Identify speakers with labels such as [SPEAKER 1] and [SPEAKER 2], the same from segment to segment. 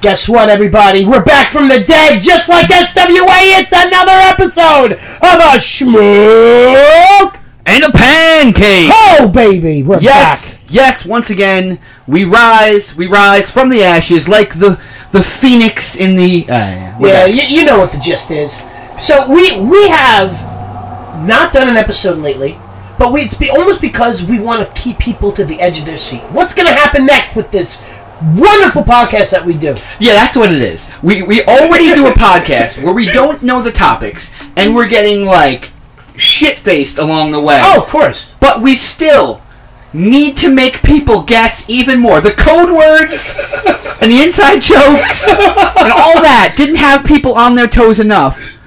[SPEAKER 1] Guess what, everybody? We're back from the dead, just like SWA. It's another episode of a schmook.
[SPEAKER 2] and a pancake.
[SPEAKER 1] Oh, baby, we're
[SPEAKER 2] Yes,
[SPEAKER 1] back.
[SPEAKER 2] yes. Once again, we rise, we rise from the ashes like the the phoenix in the. Uh, yeah, we're
[SPEAKER 1] Yeah,
[SPEAKER 2] back.
[SPEAKER 1] you, you know what the gist is. So we we have not done an episode lately, but we, it's be, almost because we want to keep people to the edge of their seat. What's going to happen next with this wonderful podcast that we do?
[SPEAKER 2] yeah. That's what it is. We we already do a podcast where we don't know the topics and we're getting like shit faced along the way.
[SPEAKER 1] Oh, of course.
[SPEAKER 2] but we still need to make people guess even more. The code words and the inside jokes and all that didn't have people on their toes enough.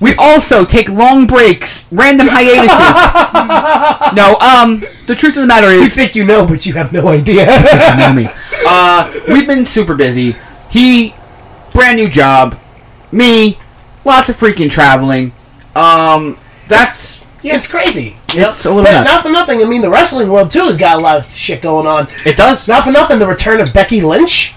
[SPEAKER 2] We also take long breaks, random hiatuses. no, um, the truth of the matter
[SPEAKER 1] You
[SPEAKER 2] is,
[SPEAKER 1] think you know, but you have no idea.
[SPEAKER 2] know me. Uh, we've been super busy. He, brand new job. Me, lots of freaking traveling. Um, that's
[SPEAKER 1] yeah, it's crazy.
[SPEAKER 2] it's a little
[SPEAKER 1] But
[SPEAKER 2] nuts.
[SPEAKER 1] not for nothing, I mean, the wrestling world too has got a lot of shit going on.
[SPEAKER 2] It does.
[SPEAKER 1] Not for nothing, the return of Becky Lynch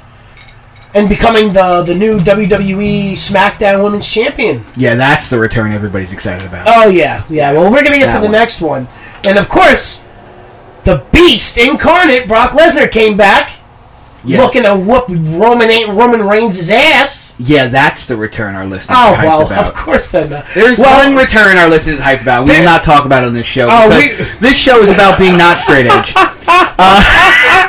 [SPEAKER 1] and becoming the the new WWE SmackDown Women's Champion.
[SPEAKER 2] Yeah, that's the return everybody's excited about.
[SPEAKER 1] Oh yeah, yeah. Well, we're gonna get
[SPEAKER 2] That
[SPEAKER 1] to the
[SPEAKER 2] one.
[SPEAKER 1] next one, and of course, the Beast incarnate Brock Lesnar came back,
[SPEAKER 2] Yeah.
[SPEAKER 1] looking to whoop Roman Roman Reigns' ass.
[SPEAKER 2] Yeah, that's the return our listeners
[SPEAKER 1] Oh
[SPEAKER 2] are hyped
[SPEAKER 1] well,
[SPEAKER 2] about.
[SPEAKER 1] of course then. uh,
[SPEAKER 2] There's
[SPEAKER 1] well,
[SPEAKER 2] one return our listeners are hyped about. We
[SPEAKER 1] There-
[SPEAKER 2] will not talk about it on this show.
[SPEAKER 1] Oh,
[SPEAKER 2] because
[SPEAKER 1] we-
[SPEAKER 2] This show is about being not straight edge.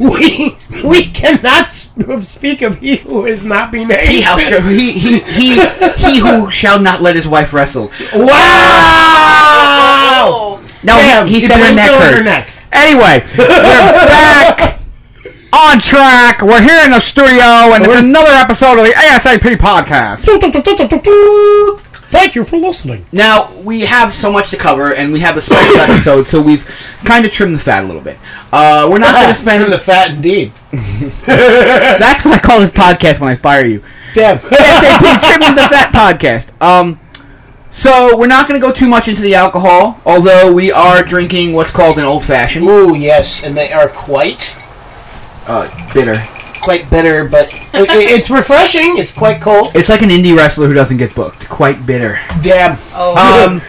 [SPEAKER 1] we we cannot sp- speak of he who is not being named.
[SPEAKER 2] he, how sure- he, he, he, he who shall not let his wife wrestle.
[SPEAKER 1] Wow!
[SPEAKER 3] Oh,
[SPEAKER 2] No, he-
[SPEAKER 1] Damn, you
[SPEAKER 2] he, said her
[SPEAKER 1] didn't
[SPEAKER 2] neck
[SPEAKER 1] feel her
[SPEAKER 2] hurts.
[SPEAKER 1] neck.
[SPEAKER 2] Anyway, we're back on track. We're here in the studio, and it's another episode of the ASAP podcast.
[SPEAKER 1] Thank you for listening.
[SPEAKER 2] Now we have so much to cover, and we have a special episode, so we've kind of trimmed the fat a little bit. Uh, we're not going to spend.
[SPEAKER 1] fat indeed.
[SPEAKER 2] That's what I call this podcast when I fire you.
[SPEAKER 1] Damn.
[SPEAKER 2] SAP trimming the fat podcast. Um, so we're not going to go too much into the alcohol, although we are drinking what's called an old fashioned,
[SPEAKER 1] Ooh, yes, and they are quite
[SPEAKER 2] uh, bitter.
[SPEAKER 1] quite bitter, but it, it- it's refreshing. It's quite cold.
[SPEAKER 2] It's like an indie wrestler who doesn't get booked. Quite bitter.
[SPEAKER 1] Damn.
[SPEAKER 3] oh.
[SPEAKER 2] Um,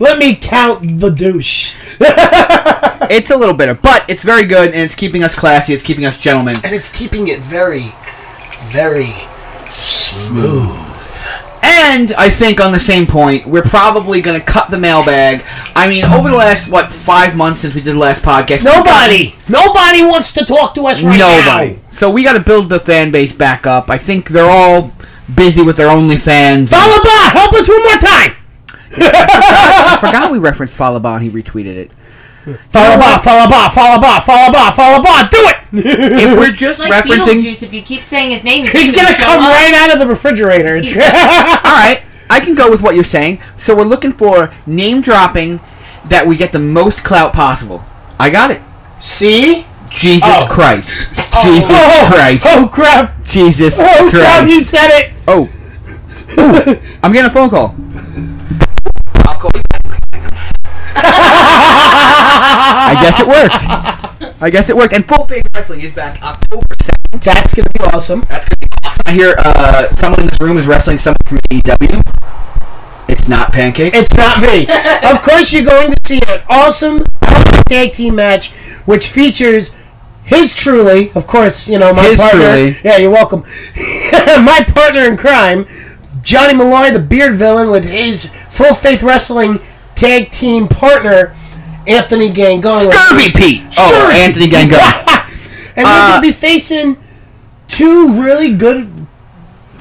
[SPEAKER 1] Let me count the douche.
[SPEAKER 2] it's a little bitter, but it's very good, and it's keeping us classy. It's keeping us gentlemen.
[SPEAKER 1] And it's keeping it very, very smooth.
[SPEAKER 2] And I think on the same point, we're probably going to cut the mailbag. I mean, over the last what five months since we did the last podcast,
[SPEAKER 1] Nobody, nobody wants to talk to us right
[SPEAKER 2] nobody.
[SPEAKER 1] now.
[SPEAKER 2] So we got to build the fan base back up. I think they're all busy with their OnlyFans.
[SPEAKER 1] Falaba, help us one more time.
[SPEAKER 2] I forgot we referenced Falaba. and He retweeted it.
[SPEAKER 1] Falaba, Falaba, Falaba, Falaba, Falaba, do it.
[SPEAKER 2] If we're just
[SPEAKER 3] It's like
[SPEAKER 2] referencing,
[SPEAKER 3] Beetlejuice, if you keep saying his name,
[SPEAKER 1] He's gonna come right out of the refrigerator. It's
[SPEAKER 2] all right, I can go with what you're saying. So we're looking for name dropping that we get the most clout possible. I got it.
[SPEAKER 1] see.
[SPEAKER 2] Jesus
[SPEAKER 1] Oh.
[SPEAKER 2] Christ. Jesus
[SPEAKER 1] Oh,
[SPEAKER 2] Christ.
[SPEAKER 1] oh crap!
[SPEAKER 2] Jesus
[SPEAKER 1] Oh
[SPEAKER 2] Christ.
[SPEAKER 1] crap! You said it.
[SPEAKER 2] Oh. Ooh, I'm getting a phone call. I'll call you back. I guess it worked. I guess it worked. And Full Face Wrestling is back October 7th.
[SPEAKER 1] That's gonna be awesome.
[SPEAKER 2] That's going to be awesome. I hear uh, someone in this room is wrestling someone from AEW. It's not Pancake.
[SPEAKER 1] It's not me. of course, you're going to see an awesome tag team match, which features his truly, of course, you know my
[SPEAKER 2] His
[SPEAKER 1] partner.
[SPEAKER 2] truly.
[SPEAKER 1] Yeah, you're welcome. my partner in crime, Johnny Malloy, the beard villain, with his full faith wrestling tag team partner, Anthony Gangon.
[SPEAKER 2] Scurvy Pete. Oh,
[SPEAKER 1] Scurvy.
[SPEAKER 2] Anthony Ganga.
[SPEAKER 1] and we're gonna be facing two really good,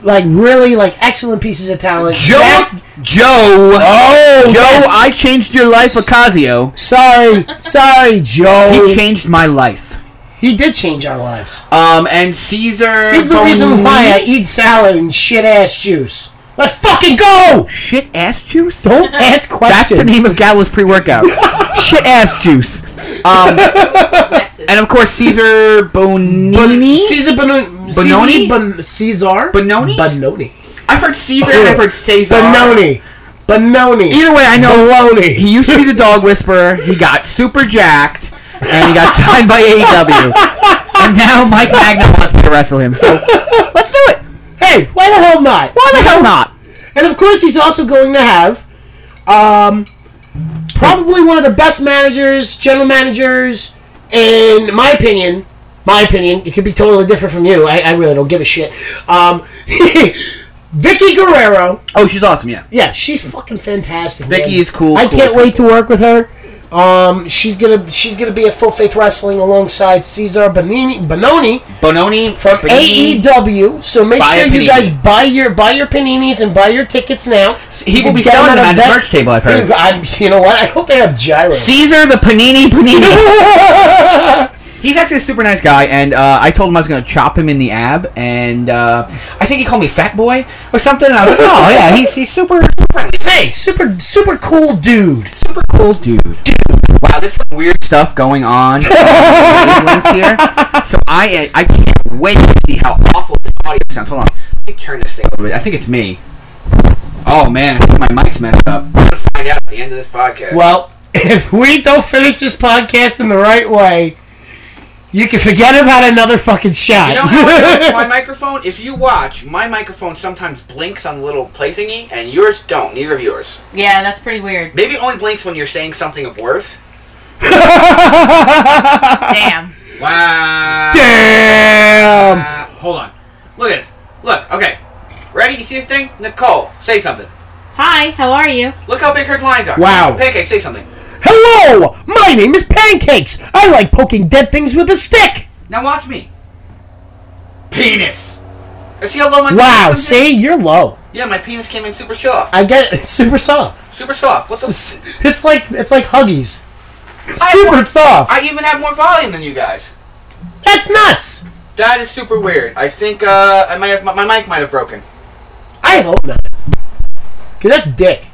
[SPEAKER 1] like really like excellent pieces of talent.
[SPEAKER 2] Joe.
[SPEAKER 1] That-
[SPEAKER 2] Joe.
[SPEAKER 1] Oh,
[SPEAKER 2] Joe,
[SPEAKER 1] yes.
[SPEAKER 2] I changed your life, Ocasio.
[SPEAKER 1] Sorry, sorry, Joe.
[SPEAKER 2] He
[SPEAKER 1] He,
[SPEAKER 2] changed my life.
[SPEAKER 1] did change our lives.
[SPEAKER 2] Um, and Caesar.
[SPEAKER 1] He's the reason why I eat salad and shit ass juice. Let's fucking go!
[SPEAKER 2] Shit ass juice?
[SPEAKER 1] Don't ask
[SPEAKER 2] That's
[SPEAKER 1] questions.
[SPEAKER 2] the name of Gallows pre workout. Shit ass juice. Um, and of course, Caesar Bonini.
[SPEAKER 1] Caesar Bononi.
[SPEAKER 2] Bononi?
[SPEAKER 1] Bon- Caesar.
[SPEAKER 2] Bononi?
[SPEAKER 1] Bononi.
[SPEAKER 2] I've heard Caesar and I've heard Caesar.
[SPEAKER 1] Bononi. Bononi.
[SPEAKER 2] Either way, I know
[SPEAKER 1] Baloney.
[SPEAKER 2] he used to be the dog whisperer. He got super jacked, E and he got signed by AEW. And
[SPEAKER 4] now Mike Magna wants me to wrestle him. So let's do it.
[SPEAKER 1] Hey, why the hell not?
[SPEAKER 4] Why the hell not?
[SPEAKER 1] And of course, he's also going to have um, probably one of the best managers, general managers, in my opinion. My opinion. It could be totally different from you. I, I really don't give a shit. Um, Vicky Guerrero.
[SPEAKER 4] Oh, she's awesome. Yeah.
[SPEAKER 1] Yeah, she's fucking fantastic.
[SPEAKER 4] Vicky
[SPEAKER 1] man.
[SPEAKER 4] is cool,
[SPEAKER 1] I
[SPEAKER 4] cool,
[SPEAKER 1] can't
[SPEAKER 4] cool.
[SPEAKER 1] wait to work with her. Um, she's gonna she's gonna be at Full Faith Wrestling alongside Cesar Bonini, Bononi
[SPEAKER 4] Bononi
[SPEAKER 1] from
[SPEAKER 4] Bonini.
[SPEAKER 1] AEW. E So make
[SPEAKER 4] Buy a
[SPEAKER 1] sure you
[SPEAKER 4] panini.
[SPEAKER 1] guys buy your buy your paninis and buy your tickets now. You
[SPEAKER 4] He will
[SPEAKER 1] can
[SPEAKER 4] be
[SPEAKER 1] get
[SPEAKER 4] selling them at
[SPEAKER 1] on
[SPEAKER 4] his
[SPEAKER 1] that-
[SPEAKER 4] merch table. I've heard.
[SPEAKER 1] I'm, you know what? I hope they have gyro.
[SPEAKER 4] Caesar the Panini Panini. He's actually a super nice guy, and uh, I told him I was going to chop him in the ab, and uh, I think he called me Fat Boy or something. And I was like, oh yeah, he's he's super friendly,
[SPEAKER 1] hey, super super cool dude.
[SPEAKER 4] super cool dude. Wow, there's some weird stuff going on in the wavelengths here. So I I can't wait to see how awful this audio sounds. Hold on, let me turn this thing over. I think it's me. Oh man, I think my mic's messed up. I'm gonna find out at the end of this podcast.
[SPEAKER 1] Well, if we don't finish this podcast in the right way, you can forget about another fucking shot.
[SPEAKER 2] You know how it works, my microphone? If you watch, my microphone sometimes blinks on the little play thingy, and yours don't. Neither of yours.
[SPEAKER 3] Yeah, that's pretty weird.
[SPEAKER 2] Maybe it only blinks when you're saying something of worth.
[SPEAKER 3] Damn.
[SPEAKER 2] Wow.
[SPEAKER 1] Damn.
[SPEAKER 2] Uh, hold on. Look at this. Look. Okay. Ready? You see this thing? Nicole, say something.
[SPEAKER 3] Hi, how are you?
[SPEAKER 2] Look how big her lines are.
[SPEAKER 1] Wow.
[SPEAKER 2] Pancake, say something.
[SPEAKER 1] Hello, my name is Pancakes. I like poking dead things with a stick.
[SPEAKER 2] Now watch me. Penis. See how low my penis
[SPEAKER 1] Wow,
[SPEAKER 2] comes in?
[SPEAKER 1] see, you're low.
[SPEAKER 2] Yeah, my penis came in super soft.
[SPEAKER 1] I get it. super soft.
[SPEAKER 2] Super soft. What the?
[SPEAKER 1] It's, it's like it's like Huggies.
[SPEAKER 2] I
[SPEAKER 1] Super
[SPEAKER 2] want-
[SPEAKER 1] soft.
[SPEAKER 2] I even have more volume than you guys.
[SPEAKER 1] That's nuts.
[SPEAKER 2] That is super weird. I think uh, I might have my, my mic might have broken.
[SPEAKER 1] I hope not. Cause that's dick.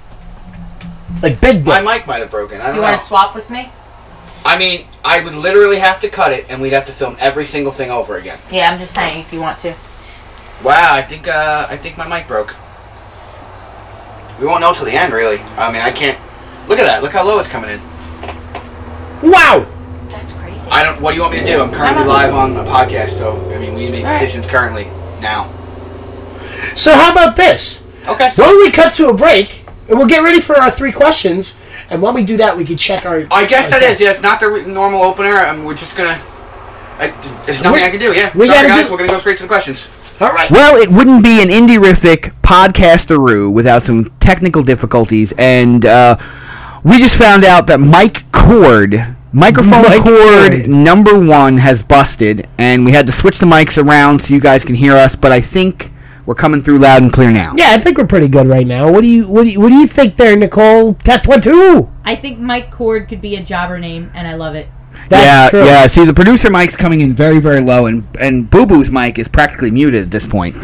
[SPEAKER 1] Like big
[SPEAKER 2] My
[SPEAKER 1] dick.
[SPEAKER 2] mic might have broken. I
[SPEAKER 3] You
[SPEAKER 2] don't
[SPEAKER 3] want
[SPEAKER 2] know.
[SPEAKER 3] to swap with me?
[SPEAKER 2] I mean, I would literally have to cut it, and we'd have to film every single thing over again.
[SPEAKER 3] Yeah, I'm just saying if you want to.
[SPEAKER 2] Wow, I think uh, I think my mic broke. We won't know till the end, really. I mean, I can't. Look at that. Look how low it's coming in.
[SPEAKER 1] Wow.
[SPEAKER 3] That's crazy.
[SPEAKER 2] I don't. What do you want me to do? I'm currently live on a podcast, so I mean, we make decisions currently now.
[SPEAKER 1] So how about this?
[SPEAKER 2] Okay.
[SPEAKER 1] Why don't we cut to a break and we'll get ready for our three questions? And while we do that, we can check our.
[SPEAKER 2] I guess
[SPEAKER 1] our
[SPEAKER 2] that is. Yeah, it's not the re- normal opener. I mean, we're just gonna. I, there's nothing
[SPEAKER 1] We-
[SPEAKER 2] I can do. Yeah.
[SPEAKER 1] we
[SPEAKER 2] Sorry,
[SPEAKER 1] gotta
[SPEAKER 2] guys.
[SPEAKER 1] do-
[SPEAKER 2] We're gonna go straight to the questions.
[SPEAKER 1] All right.
[SPEAKER 4] Well, it wouldn't be an indie riffic podcasteroo without some technical difficulties, and uh, we just found out that Mike Cord, microphone
[SPEAKER 1] Mike
[SPEAKER 4] cord,
[SPEAKER 1] Cord.
[SPEAKER 4] number one, has busted, and we had to switch the mics around so you guys can hear us. But I think we're coming through loud and clear now.
[SPEAKER 1] Yeah, I think we're pretty good right now. What do you what do you, what do you think there, Nicole? Test one two.
[SPEAKER 3] I think Mike Cord could be a jobber name, and I love it.
[SPEAKER 1] That's
[SPEAKER 4] yeah,
[SPEAKER 1] true.
[SPEAKER 4] yeah. See, the producer mic's coming in very, very low, and and Boo Boo's mic is practically muted at this point.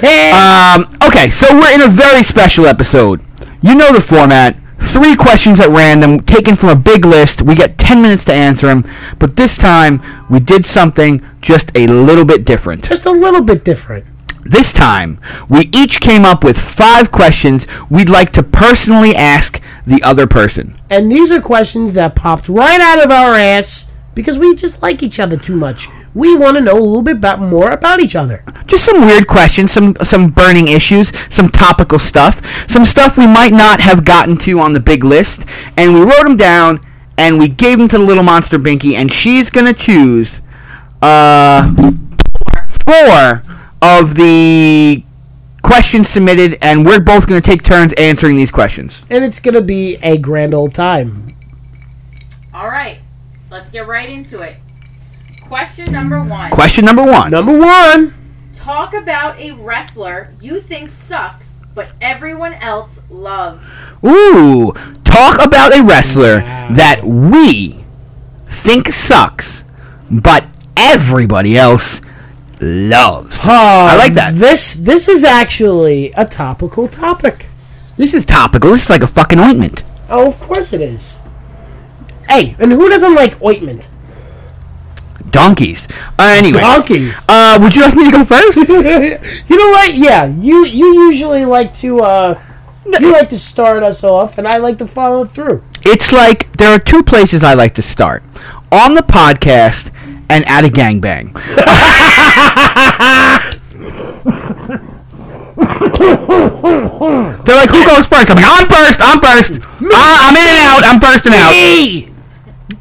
[SPEAKER 4] um, okay, so we're in a very special episode. You know the format. Three questions at random, taken from a big list. We get 10 minutes to answer them, but this time we did something just a little bit different.
[SPEAKER 1] Just a little bit different.
[SPEAKER 4] This time, we each came up with five questions we'd like to personally ask the other person.
[SPEAKER 1] And these are questions that popped right out of our ass because we just like each other too much. We want to know a little bit about, more about each other.
[SPEAKER 4] just some weird questions, some some burning issues, some topical stuff, some stuff we might not have gotten to on the big list, and we wrote them down and we gave them to the little monster Binky, and she's gonna choose uh four of the questions submitted, and we're both gonna take turns answering these questions.
[SPEAKER 1] And it's going to be a grand old time.
[SPEAKER 3] All right, let's get right into it. Question number one
[SPEAKER 4] Question number one.
[SPEAKER 1] Number one.
[SPEAKER 3] Talk about a wrestler you think sucks, but everyone else loves.
[SPEAKER 4] Ooh, talk about a wrestler that we think sucks, but everybody else loves. I like that.
[SPEAKER 1] This this is actually a topical topic.
[SPEAKER 4] This is topical. This is like a fucking ointment.
[SPEAKER 1] Oh, of course it is. Hey, and who doesn't like ointment?
[SPEAKER 4] Donkeys. Uh, anyway,
[SPEAKER 1] Donkeys.
[SPEAKER 4] uh, would you like me to go first?
[SPEAKER 1] you know what? Yeah, you you usually like to uh, you like to start us off, and I like to follow through.
[SPEAKER 4] it's like there are two places I like to start on the podcast and at a gangbang. They're like, who goes first? I'm like, I'm first. I'm first. I, I'm in and out. I'm first and out.
[SPEAKER 1] Hey!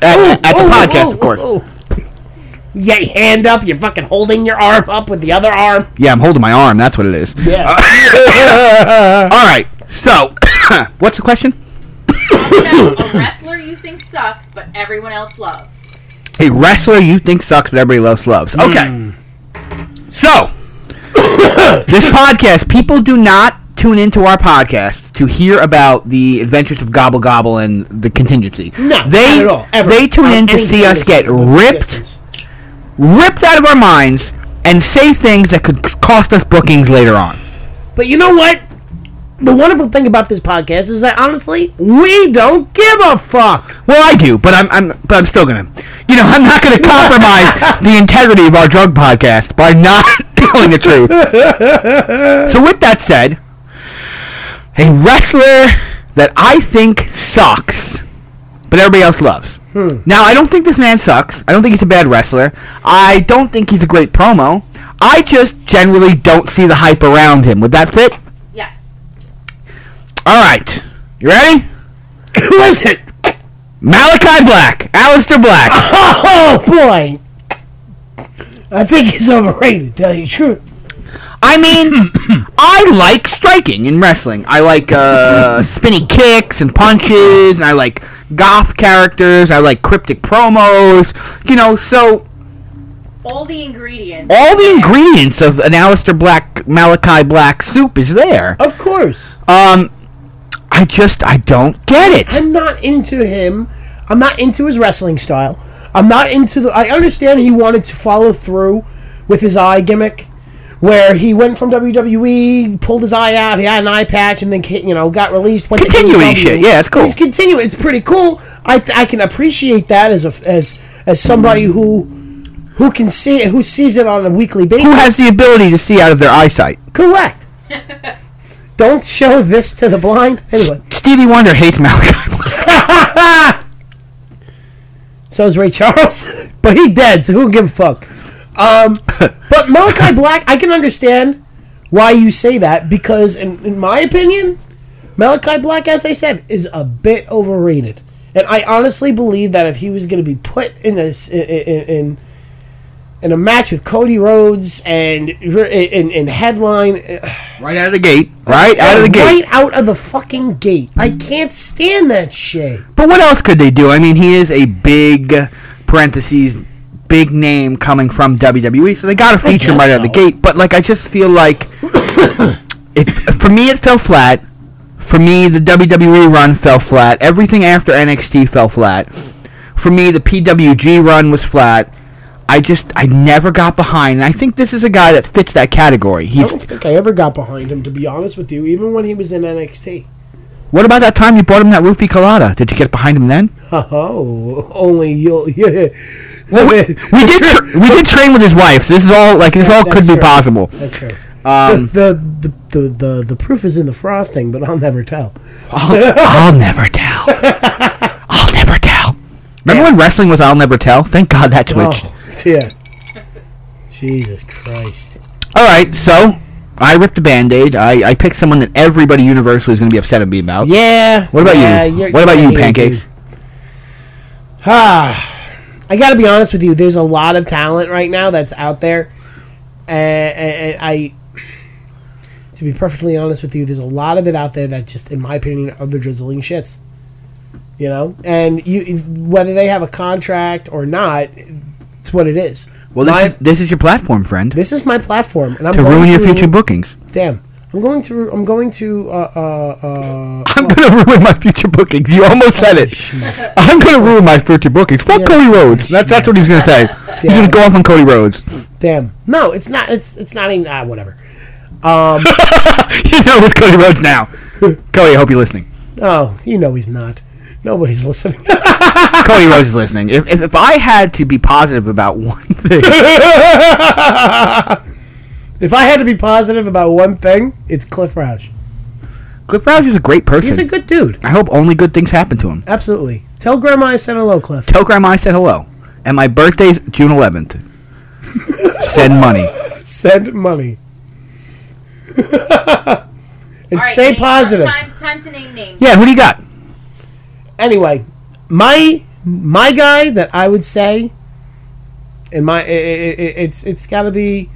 [SPEAKER 4] At, at the
[SPEAKER 1] Oh, oh,
[SPEAKER 4] podcast,
[SPEAKER 1] oh,
[SPEAKER 4] of course.
[SPEAKER 1] oh, oh. You got your hand up. You're fucking holding your arm up with the other arm. Uh,
[SPEAKER 4] Yeah, I'm holding my arm. That's what it is.
[SPEAKER 1] Yeah.
[SPEAKER 4] All right. So, what's the question?
[SPEAKER 3] So, a wrestler you think sucks, but everyone else loves.
[SPEAKER 4] A wrestler you think sucks, but everybody else loves.
[SPEAKER 1] Hmm.
[SPEAKER 4] Okay. So, this podcast, people do not tune into our podcast to hear about the adventures of Gobble Gobble and the contingency.
[SPEAKER 1] No,
[SPEAKER 4] they
[SPEAKER 1] not at all. Ever.
[SPEAKER 4] they tune
[SPEAKER 1] On
[SPEAKER 4] in to
[SPEAKER 1] any
[SPEAKER 4] see us
[SPEAKER 1] basis
[SPEAKER 4] get
[SPEAKER 1] of
[SPEAKER 4] ripped,
[SPEAKER 1] existence.
[SPEAKER 4] ripped out of our minds, and say things that could cost us bookings later on.
[SPEAKER 1] But you know what? The wonderful thing about this podcast is that honestly, we don't give a fuck.
[SPEAKER 4] Well, I do, but I'm, I'm, but I'm still gonna, you know, I'm not gonna compromise the integrity of our drug podcast by not telling the truth. so, with that said, a wrestler that I think sucks, but everybody else loves. Now, I don't think this man sucks. I don't think he's a bad wrestler. I don't think he's a great promo. I just generally don't see the hype around him. Would that fit?
[SPEAKER 3] Yes.
[SPEAKER 4] All right, you ready?
[SPEAKER 1] Who is it?
[SPEAKER 4] Malachi Black, Alistair Black.
[SPEAKER 1] Oh boy. I think he's overrated, to tell you the truth.
[SPEAKER 4] I mean, I like striking in wrestling. I like uh, spinny kicks and punches, and I like goth characters. I like cryptic promos. You know, so
[SPEAKER 3] All the ingredients.
[SPEAKER 4] all the ingredients of an Alistair Black, Malachi Black soup is there.
[SPEAKER 1] Of course.
[SPEAKER 4] Um, I just I don't get it.
[SPEAKER 1] I'm not into him. I'm not into his wrestling style. I'm not into the. I understand he wanted to follow through with his eye gimmick, where he went from WWE, pulled his eye out, he had an eye patch, and then ca- you know got released. Went to
[SPEAKER 4] Continuing
[SPEAKER 1] AEW.
[SPEAKER 4] shit. Yeah, it's cool.
[SPEAKER 1] He's continuing. It's pretty cool. I th- I can appreciate that as a as as somebody who who can see who sees it on a weekly basis.
[SPEAKER 4] Who has the ability to see out of their eyesight?
[SPEAKER 1] correct? Don't show this to the blind. Anyway,
[SPEAKER 4] Stevie Wonder hates Malachi. Black.
[SPEAKER 1] So is Ray Charles, but he dead, so who give a fuck? Um, but Malachi Black, I can understand why you say that because, in, in my opinion, Malachi Black, as I said, is a bit overrated, and I honestly believe that if he was going to be put in this in. in in a match with Cody Rhodes and in, in headline
[SPEAKER 4] Right out of the gate. Right out of the gate.
[SPEAKER 1] right out of the fucking gate, I can't stand that shit.
[SPEAKER 4] But what else could they do? I mean, he is a big parentheses big name coming from WWE, so they got to feature him
[SPEAKER 1] guess
[SPEAKER 4] right out of the
[SPEAKER 1] so.
[SPEAKER 4] gate. But like, I just feel like it. For me, it fell flat. For me, the WWE run fell flat. Everything after NXT fell flat. For me, the PWG run was flat. I just I never got behind, and I think this is a guy that fits that category.
[SPEAKER 1] I
[SPEAKER 4] He's
[SPEAKER 1] don't think I ever got behind him, to be honest with you, even when he was in NXT.
[SPEAKER 4] what about that time you bought him that roofie colada? Did you get behind him then?
[SPEAKER 1] Oh, only you'll. Yeah.
[SPEAKER 4] Well, we, we did tra- we did train with his wife. So this is all like this
[SPEAKER 1] Yeah,
[SPEAKER 4] all
[SPEAKER 1] that's
[SPEAKER 4] could be
[SPEAKER 1] true.
[SPEAKER 4] possible.
[SPEAKER 1] That's true.
[SPEAKER 4] Um,
[SPEAKER 1] the, the, the, the, the, the proof is in the frosting, but I'll never tell.
[SPEAKER 4] I'll, I'll never tell. I'll never tell. Remember when wrestling was I'll never tell? Thank God that switched.
[SPEAKER 1] Oh, yeah. Jesus Christ.
[SPEAKER 4] All right, so I ripped the band-aid. I, I picked someone that everybody universally is going to be upset at me about.
[SPEAKER 1] Yeah.
[SPEAKER 4] What about
[SPEAKER 1] yeah,
[SPEAKER 4] you?
[SPEAKER 1] you're-
[SPEAKER 4] What about
[SPEAKER 1] yeah,
[SPEAKER 4] you,
[SPEAKER 1] yeah,
[SPEAKER 4] Pancakes?
[SPEAKER 1] dude. Ah, I got to be honest with you. There's a lot of talent right now that's out there, and, and, and I, to be perfectly honest with you, there's a lot of it out there that just, in my opinion, are the drizzling shits. You know, and you whether they have a contract or not, it's what it is.
[SPEAKER 4] Well, this
[SPEAKER 1] My-
[SPEAKER 4] is this is your platform, friend,
[SPEAKER 1] This is my platform, and I'm
[SPEAKER 4] to
[SPEAKER 1] going
[SPEAKER 4] ruin your
[SPEAKER 1] to-
[SPEAKER 4] future bookings.
[SPEAKER 1] Damn, I'm going to. I'm going to. Uh, uh, uh,
[SPEAKER 4] I'm going to ruin my future bookings. You almost said it. I'm going to ruin my future bookings. Fuck
[SPEAKER 1] Yeah.
[SPEAKER 4] Cody Rhodes. That's that's what he's going to say. He's going
[SPEAKER 1] Damn.
[SPEAKER 4] to go off on Cody Rhodes.
[SPEAKER 1] Damn. No, it's not. It's it's not even ah, whatever. Um.
[SPEAKER 4] you know it's Cody Rhodes now. Cody, I hope you're listening.
[SPEAKER 1] oh, you know he's not. Nobody's listening.
[SPEAKER 4] Cody Rhodes is listening. If, if, if I had to be positive about one thing,
[SPEAKER 1] if I had to be positive about one thing, it's Cliff Roush.
[SPEAKER 4] Cliff Rouge is a great person.
[SPEAKER 1] He's a good dude.
[SPEAKER 4] I hope only good things happen to him.
[SPEAKER 1] Absolutely. Tell Grandma I said hello, Cliff.
[SPEAKER 4] Tell Grandma I said hello. and my birthday's June 11th. Send money.
[SPEAKER 1] Send money. and
[SPEAKER 3] All right,
[SPEAKER 1] stay
[SPEAKER 3] name-
[SPEAKER 1] positive.
[SPEAKER 3] Time, time to name names.
[SPEAKER 4] Yeah, who do you got?
[SPEAKER 1] Anyway, my my guy that I would say, and my i i i- it's it's got to be,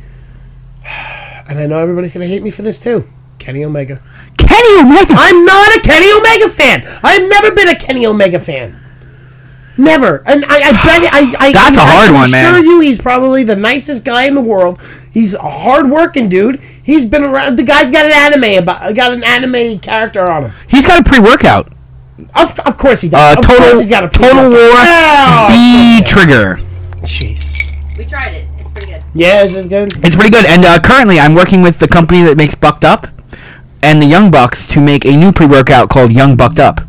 [SPEAKER 1] and I know everybody's gonna hate me for this too. Kenny Omega.
[SPEAKER 4] Kenny Omega.
[SPEAKER 1] I'm not a Kenny Omega fan. I've never been a Kenny Omega fan. Never. And I, I bet you- I, I
[SPEAKER 4] That's a
[SPEAKER 1] I
[SPEAKER 4] hard
[SPEAKER 1] can
[SPEAKER 4] one, man.
[SPEAKER 1] assure you, he's probably the nicest guy in the world. He's a hard working dude. He's been around. The guy's got an anime about got an anime character on him.
[SPEAKER 4] He's got a pre-workout.
[SPEAKER 1] Of, of course he
[SPEAKER 4] Uh,
[SPEAKER 1] does. of
[SPEAKER 4] total
[SPEAKER 1] course he's got a
[SPEAKER 4] Total War
[SPEAKER 1] Oh,
[SPEAKER 4] D Trigger.
[SPEAKER 1] Jesus.
[SPEAKER 3] We tried it. It's pretty good.
[SPEAKER 1] Yeah, is it good?
[SPEAKER 4] It's pretty good. And uh, currently, I'm working with the company that makes Bucked Up and the Young Bucks to make a new pre-workout called Young Bucked Up.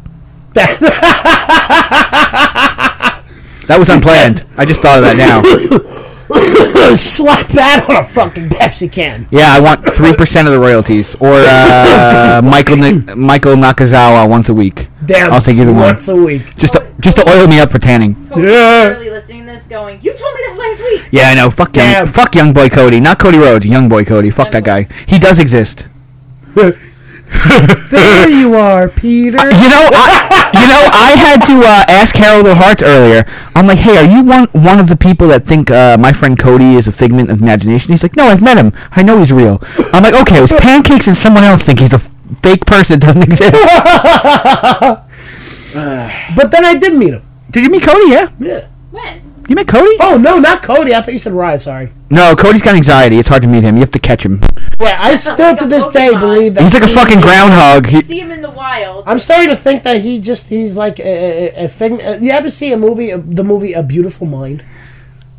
[SPEAKER 4] That was unplanned. I just thought of that now.
[SPEAKER 1] Slap that on a fucking Pepsi can.
[SPEAKER 4] Yeah, I want three percent of the royalties, or uh, Michael Ni- Michael Nakazawa once a week.
[SPEAKER 1] Damn.
[SPEAKER 4] I'll take either one.
[SPEAKER 1] once a week.
[SPEAKER 4] Just to, just to oil me up for tanning.
[SPEAKER 3] Cody's
[SPEAKER 1] Yeah.
[SPEAKER 3] literally listening to this going, You told me that last week.
[SPEAKER 4] Yeah, I know. Fuck young,
[SPEAKER 1] Yeah.
[SPEAKER 4] fuck young boy Cody, not Cody Rhodes. Young boy Cody. Fuck that guy. He does exist.
[SPEAKER 1] There you are, Peter.
[SPEAKER 4] You know, I, you know, I had to uh, ask Harold of Hearts earlier. I'm like, hey, are you one one of the people that think uh, my friend Cody is a figment of imagination? He's like, no, I've met him. I know he's real. I'm like, okay, it was pancakes and someone else think he's a fake person that doesn't exist.
[SPEAKER 1] But then I did meet him.
[SPEAKER 4] Did you meet Cody? Yeah,
[SPEAKER 1] Yeah.
[SPEAKER 3] When?
[SPEAKER 4] you met Cody.
[SPEAKER 1] Oh no, not Cody. I thought you said Rye. Sorry.
[SPEAKER 4] No, Cody's got anxiety. It's hard to meet him. You have to catch him.
[SPEAKER 1] Yeah, I still
[SPEAKER 3] like
[SPEAKER 1] to
[SPEAKER 3] a
[SPEAKER 1] this day
[SPEAKER 3] Pokemon.
[SPEAKER 1] believe that
[SPEAKER 4] He's like a
[SPEAKER 1] he-
[SPEAKER 4] fucking groundhog. He,
[SPEAKER 3] See him in the wild.
[SPEAKER 1] I'm starting to think that he just he's like a, a, a thing. uh, You ever see a movie, uh, the movie A Beautiful Mind?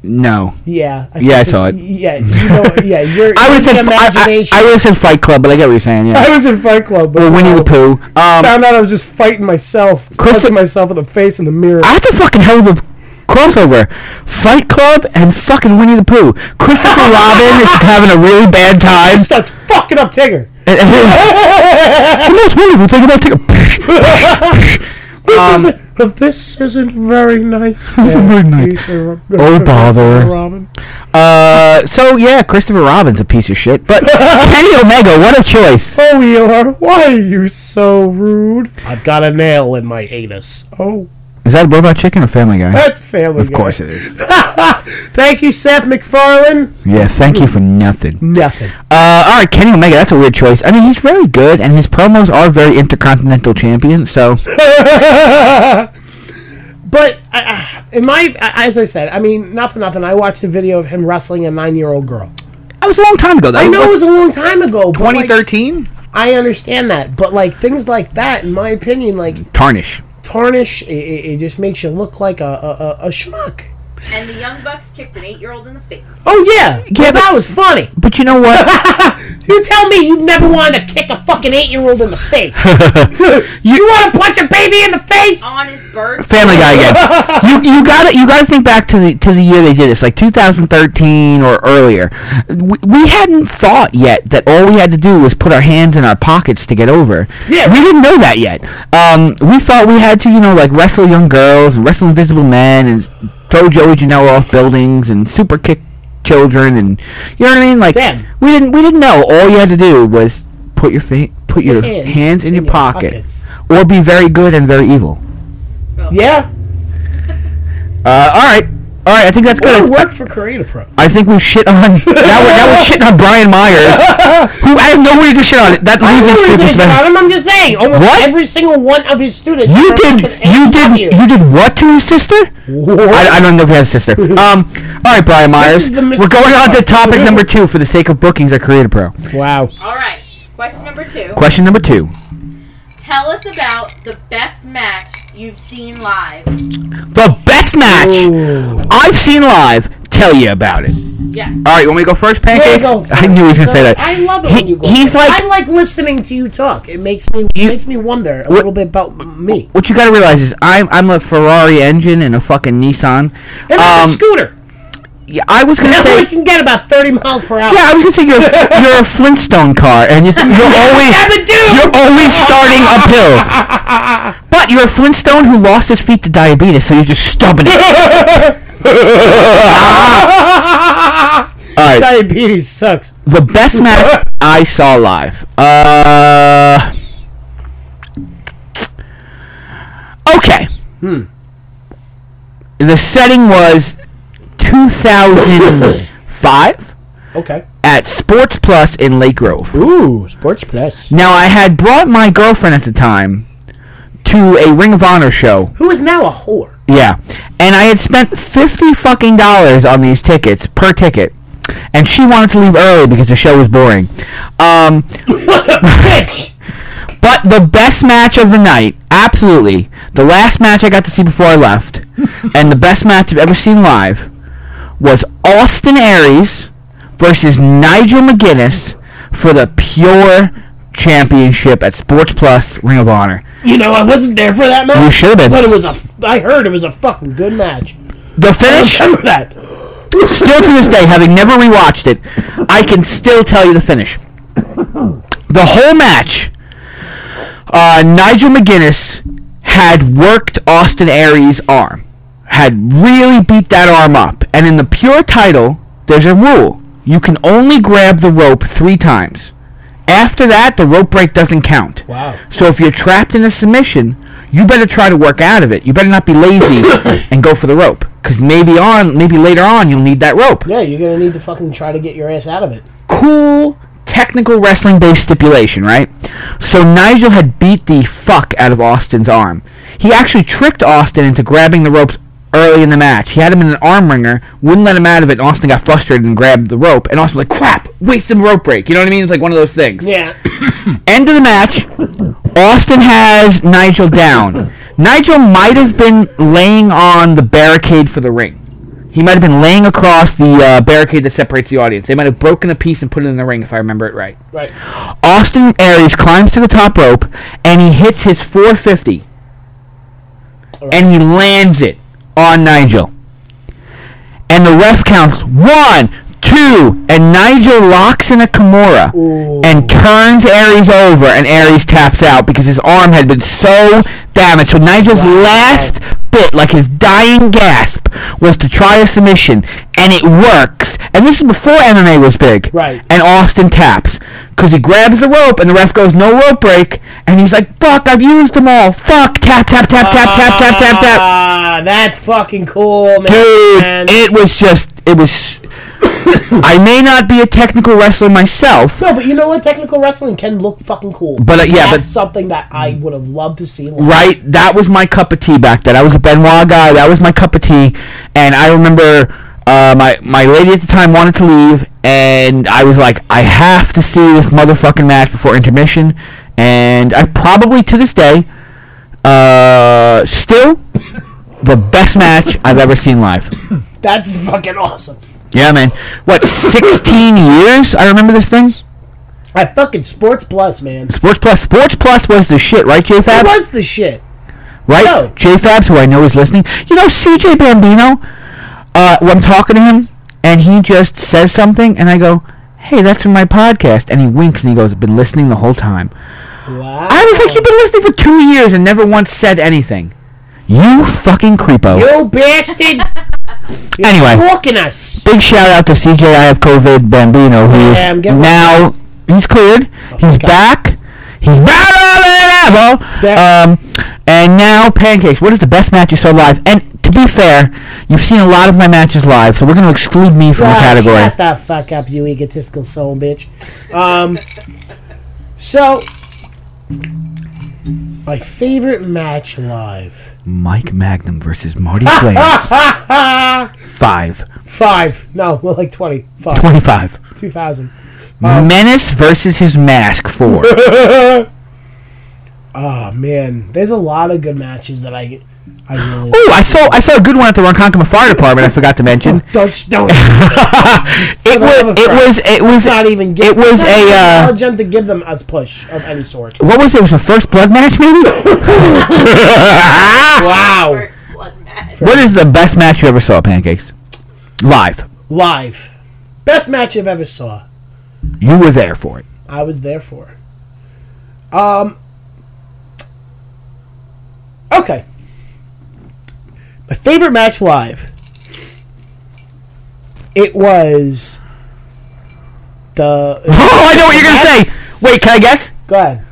[SPEAKER 4] no,
[SPEAKER 1] Yeah. I
[SPEAKER 4] Yeah, I
[SPEAKER 1] think
[SPEAKER 4] saw
[SPEAKER 1] this-
[SPEAKER 4] it.
[SPEAKER 1] Yeah, you know, Oh, yeah. Your
[SPEAKER 4] I was
[SPEAKER 1] your
[SPEAKER 4] in I,
[SPEAKER 1] imagination.
[SPEAKER 4] I, I was in Fight Club, but I get what you're saying. Yeah,
[SPEAKER 1] I was Oh. in Fight Club, but
[SPEAKER 4] or Winnie the Pooh. Um, I
[SPEAKER 1] found out I was just fighting myself,
[SPEAKER 4] Christo-
[SPEAKER 1] punching myself in the face in the mirror.
[SPEAKER 4] that's a fucking hell of a crossover. Fight Club and fucking Winnie the Pooh. Christopher Robin is having a really bad time.
[SPEAKER 1] He starts fucking up Tigger.
[SPEAKER 4] And- and-
[SPEAKER 1] this,
[SPEAKER 4] the most wonderful thing about Tigger.
[SPEAKER 1] isn't, uh, this isn't very nice.
[SPEAKER 4] Um, This isn't very nice. Oh, bother.
[SPEAKER 1] Robin.
[SPEAKER 4] uh, so yeah, Christopher Robin's a piece of shit, but Kenny Omega, what a choice.
[SPEAKER 1] Oh, we are. Why are you so rude? I've got a nail in my anus. Oh,
[SPEAKER 4] Is that Robot Chicken or Family Guy?
[SPEAKER 1] that's family.
[SPEAKER 4] Of course it is.
[SPEAKER 1] Thank you, Seth MacFarlane.
[SPEAKER 4] Yeah, thank you for nothing.
[SPEAKER 1] Nothing.
[SPEAKER 4] Uh, all right, Kenny Omega. That's a weird choice. I mean, he's very good, and his promos are very intercontinental champion. So
[SPEAKER 1] but I, I- in my, I- as I said, I mean, not for nothing. I watched a video of him wrestling a nine-year-old girl.
[SPEAKER 4] that was a long time ago. That
[SPEAKER 1] I know it was a long time ago. but, like,
[SPEAKER 4] 2013.
[SPEAKER 1] I understand that, but like things like that, in my opinion, like
[SPEAKER 4] Tarnish.
[SPEAKER 1] tarnish. It, it, it just makes you look like a a, a, a schmuck.
[SPEAKER 3] And the Young Bucks kicked an eight year old in the face.
[SPEAKER 1] Oh yeah, yeah, that was funny.
[SPEAKER 4] But you know what?
[SPEAKER 1] You tell me you never wanted to kick a fucking eight-year-old in the face. you, want to punch a baby in the face?
[SPEAKER 3] On his birthday.
[SPEAKER 4] Family Guy again. You you got to you got to think back to the to the year they did this, like 2013 or earlier. We, we hadn't thought yet that all we had to do was put our hands in our pockets to get over.
[SPEAKER 1] Yeah.
[SPEAKER 4] we didn't know that yet. Um, we thought we had to, you know, like wrestle young girls and wrestle invisible men and throw Joey Janela off buildings and super kick children and you know what I mean. Like
[SPEAKER 1] Damn.
[SPEAKER 4] we didn't we didn't know. All you had to do was put your fa- put your hands, in, your, pocket or be very good and very evil.
[SPEAKER 1] Yeah,
[SPEAKER 4] Uh, all right, all right. I think that's
[SPEAKER 1] what
[SPEAKER 4] good.
[SPEAKER 1] a work for Creative Pro.
[SPEAKER 4] I think we shit on now. We're, now we're shitting on Brian Myers, who I have no reason to shit on. it. That
[SPEAKER 1] I
[SPEAKER 4] reason
[SPEAKER 1] was
[SPEAKER 4] stupid.
[SPEAKER 1] about him. I'm just saying, almost
[SPEAKER 4] What?
[SPEAKER 1] every single one of his students.
[SPEAKER 4] You
[SPEAKER 1] are
[SPEAKER 4] did.
[SPEAKER 1] fucking
[SPEAKER 4] You did.
[SPEAKER 1] anti-you.
[SPEAKER 4] You did what to his sister? I, I don't know if he has a sister. Um. All right, Brian Myers.
[SPEAKER 1] is the
[SPEAKER 4] We're going on to
[SPEAKER 1] mystery part.
[SPEAKER 4] topic number two for the sake of bookings at Creative Pro.
[SPEAKER 1] Wow.
[SPEAKER 3] Alright. Question number two.
[SPEAKER 4] Question number two.
[SPEAKER 3] Tell us about the best match you've seen live.
[SPEAKER 4] The best match I've seen live. Tell you about it.
[SPEAKER 3] Yes.
[SPEAKER 4] All right, you want me to go first,
[SPEAKER 1] There you
[SPEAKER 4] Pancake?
[SPEAKER 1] go.
[SPEAKER 4] I knew he was gonna say that.
[SPEAKER 1] I love it
[SPEAKER 4] He-
[SPEAKER 1] when you go.
[SPEAKER 4] he's
[SPEAKER 1] there.
[SPEAKER 4] like-
[SPEAKER 1] I like listening to you talk. It makes me
[SPEAKER 4] You-
[SPEAKER 1] makes me wonder a little bit about me.
[SPEAKER 4] What you gotta realize is I'm I'm a Ferrari engine and a fucking Nissan.
[SPEAKER 1] And I'm a
[SPEAKER 4] Um,
[SPEAKER 1] scooter.
[SPEAKER 4] yeah, I was gonna
[SPEAKER 1] Now
[SPEAKER 4] say
[SPEAKER 1] we can get about 30 miles per hour.
[SPEAKER 4] Yeah, I was gonna say you're a, you're a Flintstone car, and you, you're always
[SPEAKER 1] Dabba do!
[SPEAKER 4] you're always starting uphill. But you're a Flintstone who lost his feet to diabetes, so you're just stubbing it. Ah, All right,
[SPEAKER 1] Diabetes sucks.
[SPEAKER 4] the best match I saw live. Uh, okay.
[SPEAKER 1] Hmm.
[SPEAKER 4] The setting was 2005
[SPEAKER 1] Okay.
[SPEAKER 4] at Sports Plus in Lake Grove.
[SPEAKER 1] Ooh, Sports Plus.
[SPEAKER 4] Now I had brought my girlfriend at the time to a Ring of Honor show.
[SPEAKER 1] Who is now a whore?
[SPEAKER 4] Yeah. And I had spent 50 fucking dollars on these tickets per ticket. And she wanted to leave early because the show was boring. Um,
[SPEAKER 1] What a bitch!
[SPEAKER 4] but the best match of the night, absolutely, the last match I got to see before I left, and the best match I've ever seen live, was Austin Aries versus Nigel McGuinness for the pure championship at Sports Plus Ring of Honor.
[SPEAKER 1] You know, I wasn't there for that match.
[SPEAKER 4] You should have
[SPEAKER 1] But
[SPEAKER 4] been.
[SPEAKER 1] it was a. f- I heard it was a fucking good match.
[SPEAKER 4] The
[SPEAKER 1] I
[SPEAKER 4] finish,
[SPEAKER 1] remember that.
[SPEAKER 4] still to this day, having never rewatched it, I can still tell you the finish. The whole match, uh, Nigel McGuinness had worked Austin Aries' arm, had really beat that arm up. And in the pure title, there's a rule you can only grab the rope three times. After that, the rope break doesn't count.
[SPEAKER 1] Wow.
[SPEAKER 4] So if you're trapped in a submission, you better try to work out of it. You better not be lazy and go for the rope, because maybe on, maybe later on, you'll need that rope.
[SPEAKER 1] Yeah, you're gonna need to fucking try to get your ass out of it.
[SPEAKER 4] Cool technical wrestling based stipulation, right? So Nigel had beat the fuck out of Austin's arm. He actually tricked Austin into grabbing the ropes early in the match. He had him in an arm wringer, wouldn't let him out of it, and Austin got frustrated and grabbed the rope. And Austin was like, crap, waste the rope break. You know what I mean? It's like one of those things.
[SPEAKER 1] Yeah.
[SPEAKER 4] End of the match. Austin has Nigel down. Nigel might have been laying on the barricade for the ring. He might have been laying across the uh, barricade that separates the audience. They might have broken a piece and put it in the ring, if I remember it right.
[SPEAKER 1] Right.
[SPEAKER 4] Austin Aries climbs to the top rope and he hits his 450. And he lands it on Nigel. And the ref counts one, two, and Nigel locks in a Kimura
[SPEAKER 1] Ooh.
[SPEAKER 4] and turns Aries over, and Aries taps out because his arm had been so damaged. So Nigel's
[SPEAKER 1] Wow.
[SPEAKER 4] last bit, like his dying gasp, was to try a submission, and it works. And this is before MMA was big.
[SPEAKER 1] Right.
[SPEAKER 4] And Austin taps because he grabs the rope, and the ref goes no rope break, and he's like, "Fuck, I've used them all. Fuck, tap, tap, tap, tap, tap, tap, tap, tap."
[SPEAKER 1] Ah, that's fucking cool,
[SPEAKER 4] Dude,
[SPEAKER 1] man.
[SPEAKER 4] it was just, it was. I may not be a technical wrestler myself,
[SPEAKER 1] no, but you know what? Technical wrestling can look fucking cool.
[SPEAKER 4] But, uh, yeah,
[SPEAKER 1] that's
[SPEAKER 4] but-
[SPEAKER 1] something that I would have loved to see. live.
[SPEAKER 4] right? That was my cup of tea back then. I was a Benoit guy. That was my cup of tea. And I remember uh, my my lady at the time wanted to leave, and I was like, I have to see this motherfucking match before intermission. And I probably to this day, uh, still the best match I've ever seen live.
[SPEAKER 1] That's fucking awesome.
[SPEAKER 4] Yeah, man. What, 16 years? I remember this thing.
[SPEAKER 1] I fucking Sports Plus, man.
[SPEAKER 4] Sports Plus. Sports Plus was the shit, right, J
[SPEAKER 1] That
[SPEAKER 4] Fab?
[SPEAKER 1] was the shit.
[SPEAKER 4] right?
[SPEAKER 1] No.
[SPEAKER 4] J Fabs, who I know is listening. You know, CJ Bambino, uh, when I'm talking to him, and he just says something, and I go, hey, that's in my podcast. And he winks and he goes, I've been listening the whole time.
[SPEAKER 1] Wow.
[SPEAKER 4] I was like, you've been listening for two years and never once said anything. You fucking creepo.
[SPEAKER 1] You bastard! You're
[SPEAKER 4] Anyway.
[SPEAKER 1] stalking us.
[SPEAKER 4] Big shout out to CJ I have COVID Bambino, who is
[SPEAKER 1] Yeah, I'm getting- Oh
[SPEAKER 4] now he's cleared. he's
[SPEAKER 1] God.
[SPEAKER 4] back. He's back.
[SPEAKER 1] There.
[SPEAKER 4] Um, and now pancakes. What is the best match you saw live? And to be fair, you've seen a lot of my matches live, so we're gonna exclude me from
[SPEAKER 1] Ah,
[SPEAKER 4] the category.
[SPEAKER 1] Shut the fuck up, you egotistical soul bitch. Um, so, my favorite match live.
[SPEAKER 4] Mike Magnum versus Marty Flames. Five.
[SPEAKER 1] Five. No, well, like 20. Five.
[SPEAKER 4] Twenty-five.
[SPEAKER 1] 2000.
[SPEAKER 4] Menace versus his mask. Four.
[SPEAKER 1] Oh, man. There's a lot of good matches that I, I really.
[SPEAKER 4] Ooh, I saw I saw a good one at the Ronkonkoma Fire Department. I forgot to mention.
[SPEAKER 1] Don't, don't.
[SPEAKER 4] it was it was it was
[SPEAKER 1] not even give,
[SPEAKER 4] it was
[SPEAKER 1] not
[SPEAKER 4] a,
[SPEAKER 1] even
[SPEAKER 4] uh,
[SPEAKER 1] Tell Jen to give them a push of any sort.
[SPEAKER 4] what was it? It was a first blood match, maybe?
[SPEAKER 1] Wow.
[SPEAKER 3] Or blood match.
[SPEAKER 4] what is the best match you ever saw, Pancakes? Live.
[SPEAKER 1] Live. Best match I've ever saw.
[SPEAKER 4] You were there for it.
[SPEAKER 1] I was there for. Um. Okay. My favorite match live It was the.
[SPEAKER 4] Oh, I know what you're gonna say. Wait, can I guess?
[SPEAKER 1] Go ahead.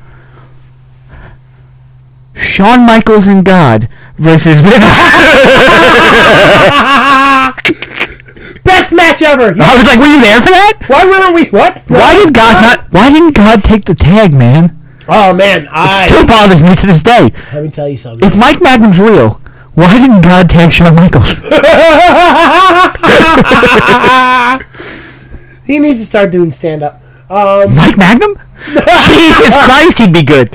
[SPEAKER 4] Shawn Michaels and God versus.
[SPEAKER 1] Best match ever.
[SPEAKER 4] I was like, were you there for that?
[SPEAKER 1] Why weren't we? What?
[SPEAKER 4] Why did God not? Why didn't God take the tag, man?
[SPEAKER 1] Oh man, I
[SPEAKER 4] Still bothers me to this day.
[SPEAKER 1] let me tell you something.
[SPEAKER 4] If Mike Magnum's real, why didn't God tag Shawn Michaels?
[SPEAKER 1] he needs to start doing stand up. Um,
[SPEAKER 4] Mike Magnum? Jesus Christ, he'd be good.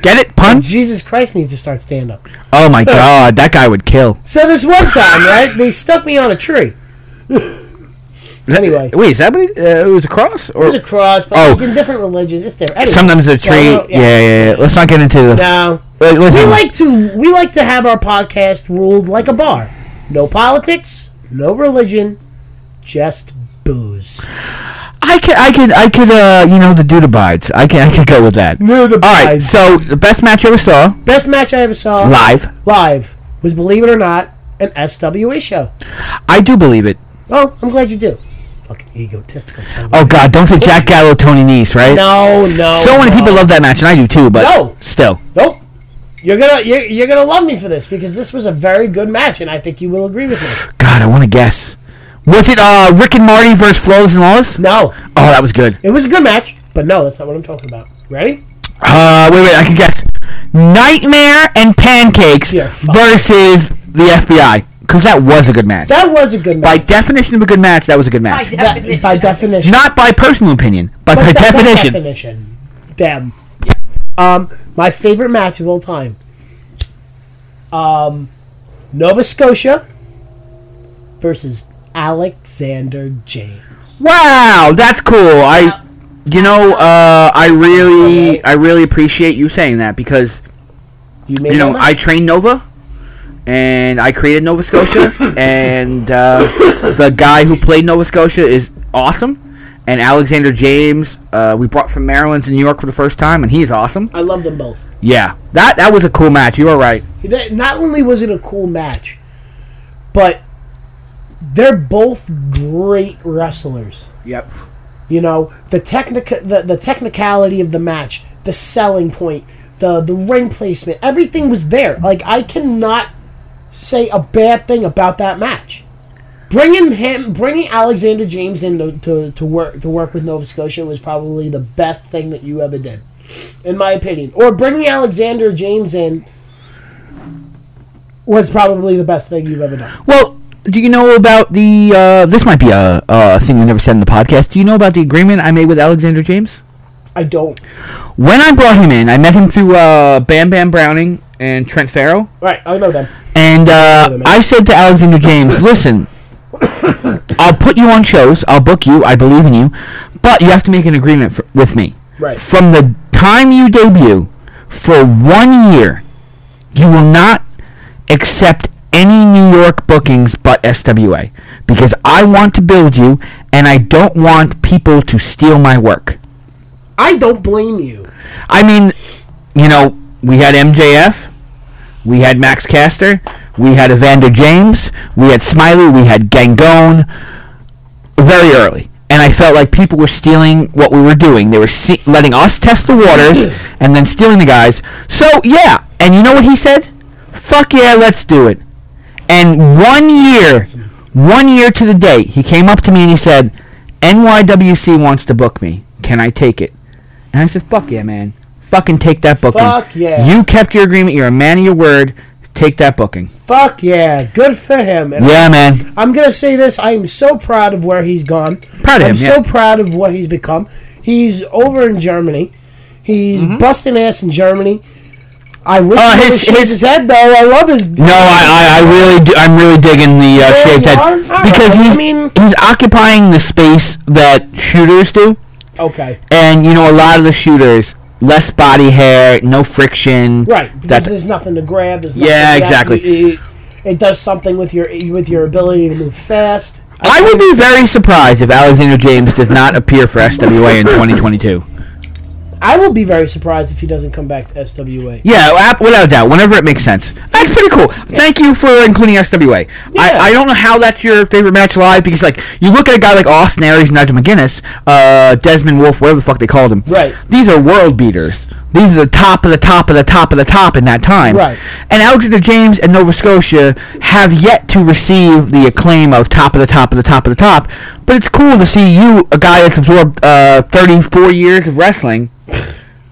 [SPEAKER 4] Get it? Pun?
[SPEAKER 1] Jesus Christ needs to start stand up.
[SPEAKER 4] Oh my God, that guy would kill.
[SPEAKER 1] So this one time, right? They stuck me on a tree. Anyway.
[SPEAKER 4] wait, is that what it, uh, it was a cross? Or
[SPEAKER 1] It was a cross, but
[SPEAKER 4] Oh.
[SPEAKER 1] like in different religions, it's there. Anyway,
[SPEAKER 4] sometimes a
[SPEAKER 1] Yeah,
[SPEAKER 4] tree?
[SPEAKER 1] no,
[SPEAKER 4] yeah. Yeah, yeah, Let's not get into this.
[SPEAKER 1] No.
[SPEAKER 4] Wait,
[SPEAKER 1] We
[SPEAKER 4] listen.
[SPEAKER 1] like to we like to have our podcast ruled like a bar. No politics, no religion, just booze.
[SPEAKER 4] I could, I could, I could, uh, you know, the dude abides. I can, I could go with that.
[SPEAKER 1] No, the
[SPEAKER 4] All right. So the best match I ever saw
[SPEAKER 1] best match I ever saw
[SPEAKER 4] live.
[SPEAKER 1] live was believe it or not an SWA show.
[SPEAKER 4] I do believe it.
[SPEAKER 1] Oh, I'm glad you do. Fucking egotistical son. of a-
[SPEAKER 4] Oh God, don't say Jack Gallo, Tony Nese, right?
[SPEAKER 1] No, no.
[SPEAKER 4] so many
[SPEAKER 1] no.
[SPEAKER 4] people love that match, and I do too. But
[SPEAKER 1] No.
[SPEAKER 4] still,
[SPEAKER 1] Nope. You're gonna you're, you're gonna love me for this because this was a very good match and I think you will agree with me.
[SPEAKER 4] God, I want to guess. Was it uh, Rick and Marty versus Flawless and Lawless?
[SPEAKER 1] No,
[SPEAKER 4] Oh, that was good.
[SPEAKER 1] It was a good match, but no, that's not what I'm talking about. Ready?
[SPEAKER 4] Uh, wait, wait, I can guess. Nightmare and Pancakes
[SPEAKER 1] Yeah, fuck.
[SPEAKER 4] versus the FBI, because that was a good match.
[SPEAKER 1] That was a good
[SPEAKER 4] by
[SPEAKER 1] match.
[SPEAKER 4] definition of a good match, that was a good match.
[SPEAKER 3] By
[SPEAKER 1] That-
[SPEAKER 3] definition.
[SPEAKER 1] by definition.
[SPEAKER 4] Not by personal opinion, but, by
[SPEAKER 1] But that- by
[SPEAKER 4] definition.
[SPEAKER 1] definition. Damn. Um, my favorite match of all time. Um, Nova Scotia versus Alexander James.
[SPEAKER 4] Wow, that's cool. I, you know, uh, I really, I really appreciate you saying that because
[SPEAKER 1] You made
[SPEAKER 4] you know
[SPEAKER 1] that
[SPEAKER 4] I
[SPEAKER 1] match?
[SPEAKER 4] trained Nova, and I created Nova Scotia, and uh, the guy who played Nova Scotia is awesome. And Alexander James, uh, we brought from Maryland to New York for the first time, and he's awesome.
[SPEAKER 1] I love them both.
[SPEAKER 4] Yeah, that that was a cool match. You were right.
[SPEAKER 1] That- Not only was it a cool match, but they're both great wrestlers.
[SPEAKER 4] Yep.
[SPEAKER 1] You know, the technic the, the technicality of the match, the selling point, the the ring placement, everything was there. Like I cannot say a bad thing about that match. Bringing him, bringing Alexander James in to, to, to work to work with Nova Scotia was probably the best thing that you ever did, in my opinion. Or bringing Alexander James in was probably the best thing you've ever done.
[SPEAKER 4] Well, do you know about the? Uh, this might be a, a thing we never said in the podcast. Do you know about the agreement I made with Alexander James?
[SPEAKER 1] I don't.
[SPEAKER 4] When I brought him in, I met him through uh, Bam Bam Browning and Trent Farrell,
[SPEAKER 1] Right, I know them.
[SPEAKER 4] and uh, I said to Alexander James, "Listen, I'll put you on shows. I'll book you. I believe in you, but you have to make an agreement for, with me.
[SPEAKER 1] Right.
[SPEAKER 4] From the time you debut, for one year, you will not accept any New York bookings but SWA because I want to build you, and I don't want people to steal my work."
[SPEAKER 1] I don't blame you.
[SPEAKER 4] I mean, you know, we had MJF, we had Max Caster, we had Evander James, we had Smiley, we had Gangone very early. And I felt like people were stealing what we were doing. They were se- letting us test the waters and then stealing the guys. So, yeah. And you know what he said? Fuck yeah, let's do it. And one year, one year to the date, he came up to me and he said, NYWC wants to book me. Can I take it? And I said, fuck yeah, man. Fucking take that booking.
[SPEAKER 1] Fuck yeah.
[SPEAKER 4] You kept your agreement. You're a man of your word. Take that booking.
[SPEAKER 1] Fuck yeah, good for him. And
[SPEAKER 4] Yeah, man.
[SPEAKER 1] I'm gonna say this. I am so proud of where he's gone.
[SPEAKER 4] Proud of
[SPEAKER 1] I'm
[SPEAKER 4] him.
[SPEAKER 1] so
[SPEAKER 4] yeah.
[SPEAKER 1] proud of what he's become. He's over in Germany. He's busting ass in Germany. I wish
[SPEAKER 4] Mm-hmm. Uh,
[SPEAKER 1] he
[SPEAKER 4] his-
[SPEAKER 1] his, his,
[SPEAKER 4] his-
[SPEAKER 1] his head though. I love his.
[SPEAKER 4] No, I, I, I really do. I'm really digging the uh,
[SPEAKER 1] Yeah,
[SPEAKER 4] shaved
[SPEAKER 1] you
[SPEAKER 4] head
[SPEAKER 1] are? All
[SPEAKER 4] because
[SPEAKER 1] right.
[SPEAKER 4] he's
[SPEAKER 1] I mean-
[SPEAKER 4] he's occupying the space that shooters do,
[SPEAKER 1] Okay,
[SPEAKER 4] and you know a lot of the shooters less body hair, no friction.
[SPEAKER 1] right. Because
[SPEAKER 4] That's-
[SPEAKER 1] there's nothing to grab. There's nothing
[SPEAKER 4] Yeah,
[SPEAKER 1] to grab.
[SPEAKER 4] exactly.
[SPEAKER 1] It, it- it does something with your with your ability to move fast.
[SPEAKER 4] I would be very surprised if Alexander James does not appear for SWA in 2022.
[SPEAKER 1] I will be very surprised if he doesn't come back to SWA.
[SPEAKER 4] Yeah, ab- without a doubt. Whenever it makes sense. That's pretty cool. Thank you for including SWA.
[SPEAKER 1] Yeah.
[SPEAKER 4] I, I don't know how that's your favorite match live because, like, you look at a guy like Austin Aries, Nigel McGuinness, uh, Desmond Wolf, whatever the fuck they called him.
[SPEAKER 1] Right.
[SPEAKER 4] These are world beaters. These are the top of the top of the top of the top in that time.
[SPEAKER 1] Right.
[SPEAKER 4] And Alexander James and Nova Scotia have yet to receive the acclaim of top of the top of the top of the top. But it's cool to see you, a guy that's absorbed uh, 34 years of wrestling.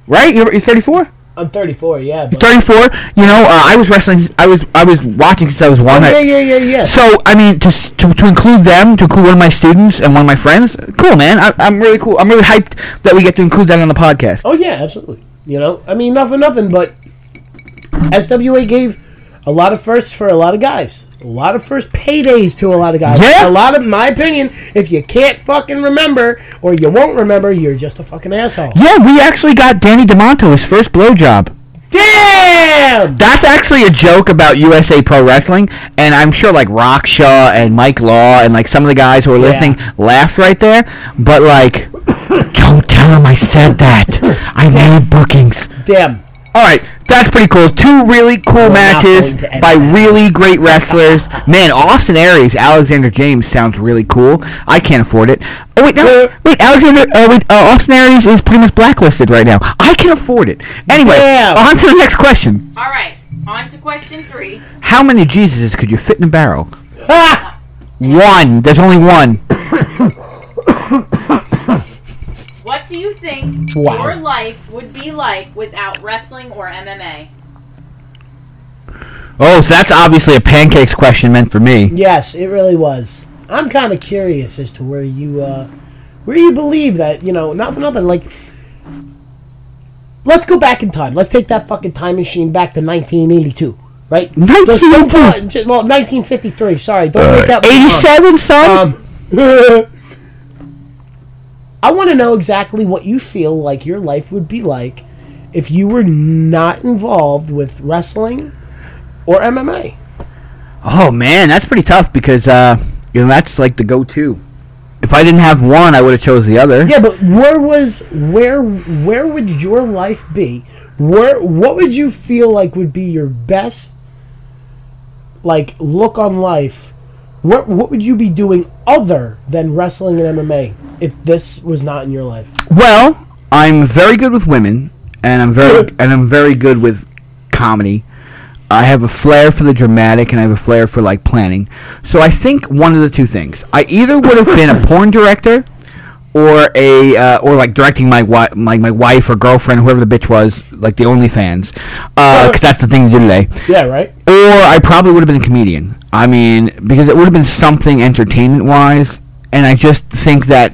[SPEAKER 4] Right? You're, you're 34?
[SPEAKER 1] I'm 34. Yeah. But
[SPEAKER 4] 34. You know, uh, I was wrestling. I was I was watching since I was one.
[SPEAKER 1] Oh, yeah,
[SPEAKER 4] I-
[SPEAKER 1] yeah, yeah, yeah.
[SPEAKER 4] So I mean, to, s- to to include them, to include one of my students and one of my friends, cool, man. I, I'm really cool. I'm really hyped that we get to include that on the podcast.
[SPEAKER 1] Oh yeah, absolutely. You know, I mean, not for nothing, but SWA gave a lot of firsts for a lot of guys, a lot of first paydays to a lot of guys.
[SPEAKER 4] Yeah.
[SPEAKER 1] A lot of, in my opinion, if you can't fucking remember or you won't remember, you're just a fucking asshole.
[SPEAKER 4] Yeah, we actually got Danny DeMonto his first blowjob.
[SPEAKER 1] Damn.
[SPEAKER 4] That's actually a joke about USA Pro Wrestling, and I'm sure like Rockshaw and Mike Law and like some of the guys who are listening laughed right there. But like, don't tell him I said that. I need bookings.
[SPEAKER 1] Damn.
[SPEAKER 4] All right, that's pretty cool. Two really cool
[SPEAKER 1] not
[SPEAKER 4] matches
[SPEAKER 1] going to end
[SPEAKER 4] by
[SPEAKER 1] that.
[SPEAKER 4] really great wrestlers. Man, Austin Aries, Alexander James sounds really cool. I can't afford it. Oh wait, no, wait, Alexander, uh, wait, uh, Austin Aries is pretty much blacklisted right now. I can afford it. Anyway,
[SPEAKER 1] Damn.
[SPEAKER 4] on to the next question.
[SPEAKER 3] All right, on to question three.
[SPEAKER 4] How many Jesuses could you fit in a barrel?
[SPEAKER 1] Ha!
[SPEAKER 4] One. There's only one.
[SPEAKER 3] What do you think
[SPEAKER 1] Wow.
[SPEAKER 3] your life would be like without wrestling or MMA?
[SPEAKER 4] Oh, so that's obviously a pancakes question meant for me.
[SPEAKER 1] Yes, it really was. I'm kind of curious as to where you, uh, where you believe that you know, not for nothing. Like, let's go back in time. Let's take that fucking time machine back to 1982, right? Don't- don't
[SPEAKER 4] Nineteen-
[SPEAKER 1] draw it into- well, 1953. Sorry, don't make that.
[SPEAKER 4] Eighty-seven, son.
[SPEAKER 1] Um, I want to know exactly what you feel like your life would be like if you were not involved with wrestling or MMA.
[SPEAKER 4] Oh man, that's pretty tough because uh, you know that's like the go-to. If I didn't have one, I would have chose the other.
[SPEAKER 1] Yeah, but where was where where would your life be? Where what would you feel like would be your best like look on life? What what would you be doing other than wrestling and MMA if this was not in your life?
[SPEAKER 4] Well, I'm very good with women, and I'm very and I'm very good with comedy. I have a flair for the dramatic, and I have a flair for like planning. So I think one of the two things. I either would have been a porn director, or a uh, or like directing my wi- my my wife or girlfriend, whoever the bitch was, like the OnlyFans, because that's the thing to do today.
[SPEAKER 1] Yeah, right?
[SPEAKER 4] Or I probably would have been a comedian. I mean, because it would have been something entertainment wise, and I just think that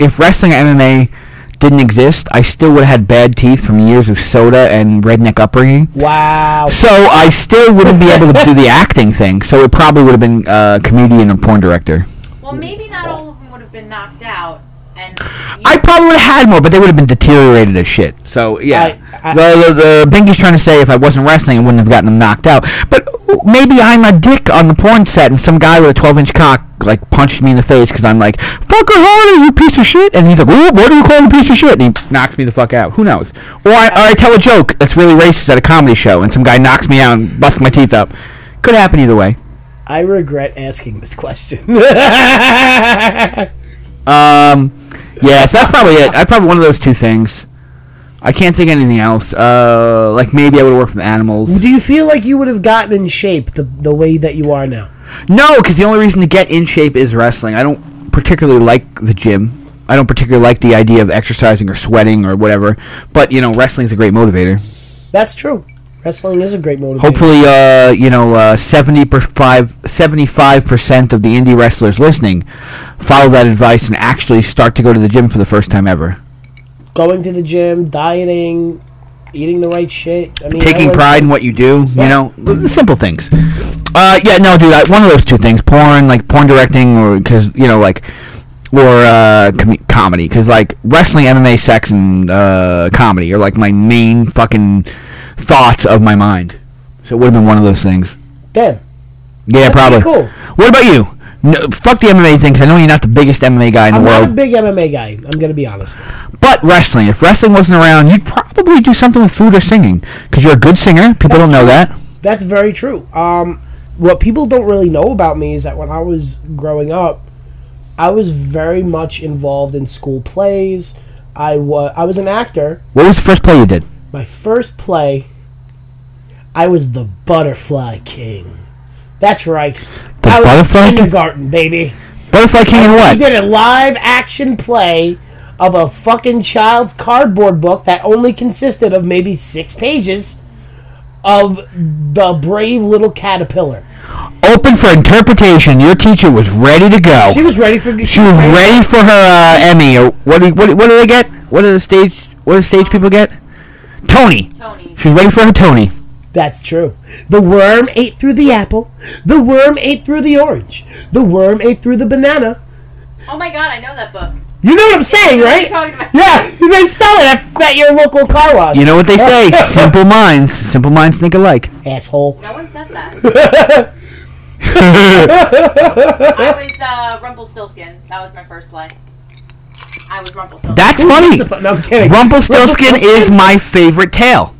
[SPEAKER 4] if wrestling and MMA didn't exist, I still would have had bad teeth from years of soda and redneck upbringing.
[SPEAKER 1] Wow.
[SPEAKER 4] So I still wouldn't be able to do the acting thing. So it probably would have been uh, comedian or porn director.
[SPEAKER 3] Well, maybe not all of them would have been knocked out, and you-
[SPEAKER 4] I probably would have had more, but they would have been deteriorated as shit. So yeah,
[SPEAKER 1] I- I-
[SPEAKER 4] the, the, the Binky's trying to say if I wasn't wrestling, I wouldn't have gotten them knocked out. But maybe I'm a dick on the porn set, and some guy with a 12 inch cock like punched me in the face because I'm like, "Fuck her harder, you piece of shit," and he's like, "Whoa, "What do you call him, a piece of shit?" And he knocks me the fuck out. Who knows? Or I, or I tell a joke that's really racist at a comedy show, and some guy knocks me out and busts my teeth up. Could happen either way.
[SPEAKER 1] I regret asking this question. yeah,
[SPEAKER 4] Um, yeah, so that's probably it. I probably one of those two things. I can't think of anything else. Uh, like maybe I would work with animals.
[SPEAKER 1] Do you feel like you would have gotten in shape the, the way that you are now?
[SPEAKER 4] No, because the only reason to get in shape is wrestling. I don't particularly like the gym. I don't particularly like the idea of exercising or sweating or whatever. But you know, wrestling's a great motivator.
[SPEAKER 1] That's true. Wrestling is a great motivator.
[SPEAKER 4] Hopefully, uh, you know, uh, 75 percent of the indie wrestlers listening follow that advice and actually start to go to the gym for the first time ever.
[SPEAKER 1] Going to the gym, dieting, eating the right shit. I mean, I
[SPEAKER 4] taking
[SPEAKER 1] went-
[SPEAKER 4] pride in what you do, you
[SPEAKER 1] Yeah.
[SPEAKER 4] know, the the simple things. Uh, yeah, no, dude, I, one of those two things: porn, like porn directing, or because you know, like, or uh, com- comedy, because like wrestling, MMA, sex, and uh, comedy are like my main fucking thoughts of my mind. So it would have been one of those things.
[SPEAKER 1] Damn.
[SPEAKER 4] Yeah,
[SPEAKER 1] That's
[SPEAKER 4] probably.
[SPEAKER 1] pretty Cool.
[SPEAKER 4] What about you? No, fuck the MMA thing. 'cause I know you're not the biggest MMA guy in
[SPEAKER 1] I'm
[SPEAKER 4] the
[SPEAKER 1] not a
[SPEAKER 4] world,
[SPEAKER 1] big MMA guy. I'm gonna be honest.
[SPEAKER 4] but not wrestling. If wrestling wasn't around, you'd probably do something with food or singing because you're a good singer. People don't know that.
[SPEAKER 1] That's very true. Um, what people don't really know about me is that when I was growing up, I was very much involved in school plays. I was I was an actor.
[SPEAKER 4] What was the first play you did?
[SPEAKER 1] My first play, I was the Butterfly King. That's right.
[SPEAKER 4] The
[SPEAKER 1] I was
[SPEAKER 4] Butterfly
[SPEAKER 1] in
[SPEAKER 4] King?
[SPEAKER 1] kindergarten, baby.
[SPEAKER 4] Butterfly King and
[SPEAKER 1] We
[SPEAKER 4] what?
[SPEAKER 1] did a live action play of a fucking child's cardboard book that only consisted of maybe six pages of the brave little caterpillar.
[SPEAKER 4] Open for interpretation. Your teacher was ready to go.
[SPEAKER 1] She was ready for.
[SPEAKER 4] She was ready for her uh, Emmy or what? Do, what, do- what do they get? What do the stage? What do the stage people get? Tony.
[SPEAKER 3] Tony.
[SPEAKER 4] She was ready for her Tony.
[SPEAKER 1] That's true. The worm ate through the apple. The worm ate through the orange. The worm ate through the banana.
[SPEAKER 3] Oh my god, I know that book.
[SPEAKER 1] You know what I'm saying,
[SPEAKER 3] What are you
[SPEAKER 1] right?
[SPEAKER 3] talking about?
[SPEAKER 1] Yeah, they sell it at, at your local car wash.
[SPEAKER 4] You know what they say? simple minds. Simple minds think alike.
[SPEAKER 1] asshole.
[SPEAKER 3] No one said that. I was uh, Rumpelstiltskin. That was my first play. I was Rumpelstiltskin.
[SPEAKER 4] That's funny.
[SPEAKER 1] No, I'm kidding.
[SPEAKER 4] Rumpelstiltskin is my favorite tale.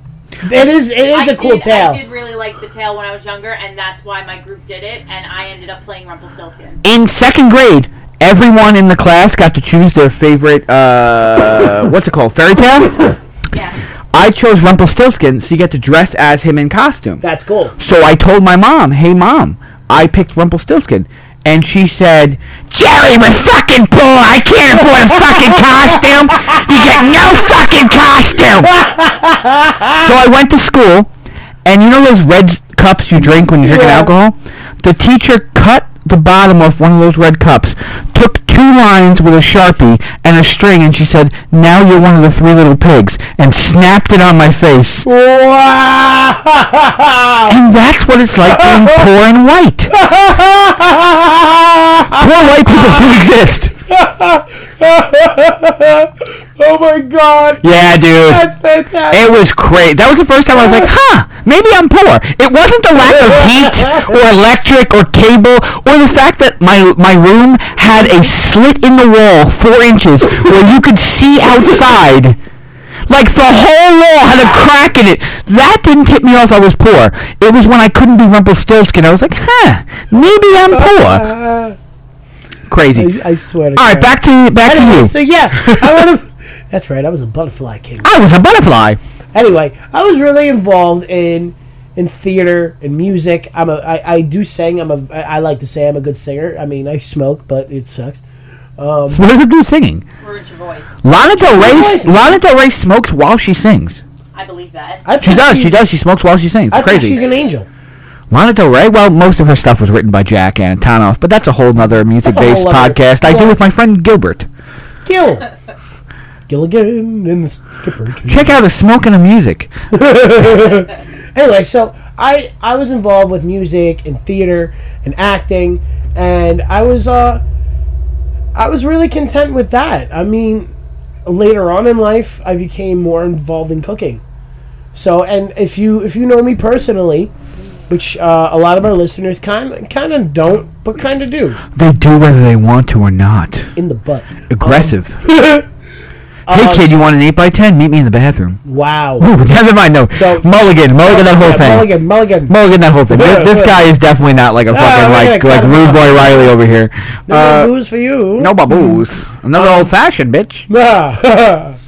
[SPEAKER 1] It is. It is
[SPEAKER 3] I
[SPEAKER 1] a cool
[SPEAKER 3] did,
[SPEAKER 1] tale.
[SPEAKER 3] I did really like the tale when I was younger, and that's why my group did it, and I ended up playing Rumpelstiltskin.
[SPEAKER 4] In second grade, everyone in the class got to choose their favorite. Uh, what's it called? Fairy tale.
[SPEAKER 3] Yeah.
[SPEAKER 4] I chose Rumpelstiltskin, so you get to dress as him in costume.
[SPEAKER 1] That's cool.
[SPEAKER 4] So I told my mom, "Hey, mom, I picked Rumpelstiltskin," and she said, "Jerry would fucking pull. I can't afford a fucking costume. You get no fucking costume." so I went to school, and you know those red s- cups you drink when you're drinking
[SPEAKER 1] Yeah.
[SPEAKER 4] alcohol. The teacher cut the bottom off one of those red cups, took two lines with a sharpie and a string, and she said, "Now you're one of the three little pigs," and snapped it on my face.
[SPEAKER 1] Wow.
[SPEAKER 4] And that's what it's like being poor and white. poor white people do exist.
[SPEAKER 1] oh my god.
[SPEAKER 4] Yeah, dude.
[SPEAKER 1] That's fantastic.
[SPEAKER 4] It was crazy. That was the first time I was like, huh, maybe I'm poor. It wasn't the lack of heat or electric or cable or the fact that my my room had a slit in the wall four inches where you could see outside. Like the whole wall had a crack in it. That didn't tip me off I was poor. It was when I couldn't be Rumpelstiltskin. I was like, huh, maybe I'm poor.
[SPEAKER 1] Uh,
[SPEAKER 4] Crazy.
[SPEAKER 1] I, I swear to
[SPEAKER 4] All right,
[SPEAKER 1] God.
[SPEAKER 4] back to back to
[SPEAKER 1] Anyway,
[SPEAKER 4] you.
[SPEAKER 1] so yeah, I would have. That's right. I was a butterfly king.
[SPEAKER 4] I was a butterfly.
[SPEAKER 1] Anyway, I was really involved in in theater and music. I'm a. I, I do sing. I'm a. I I like to say I'm a good singer. I mean, I smoke, but it sucks. Um,
[SPEAKER 4] What does it do singing?
[SPEAKER 3] Rude your voice.
[SPEAKER 4] Lana Del Rey.
[SPEAKER 1] voice.
[SPEAKER 4] Lana Del Rey smokes while she sings.
[SPEAKER 3] I believe that.
[SPEAKER 1] I
[SPEAKER 4] She
[SPEAKER 1] think
[SPEAKER 4] does. She
[SPEAKER 1] she's-
[SPEAKER 4] does. She smokes while she sings.
[SPEAKER 1] I think
[SPEAKER 4] Crazy.
[SPEAKER 1] she's an angel.
[SPEAKER 4] Lana Del Rey. Well, most of her stuff was written by Jack Antonoff, but that's a whole nother music-based
[SPEAKER 1] whole other-
[SPEAKER 4] podcast I do
[SPEAKER 1] yeah.
[SPEAKER 4] with my friend Gilbert.
[SPEAKER 1] Gil. Gilligan and the skipper.
[SPEAKER 4] Check out the smoking of music.
[SPEAKER 1] anyway, so I I was involved with music and theater and acting, and I was uh I was really content with that. I mean, later on in life, I became more involved in cooking. So, and if you if you know me personally, which uh, a lot of our listeners kind kind of don't, but kind of do
[SPEAKER 4] They do whether they want to or not.
[SPEAKER 1] in the butt.
[SPEAKER 4] Aggressive.
[SPEAKER 1] Uh,
[SPEAKER 4] hey kid, you want an eight by ten? Meet me in the bathroom.
[SPEAKER 1] Wow.
[SPEAKER 4] Ooh, never mind. No,
[SPEAKER 1] Don't-
[SPEAKER 4] mulligan, mulligan that whole
[SPEAKER 1] Yeah,
[SPEAKER 4] thing.
[SPEAKER 1] Mulligan, Mulligan.
[SPEAKER 4] Mulligan that whole thing. This, this guy is definitely not like a fucking
[SPEAKER 1] we're
[SPEAKER 4] like
[SPEAKER 1] gonna
[SPEAKER 4] like
[SPEAKER 1] cut him
[SPEAKER 4] rude
[SPEAKER 1] off.
[SPEAKER 4] boy Riley over here.
[SPEAKER 1] No
[SPEAKER 4] Uh,
[SPEAKER 1] booze for you.
[SPEAKER 4] no baboos. Another old fashioned bitch.
[SPEAKER 1] Ah.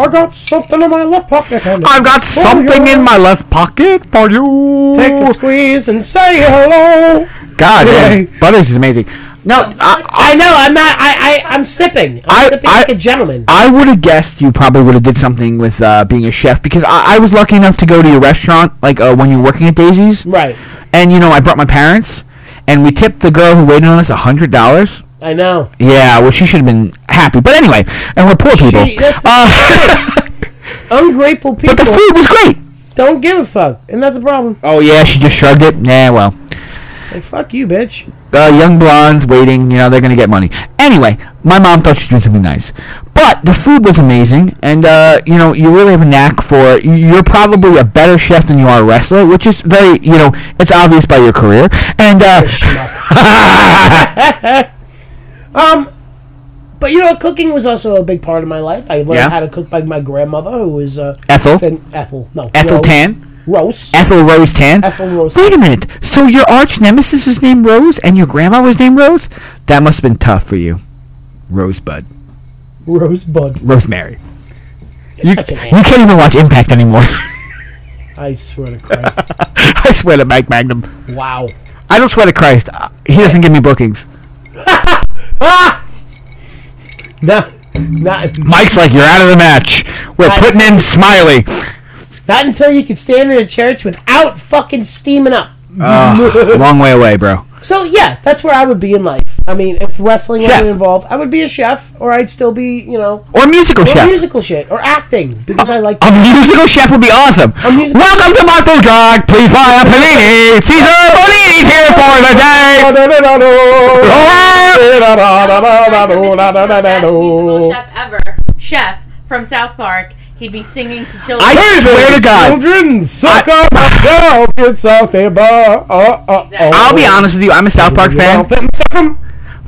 [SPEAKER 1] I got something in my left pocket. And
[SPEAKER 4] I've got
[SPEAKER 1] it's for
[SPEAKER 4] something
[SPEAKER 1] you.
[SPEAKER 4] in my left pocket for you.
[SPEAKER 1] Take a squeeze and say hello.
[SPEAKER 4] God, man. Butters is amazing. No, I,
[SPEAKER 1] I know. I'm not. I. I I'm sipping. I'm
[SPEAKER 4] I-
[SPEAKER 1] sipping
[SPEAKER 4] I-
[SPEAKER 1] like a gentleman.
[SPEAKER 4] I would have guessed you probably would have did something with uh, being a chef because I, I was lucky enough to go to your restaurant like uh, when you were working at Daisy's,
[SPEAKER 1] right.
[SPEAKER 4] and you know I brought my parents, and we tipped the girl who waited on us a hundred dollars.
[SPEAKER 1] I know.
[SPEAKER 4] Yeah, well she should have been happy, but anyway, and we're poor people.
[SPEAKER 1] She, that's the
[SPEAKER 4] Uh,
[SPEAKER 1] ungrateful people
[SPEAKER 4] but the food was great.
[SPEAKER 1] don't give a fuck, and that's a problem.
[SPEAKER 4] Oh yeah, she just shrugged it. Yeah, well,
[SPEAKER 1] Like fuck you, bitch.
[SPEAKER 4] uh, young blondes waiting. You know they're gonna get money. Anyway, my mom thought she'd do something nice, but the food was amazing, and uh, you know you really have a knack for. y- You're probably a better chef than you are a wrestler, which is very you know it's obvious by your career. And uh,
[SPEAKER 1] Schmuck. um, But you know, cooking was also a big part of my life. I learned
[SPEAKER 4] Yeah.
[SPEAKER 1] how to cook by my grandmother, who was uh,
[SPEAKER 4] Ethel.
[SPEAKER 1] Fin- Ethel. No,
[SPEAKER 4] Ethel
[SPEAKER 1] Rose.
[SPEAKER 4] Tan.
[SPEAKER 1] Rose.
[SPEAKER 4] Ethel Rose Tan.
[SPEAKER 1] Ethel Rose.
[SPEAKER 4] Wait a minute. So your arch nemesis is named Rose, and your grandma was named Rose. That must have been tough for you, Rosebud,
[SPEAKER 1] Rosebud.
[SPEAKER 4] Rosemary.
[SPEAKER 1] You're
[SPEAKER 4] You,
[SPEAKER 1] such an
[SPEAKER 4] you
[SPEAKER 1] ass.
[SPEAKER 4] can't even watch Impact anymore.
[SPEAKER 1] I swear to Christ.
[SPEAKER 4] I swear to Mike Magnum.
[SPEAKER 1] wow.
[SPEAKER 4] I don't swear to Christ. uh, He doesn't give me bookings.
[SPEAKER 1] Ah! No, not,
[SPEAKER 4] Mike's like, you're out of the match. We're
[SPEAKER 1] Right.
[SPEAKER 4] putting in Smiley.
[SPEAKER 1] not until you can stand in a church without fucking steaming up.
[SPEAKER 4] Ugh, long way away, bro.
[SPEAKER 1] So yeah, that's where I would be in life. I mean, if wrestling
[SPEAKER 4] Chef.
[SPEAKER 1] wasn't involved, I would be a chef, or I'd still be, you know,
[SPEAKER 4] Or musical
[SPEAKER 1] or
[SPEAKER 4] chef. Oh,
[SPEAKER 1] musical shit, or acting because I like.
[SPEAKER 4] a musical chef would be awesome.
[SPEAKER 1] musical-
[SPEAKER 4] Welcome to my food truck. Please buy a panini. Caesar Bonini's here for the day.
[SPEAKER 3] musical
[SPEAKER 1] I
[SPEAKER 3] chef ever. Chef from South Park. He'd be singing to children.
[SPEAKER 4] I swear to God,
[SPEAKER 1] Children, suck
[SPEAKER 4] I-
[SPEAKER 1] up myself. It's out there, but uh, uh,
[SPEAKER 3] Exactly.
[SPEAKER 4] I'll be honest with you. I'm a South Park fan,
[SPEAKER 1] Suck 'em.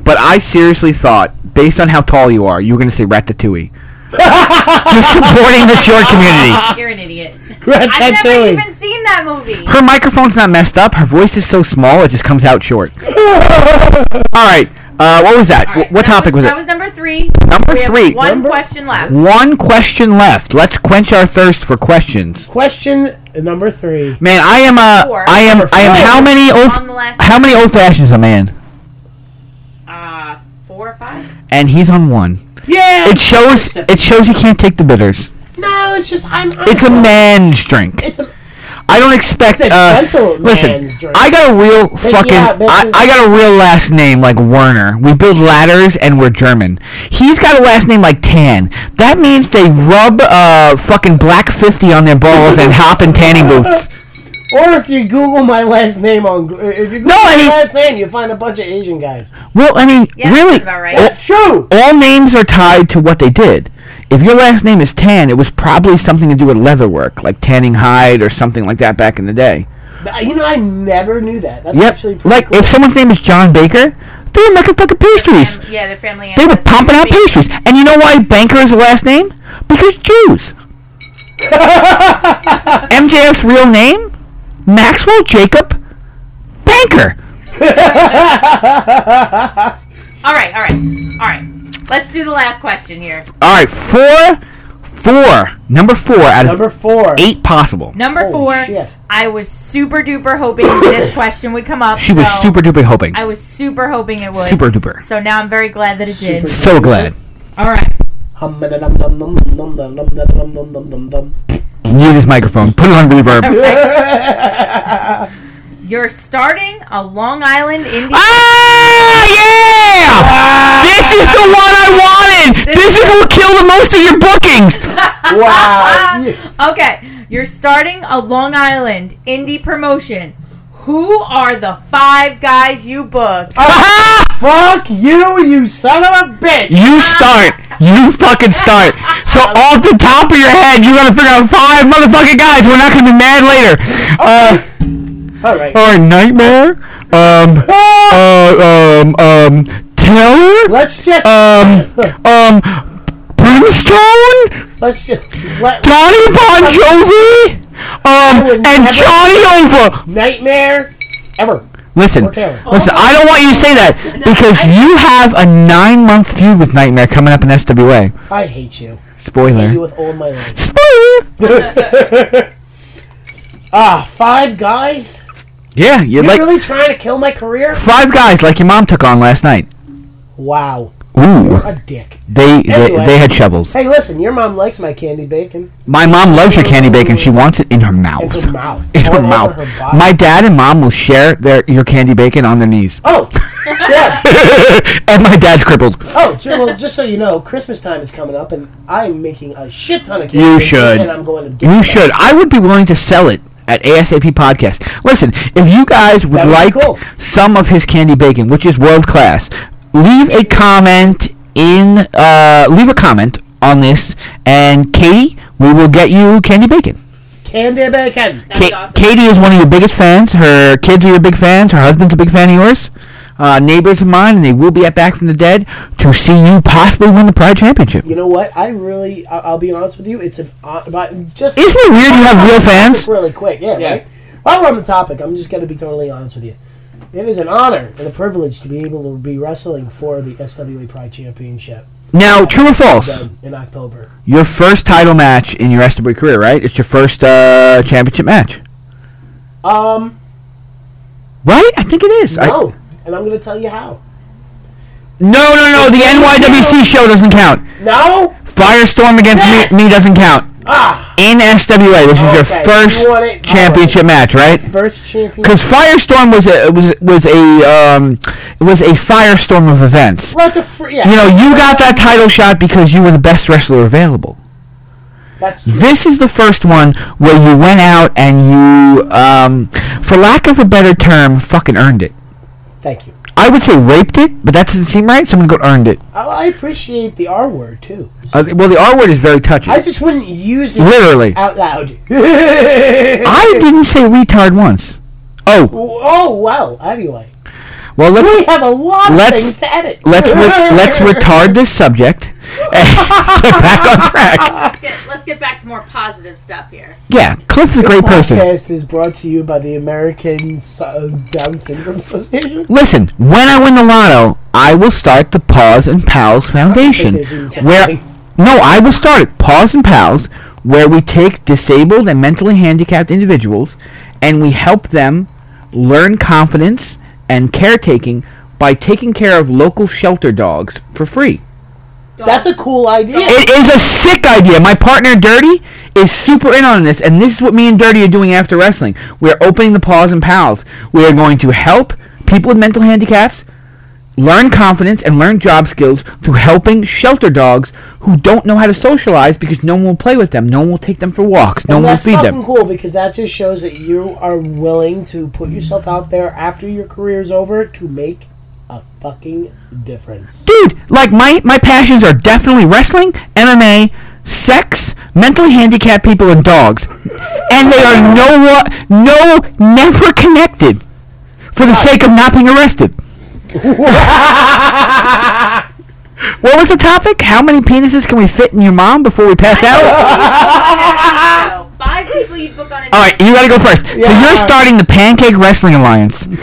[SPEAKER 4] but I seriously thought, based on how tall you are, you were going to say Ratatouille. You're supporting the short community.
[SPEAKER 3] You're an idiot. I've never
[SPEAKER 1] Ratatouille.
[SPEAKER 3] even seen that movie.
[SPEAKER 4] Her microphone's not messed up. Her voice is so small, it just comes out short. All right. Uh, what was that?
[SPEAKER 3] All
[SPEAKER 4] Wh-
[SPEAKER 3] right,
[SPEAKER 4] what
[SPEAKER 3] that
[SPEAKER 4] topic was,
[SPEAKER 3] That was number three.
[SPEAKER 4] it? Number
[SPEAKER 3] We have
[SPEAKER 4] three.
[SPEAKER 3] One
[SPEAKER 1] Number-
[SPEAKER 3] question left.
[SPEAKER 4] One question left. Let's quench our thirst for questions.
[SPEAKER 1] Question number three.
[SPEAKER 4] Man, I am a.
[SPEAKER 3] Four.
[SPEAKER 4] I am. I am. How many
[SPEAKER 3] On
[SPEAKER 4] old?
[SPEAKER 3] the last.
[SPEAKER 4] How many old fashions a man?
[SPEAKER 3] Uh, four or five.
[SPEAKER 4] And he's on one.
[SPEAKER 1] Yeah.
[SPEAKER 4] It shows. It shows he can't take the bitters.
[SPEAKER 1] No, it's just I'm. I'm
[SPEAKER 4] It's a man's drink.
[SPEAKER 1] It's a.
[SPEAKER 4] I don't expect.
[SPEAKER 1] It's a
[SPEAKER 4] uh,
[SPEAKER 1] gentle
[SPEAKER 4] listen,
[SPEAKER 1] man's drink.
[SPEAKER 4] I got a real fucking.
[SPEAKER 1] out,
[SPEAKER 4] I,
[SPEAKER 1] bitches.
[SPEAKER 4] I got a real last name like Werner. We build ladders and we're German. He's got a last name like Tan. That means they rub uh fucking black fifty on their balls and hop in tanning booths.
[SPEAKER 1] Or if you Google my last name on, Go- if you Google my
[SPEAKER 4] I mean-
[SPEAKER 1] last name, you find a bunch of Asian guys.
[SPEAKER 4] Well, I mean,
[SPEAKER 3] Yeah,
[SPEAKER 4] really,
[SPEAKER 3] that's about right.
[SPEAKER 4] all,
[SPEAKER 1] That's true.
[SPEAKER 4] all names are tied to what they did. If your last name is Tan, it was probably something to do with leather work, like tanning hide or something like that back in the day.
[SPEAKER 1] But, You know, I never knew that. That's actually
[SPEAKER 4] Yep.
[SPEAKER 1] pretty
[SPEAKER 4] Like
[SPEAKER 1] cool.
[SPEAKER 4] if someone's name is John Baker, they were making fucking pastries.
[SPEAKER 3] Fam- yeah, their family.
[SPEAKER 4] They were
[SPEAKER 3] ancestors
[SPEAKER 4] pumping out
[SPEAKER 3] would be-
[SPEAKER 4] pastries. And you know why Banker is the last name? Because Jews. MJF's real name? Maxwell Jacob Banker.
[SPEAKER 3] All right, all right, all right. Let's do the last question here.
[SPEAKER 4] All right, four, four, number four out of
[SPEAKER 1] Number four.
[SPEAKER 4] eight possible.
[SPEAKER 3] Number
[SPEAKER 1] Holy
[SPEAKER 3] four.
[SPEAKER 1] shit.
[SPEAKER 3] I was super duper hoping this question would come up.
[SPEAKER 4] She was
[SPEAKER 3] so
[SPEAKER 4] super duper hoping.
[SPEAKER 3] I was super hoping it would.
[SPEAKER 4] Super duper.
[SPEAKER 3] So now I'm very glad that it did.
[SPEAKER 1] Super.
[SPEAKER 4] So glad.
[SPEAKER 3] All right.
[SPEAKER 1] Hum-a-da-dum-dum-dum-dum-dum-dum-dum-dum-dum.
[SPEAKER 4] Mute his microphone. Put it on reverb.
[SPEAKER 3] You're starting a Long Island Indian.
[SPEAKER 4] Ah, yeah! This is the one I wanted! This is what killed the most of your bookings!
[SPEAKER 1] wow.
[SPEAKER 3] Ah.
[SPEAKER 1] Yeah.
[SPEAKER 3] okay. You're starting a Long Island indie promotion. Who are the five guys you booked?
[SPEAKER 4] Ah!
[SPEAKER 1] Fuck you, you son of a bitch.
[SPEAKER 4] You start. You fucking start. So off the top of your head, you're gonna figure out five motherfucking guys. We're not gonna be mad later. Uh,
[SPEAKER 1] All right.
[SPEAKER 4] or nightmare. Um. Uh. Um. Um. Taylor.
[SPEAKER 1] Let's just.
[SPEAKER 4] Um. Um. Brimstone.
[SPEAKER 1] let's just. Let,
[SPEAKER 4] Donny Bon Jovi. Um. And Johnny Over.
[SPEAKER 1] nightmare ever.
[SPEAKER 4] Listen.
[SPEAKER 1] Or Taylor.
[SPEAKER 4] Listen. I don't want you to say that because you have a nine-month feud with Nightmare coming up in SWA.
[SPEAKER 1] I hate you. I hate you
[SPEAKER 4] Spoiler.
[SPEAKER 1] with all my life.
[SPEAKER 4] Spoiler.
[SPEAKER 1] Ah, five guys?
[SPEAKER 4] Yeah, you're
[SPEAKER 1] You're
[SPEAKER 4] like
[SPEAKER 1] really trying to kill my career?
[SPEAKER 4] five guys like your mom took on last night.
[SPEAKER 1] Wow.
[SPEAKER 4] Ooh,
[SPEAKER 1] A dick.
[SPEAKER 4] they they,
[SPEAKER 1] Anyway.
[SPEAKER 4] they had shovels.
[SPEAKER 1] Hey, listen, your mom likes my candy bacon.
[SPEAKER 4] My mom loves your candy bacon. She wants it in her
[SPEAKER 1] In
[SPEAKER 4] mouth.
[SPEAKER 1] her mouth.
[SPEAKER 4] In
[SPEAKER 1] all
[SPEAKER 4] her
[SPEAKER 1] over
[SPEAKER 4] mouth.
[SPEAKER 1] her body.
[SPEAKER 4] My dad and mom will share their your candy bacon on their knees.
[SPEAKER 1] oh, yeah.
[SPEAKER 4] and my dad's crippled.
[SPEAKER 1] Oh, sure, well, just so you know, Christmas time is coming up, and I'm making a shit ton of candy.
[SPEAKER 4] You
[SPEAKER 1] bacon,
[SPEAKER 4] should.
[SPEAKER 1] And I'm going to get
[SPEAKER 4] You
[SPEAKER 1] that.
[SPEAKER 4] should. I would be willing to sell it at ASAP podcast. Listen, if you guys would
[SPEAKER 1] That would be
[SPEAKER 4] like
[SPEAKER 1] cool.
[SPEAKER 4] some of his candy bacon, which is world class, leave a comment in uh, leave a comment on this and Katie, we will get you candy bacon.
[SPEAKER 1] Candy bacon.
[SPEAKER 3] That'd be
[SPEAKER 4] Ka-
[SPEAKER 3] awesome.
[SPEAKER 4] Katie is one of your biggest fans. Her kids are your big fans. Her husband's a big fan of yours. uh, neighbors of mine, and they will be at Back from the Dead to see you possibly win the Pride Championship.
[SPEAKER 1] You know what? I really, I- I'll be honest with you. It's an uh, but just
[SPEAKER 4] Isn't it weird you have real fans?
[SPEAKER 1] Really quick, yeah,
[SPEAKER 2] Yeah.
[SPEAKER 1] Right? While we're on the topic, I'm just going to be totally honest with you. It is an honor and a privilege to be able to be wrestling for the SWA Pride Championship
[SPEAKER 4] Now, true or false?
[SPEAKER 1] done in October.
[SPEAKER 4] Your first title match in your SWA career, right? It's your first uh, championship match,
[SPEAKER 1] Um,
[SPEAKER 4] right? I think it is. I-
[SPEAKER 1] no, and I'm going to tell you how.
[SPEAKER 4] no, no, no. The NYWC show doesn't count.
[SPEAKER 1] No,
[SPEAKER 4] Firestorm against
[SPEAKER 1] Yes!
[SPEAKER 4] me, me doesn't count.
[SPEAKER 1] ah,
[SPEAKER 4] In SWA, this is your
[SPEAKER 1] Okay,
[SPEAKER 4] first
[SPEAKER 1] you want it-
[SPEAKER 4] championship match, right?
[SPEAKER 1] first champion.
[SPEAKER 4] Because Firestorm was a was was a um it was a firestorm of events.
[SPEAKER 1] Like a free, yeah,
[SPEAKER 4] You know, you got that title shot because you were the best wrestler available.
[SPEAKER 1] That's true.
[SPEAKER 4] This is the first one where you went out and you, um, for lack of a better term, fucking earned it.
[SPEAKER 1] Thank you.
[SPEAKER 4] I would say raped it, but that doesn't seem right. Someone go earned it.
[SPEAKER 1] I, I appreciate the R word too.
[SPEAKER 4] Uh, well, the R word is very touching.
[SPEAKER 1] I just wouldn't use it
[SPEAKER 4] Literally,
[SPEAKER 1] out loud.
[SPEAKER 4] I didn't say retard once. Oh,
[SPEAKER 1] Oh wow! Anyway,
[SPEAKER 4] well let's
[SPEAKER 1] we have a lot of
[SPEAKER 4] Let's-
[SPEAKER 1] things to edit.
[SPEAKER 4] let's re- let's retard this subject and get back on track.
[SPEAKER 5] Let's get, let's get back to more positive stuff here.
[SPEAKER 4] Yeah, Cliff's a great
[SPEAKER 1] This
[SPEAKER 4] person.
[SPEAKER 1] podcast is brought to you by the American S- uh, Down Syndrome Association.
[SPEAKER 4] Listen, when I win the lotto, I will start the Paws and Pals Foundation.
[SPEAKER 1] It is in-
[SPEAKER 4] Where no, I will start it. Paws and Pals, where we take disabled and mentally handicapped individuals and we help them learn confidence and caretaking by taking care of local shelter dogs for free.
[SPEAKER 5] Dog-
[SPEAKER 1] That's a cool idea.
[SPEAKER 4] It is a sick idea. My partner Dirty is super in on this, and this is what me and Dirty are doing after wrestling. We are opening the paws and pals. We are going to help people with mental handicaps learn confidence and learn job skills through helping shelter dogs who don't know how to socialize because no one will play with them, no one will take them for walks, no
[SPEAKER 1] and
[SPEAKER 4] one will
[SPEAKER 1] that's
[SPEAKER 4] feed
[SPEAKER 1] fucking
[SPEAKER 4] them.
[SPEAKER 1] cool because that just shows that you are willing to put yourself out there after your career is over to make a fucking difference.
[SPEAKER 4] Dude, like my my passions are definitely wrestling, MMA, sex, mentally handicapped people, and dogs, and they are no wa- no never connected for the sake of not being arrested. What was the topic? How many penises can we fit in your mom before we pass out?
[SPEAKER 5] So, five people you'd book on a
[SPEAKER 4] All right, you gotta go first. so
[SPEAKER 1] all
[SPEAKER 4] you're
[SPEAKER 1] right.
[SPEAKER 4] starting the Pancake Wrestling Alliance, and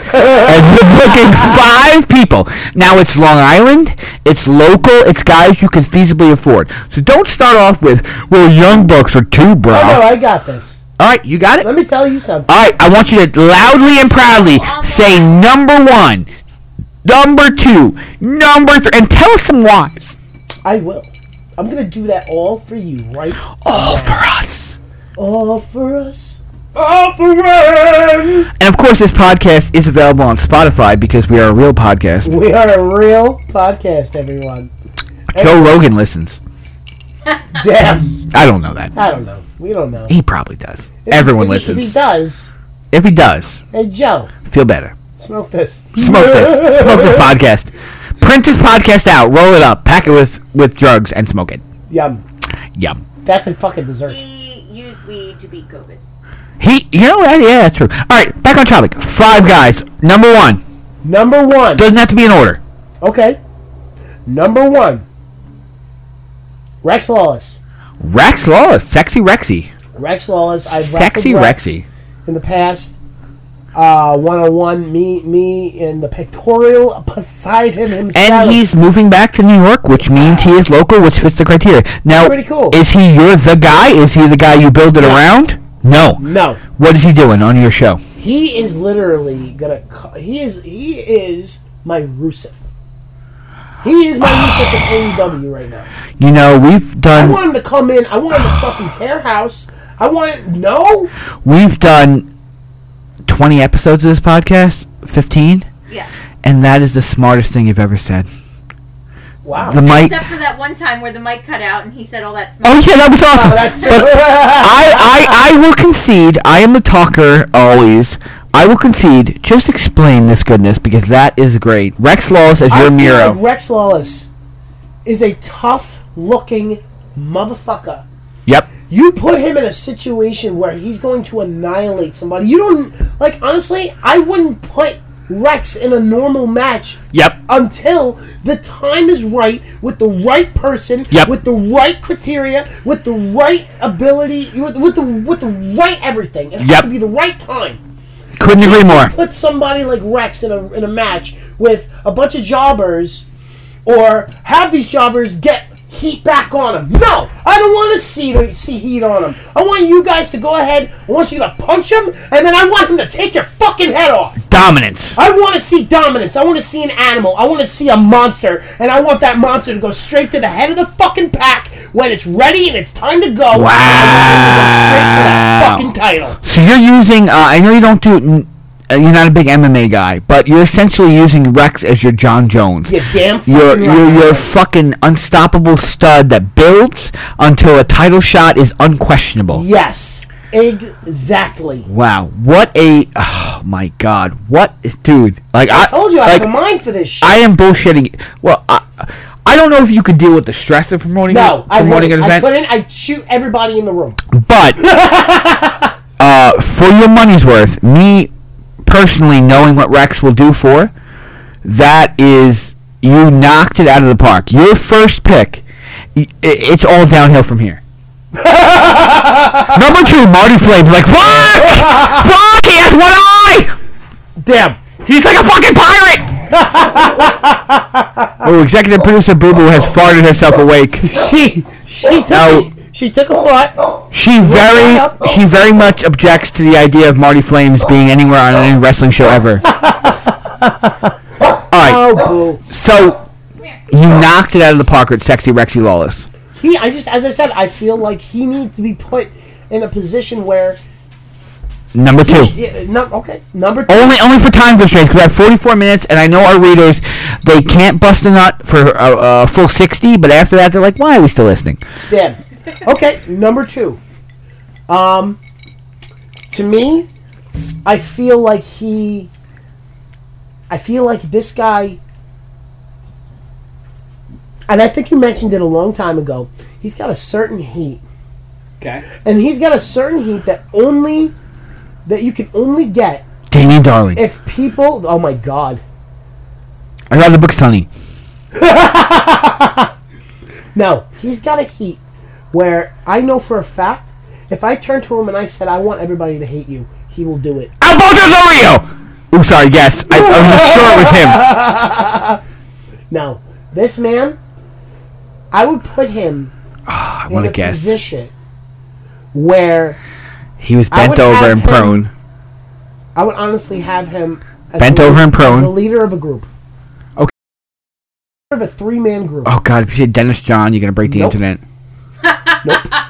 [SPEAKER 4] you're booking five people. Now it's Long Island, it's local, it's guys you can feasibly afford. So don't start off with, "Well, Young Bucks are too
[SPEAKER 1] Oh no,
[SPEAKER 4] broad."
[SPEAKER 1] I got this.
[SPEAKER 4] All right, you got it.
[SPEAKER 1] Let me tell you something.
[SPEAKER 4] All right, I want you to loudly and proudly say number one, number two, number three, and tell us some whys.
[SPEAKER 1] I will. I'm gonna do that all for you, right?
[SPEAKER 4] All for us.
[SPEAKER 1] All for us.
[SPEAKER 4] And of course, this podcast is available on Spotify because we are a real podcast.
[SPEAKER 1] We are a real podcast, everyone.
[SPEAKER 4] Joe Rogan listens.
[SPEAKER 1] Damn,
[SPEAKER 4] I don't know that.
[SPEAKER 1] I don't know. We don't know.
[SPEAKER 4] He probably does.
[SPEAKER 1] If-
[SPEAKER 4] Everyone
[SPEAKER 1] if he- If he
[SPEAKER 4] listens.
[SPEAKER 1] does,
[SPEAKER 4] If he does,
[SPEAKER 1] hey Joe,
[SPEAKER 4] feel better.
[SPEAKER 1] smoke this.
[SPEAKER 4] Smoke this. Smoke this podcast. Print this podcast out. Roll it up. Pack it with, with drugs and smoke it.
[SPEAKER 1] Yum.
[SPEAKER 4] Yum.
[SPEAKER 1] That's a fucking dessert.
[SPEAKER 5] He used weed to beat COVID.
[SPEAKER 4] He, you know what? Yeah, that's true. All right, back on topic. Five guys. Number one.
[SPEAKER 1] Number one.
[SPEAKER 4] Doesn't have to be in order.
[SPEAKER 1] Okay. Number one. Rex Lawless.
[SPEAKER 4] Rex Lawless. Sexy Rexy.
[SPEAKER 1] Rex Lawless. I've
[SPEAKER 4] Sexy
[SPEAKER 1] wrestled Rex
[SPEAKER 4] Rexy.
[SPEAKER 1] in the past. Uh, one on one, me, me, and the pictorial Poseidon himself.
[SPEAKER 4] And he's moving back to New York, which means he is local, which fits the criteria. Now,
[SPEAKER 1] pretty cool.
[SPEAKER 4] is he your the guy? Is he the guy you build it
[SPEAKER 1] No.
[SPEAKER 4] around? No.
[SPEAKER 1] no,
[SPEAKER 4] What is he doing on your show?
[SPEAKER 1] he is literally gonna. ca- He is he is my Rusev. He is my Rusev of AEW right now.
[SPEAKER 4] You know, we've
[SPEAKER 1] I
[SPEAKER 4] done
[SPEAKER 1] want him to come in. I want him to fucking tear house. I want no.
[SPEAKER 4] we've done 20 episodes of this podcast, 15,
[SPEAKER 5] Yeah.
[SPEAKER 4] and that is the smartest thing you've ever said.
[SPEAKER 1] Wow.
[SPEAKER 4] The mic.
[SPEAKER 5] Except for that one time where the mic cut out and he said all that
[SPEAKER 4] Oh
[SPEAKER 5] smoke.
[SPEAKER 4] yeah, that was awesome.
[SPEAKER 1] Oh, that's true.
[SPEAKER 4] But I, I, I will concede. I am the talker always. I will concede. Just explain this goodness because that is great. Rex Laws as
[SPEAKER 1] I
[SPEAKER 4] your
[SPEAKER 1] feel
[SPEAKER 4] Miro.
[SPEAKER 1] like Rex Lawless is a tough looking motherfucker.
[SPEAKER 4] Yep.
[SPEAKER 1] You put him in a situation where he's going to annihilate somebody. You don't like honestly. I wouldn't put wrecks in a normal match
[SPEAKER 4] Yep.
[SPEAKER 1] until the time is right with the right person,
[SPEAKER 4] Yep.
[SPEAKER 1] with the right criteria, with the right ability, with, with the with the right everything. It has
[SPEAKER 4] Yep.
[SPEAKER 1] to be the right time.
[SPEAKER 4] Couldn't agree more.
[SPEAKER 1] Put somebody like Rex in a in a match with a bunch of jobbers, or have these jobbers get heat back on them. No, I don't want to see see heat on them. I want you guys to go ahead. I want you to punch him, and then I want him to take your fucking head off.
[SPEAKER 4] Dominance.
[SPEAKER 1] I want to see dominance. I want to see an animal. I want to see a monster. And I want that monster to go straight to the head of the fucking pack when it's ready and it's time to go. I want
[SPEAKER 4] Wow.
[SPEAKER 1] it to go straight for that fucking title.
[SPEAKER 4] So you're using. Uh, I know you don't do. n- uh, You're not a big MMA guy, but you're essentially using Rex as your John Jones.
[SPEAKER 1] You damn fucking
[SPEAKER 4] You're,
[SPEAKER 1] right.
[SPEAKER 4] you're, you're a fucking unstoppable stud that builds until a title shot is unquestionable.
[SPEAKER 1] Yes. Exactly.
[SPEAKER 4] Wow, what a oh my god, what dude? Like I,
[SPEAKER 1] I told you I
[SPEAKER 4] like
[SPEAKER 1] have a mind for this shit.
[SPEAKER 4] I am bullshitting. Well, I, I don't know if you could deal with the stress of promoting
[SPEAKER 1] no, I
[SPEAKER 4] promoting
[SPEAKER 1] wouldn't.
[SPEAKER 4] an
[SPEAKER 1] I
[SPEAKER 4] event,
[SPEAKER 1] couldn't. I'd shoot everybody in the room.
[SPEAKER 4] but uh, for your money's worth, me personally knowing what Rex will do for, that is you knocked it out of the park. Your first pick, y- i- it's all downhill from here. Number two, Marty Flames, like fuck, fuck, he has one eye.
[SPEAKER 1] Damn.
[SPEAKER 4] He's like a fucking pirate! oh, executive producer Boo Boo has farted herself awake.
[SPEAKER 1] She she took
[SPEAKER 4] Now-
[SPEAKER 1] a, she took a thought.
[SPEAKER 4] She very she very much objects to the idea of Marty Flames being anywhere on any wrestling show ever. Alright,
[SPEAKER 1] Oh boo.
[SPEAKER 4] so you knocked it out of the park with sexy Rexy Lawless.
[SPEAKER 1] He I just as I said, I feel like he needs to be put in a position where
[SPEAKER 4] Number two.
[SPEAKER 1] yeah, no, okay. Number two
[SPEAKER 4] Only, only for time constraints. 'cause We have 44 minutes, and I know our readers, they can't bust a nut for a, a full 60, but after that, they're like, why are we still listening?
[SPEAKER 1] Dead. Okay, number two. Um, to me, I feel like he. I feel like this guy. And I think you mentioned it a long time ago. He's got a certain heat,
[SPEAKER 2] Okay.
[SPEAKER 1] and he's got a certain heat that only that you can only get
[SPEAKER 4] Damien Darling.
[SPEAKER 1] if people. Oh my God.
[SPEAKER 4] I'd rather book Sunny.
[SPEAKER 1] No, he's got a heat where I know for a fact if I turn to him and I said, I want everybody to hate you, he will do it.
[SPEAKER 4] Alberto Del Rio. Ooh, sorry. Yes, I, I was sure it was him.
[SPEAKER 1] No, this man, I would put him
[SPEAKER 4] Ah, I
[SPEAKER 1] in
[SPEAKER 4] want
[SPEAKER 1] a
[SPEAKER 4] to guess
[SPEAKER 1] position where
[SPEAKER 4] he was
[SPEAKER 1] I
[SPEAKER 4] bent
[SPEAKER 1] would have
[SPEAKER 4] over and
[SPEAKER 1] him-
[SPEAKER 4] prone.
[SPEAKER 1] I would honestly have him as
[SPEAKER 4] Bent
[SPEAKER 1] the
[SPEAKER 4] over
[SPEAKER 1] leader-
[SPEAKER 4] and prone.
[SPEAKER 1] as the leader of a group.
[SPEAKER 4] Okay.
[SPEAKER 1] Of a three man group.
[SPEAKER 4] Oh God! If you said Dennis John, you're gonna break the
[SPEAKER 1] Nope.
[SPEAKER 4] internet.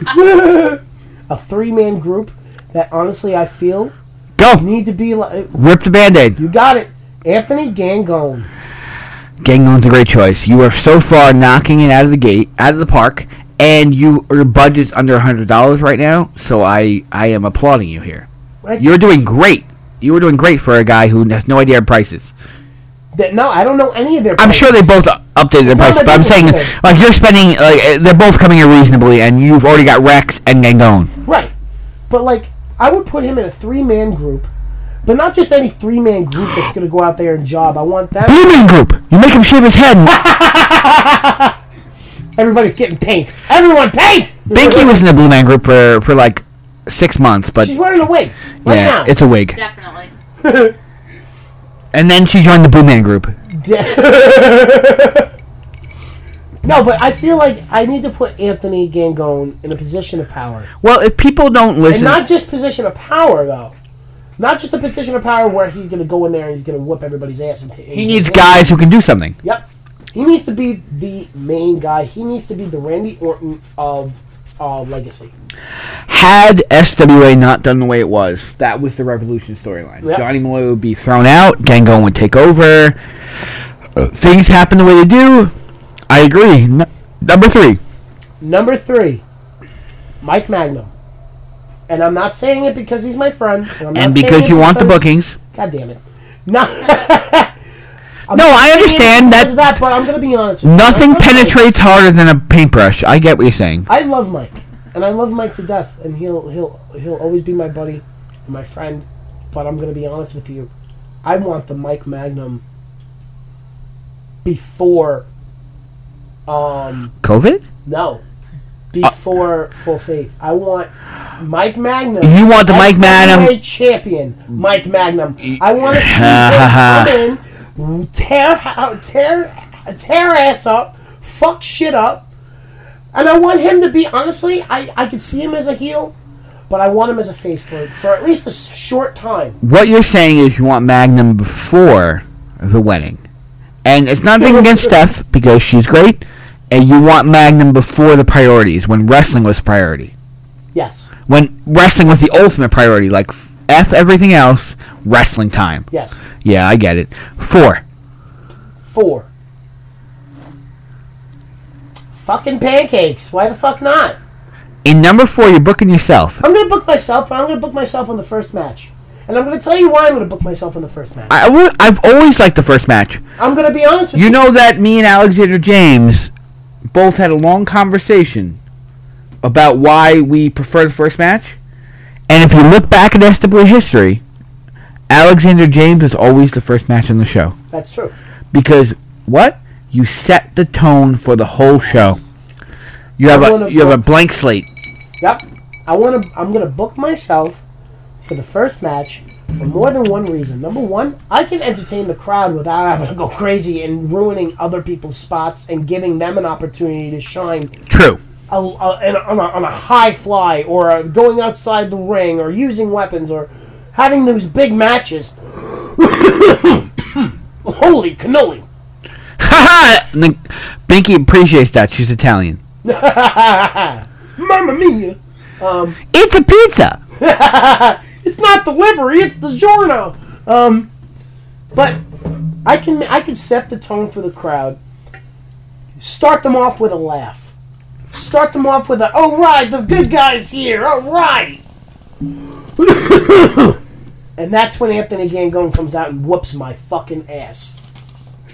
[SPEAKER 1] A three man group that honestly I feel
[SPEAKER 4] Go
[SPEAKER 1] need to be like.
[SPEAKER 4] rip the band-aid.
[SPEAKER 1] You got it. Anthony Gangone.
[SPEAKER 4] Gangon's a great choice. You are so far knocking it out of the gate, out of the park, and you your budget's under hundred dollars right now. So I I am applauding you here.
[SPEAKER 1] Right?
[SPEAKER 4] You're doing great. You were doing great for a guy who has no idea of prices.
[SPEAKER 1] That- no, I don't know any of their.
[SPEAKER 4] I'm sure they
[SPEAKER 1] players.
[SPEAKER 4] both updated their
[SPEAKER 1] It's not
[SPEAKER 4] prices,
[SPEAKER 1] like
[SPEAKER 4] but I'm
[SPEAKER 1] this is
[SPEAKER 4] saying
[SPEAKER 1] good.
[SPEAKER 4] like you're spending like uh, they're both coming in reasonably, and you've already got Rex and Gangon.
[SPEAKER 1] Right. But like I would put him in a three man group. But not just any three man group that's gonna go out there and job. I want them
[SPEAKER 4] Blooming Group. You make him shave his head. And
[SPEAKER 1] everybody's getting paint. Everyone paint
[SPEAKER 4] Binky was in the Blue Man Group for, for like six months, but
[SPEAKER 1] She's wearing a wig. Right
[SPEAKER 4] yeah,
[SPEAKER 1] now.
[SPEAKER 4] it's a wig.
[SPEAKER 5] Definitely.
[SPEAKER 4] And then she joined the Blue Man Group.
[SPEAKER 1] no, but I feel like I need to put Anthony Gangone in a position of power.
[SPEAKER 4] Well, if people don't
[SPEAKER 1] And
[SPEAKER 4] listen,
[SPEAKER 1] not just position of power though. Not just a position of power where he's gonna go in there and he's gonna whoop everybody's ass and
[SPEAKER 4] he needs guys who can do something.
[SPEAKER 1] Yep. He needs to be the main guy. He needs to be the Randy Orton of uh, Legacy.
[SPEAKER 4] Had SWA not done the way it was, that was the Revolution storyline.
[SPEAKER 1] Yep.
[SPEAKER 4] Johnny Malloy would be thrown out. Gangon would take over. Uh, Things happen the way they do. I agree. N- number three.
[SPEAKER 1] Number three, Mike Magnum. And I'm not saying it because he's my friend. I'm not
[SPEAKER 4] And
[SPEAKER 1] saying
[SPEAKER 4] because
[SPEAKER 1] it
[SPEAKER 4] you want the
[SPEAKER 1] because-
[SPEAKER 4] bookings.
[SPEAKER 1] God damn it. No,
[SPEAKER 4] no, I understand
[SPEAKER 1] because
[SPEAKER 4] that
[SPEAKER 1] of that, but I'm going to be honest with you.
[SPEAKER 4] Nothing
[SPEAKER 1] I love Mike.
[SPEAKER 4] penetrates harder than a paintbrush. I get what you're saying.
[SPEAKER 1] I love Mike. And I love Mike to death. And he'll, he'll, he'll always be my buddy and my friend. But I'm going to be honest with you. I want the Mike Magnum before. Um,
[SPEAKER 4] COVID?
[SPEAKER 1] no, before Full Faith. I want Mike Magnum.
[SPEAKER 4] You want the Mike Magnum-
[SPEAKER 1] SWA champion, Mike Magnum. I want to see him come in, tear, tear, tear ass up, fuck shit up, and I want him to be honestly. I I could see him as a heel, but I want him as a face for for at least a s- short time.
[SPEAKER 4] What you're saying is you want Magnum before the wedding. And it's nothing against Steph because she's great. And you want Magnum before the priorities when wrestling was priority.
[SPEAKER 1] Yes,
[SPEAKER 4] When wrestling was the ultimate priority, like F everything else, wrestling time.
[SPEAKER 1] yes.
[SPEAKER 4] Yeah, I get it. Four.
[SPEAKER 1] Four. Fucking pancakes. Why the fuck not?
[SPEAKER 4] In number four, you're booking yourself.
[SPEAKER 1] I'm gonna book myself, but I'm gonna book myself on the first match. And I'm gonna tell you why I'm gonna book myself on the first match.
[SPEAKER 4] I, w- I've always liked the first match.
[SPEAKER 1] I'm gonna be honest with you.
[SPEAKER 4] You know that me and Alexander James both had a long conversation about why we prefer the first match. And if you look back at SWA history, Alexander James was always the first match on the show.
[SPEAKER 1] That's true.
[SPEAKER 4] Because what? You set the tone for the whole show. You
[SPEAKER 1] I
[SPEAKER 4] have
[SPEAKER 1] wanna
[SPEAKER 4] a you have a blank slate.
[SPEAKER 1] Yep. I wanna I'm gonna book myself for the first match for more than one reason. Number one, I can entertain the crowd without having to go crazy and ruining other people's spots and giving them an opportunity to shine
[SPEAKER 4] True.
[SPEAKER 1] a, a, in a- on, a, on a high fly or uh going outside the ring or using weapons or having those big matches. Holy cannoli.
[SPEAKER 4] Haha! And then Binky appreciates that. She's Italian.
[SPEAKER 1] Mamma mia. Um,
[SPEAKER 4] It's a pizza.
[SPEAKER 1] it's not delivery, it's DiGiorno. Um, but I can I can set the tone for the crowd. Start them off with a laugh. Start them off with a oh right, the good guy's here, all right. and that's when Anthony Gangone comes out and whoops my fucking ass.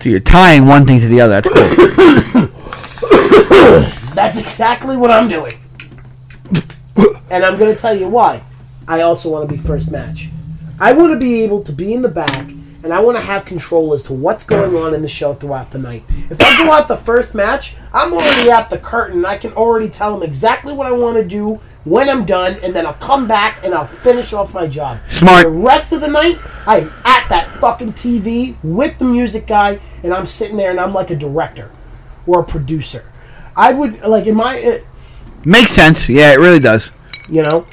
[SPEAKER 4] So you're tying one thing to the other. That's cool.
[SPEAKER 1] That's exactly what I'm doing. and I'm going to tell you why. I also want to be first match. I want to be able to be in the back, and I want to have control as to what's going on in the show throughout the night. If I go out the first match, I'm already at the curtain. and I can already tell them exactly what I want to do when I'm done, and then I'll come back and I'll finish off my job.
[SPEAKER 4] Smart.
[SPEAKER 1] The rest of the night, I'm at that fucking TV with the music guy, and I'm sitting there and I'm like a director or a producer. I would like in my uh,
[SPEAKER 4] Makes sense. Yeah, it really does.
[SPEAKER 1] you know.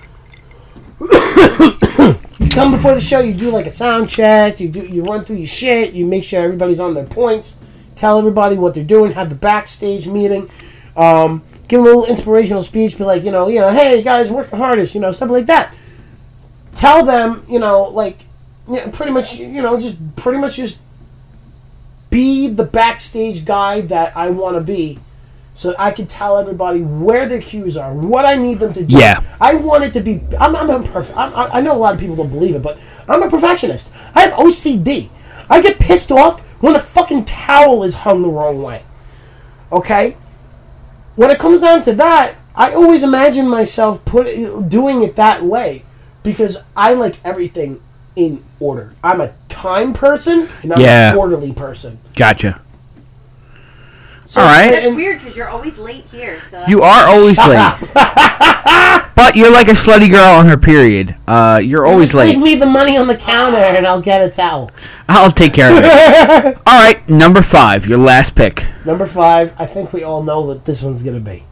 [SPEAKER 1] you come before the show, you do like a sound check, you do you run through your shit, you make sure everybody's on their points, tell everybody what they're doing, have the backstage meeting, um, give them a little inspirational speech, be like, you know, you know, hey you guys, work the hardest, you know, stuff like that. Tell them, you know, like, yeah, pretty much, you know, just pretty much just be the backstage guy that I want to be, so I can tell everybody where their cues are, what I need them to do.
[SPEAKER 4] Yeah.
[SPEAKER 1] I want it to be. I'm, I'm imperfect. I'm, I I know a lot of people don't believe it, but I'm a perfectionist. I have OCD. I get pissed off when a fucking towel is hung the wrong way. Okay. When it comes down to that, I always imagine myself put doing it that way because I like everything in order. I'm a time person and I'm
[SPEAKER 4] Yeah.
[SPEAKER 1] an orderly person.
[SPEAKER 4] Gotcha.
[SPEAKER 1] So
[SPEAKER 4] All right.
[SPEAKER 5] That's
[SPEAKER 1] and-
[SPEAKER 5] weird because you're always late here. So
[SPEAKER 4] You are always late, but you're like a slutty girl on her period. Uh, you're always
[SPEAKER 1] Just
[SPEAKER 4] late.
[SPEAKER 1] Leave me the money on the counter and I'll get a towel.
[SPEAKER 4] I'll take care of it. All right, number five, your last pick.
[SPEAKER 1] Number five, I think we all know that this one's gonna be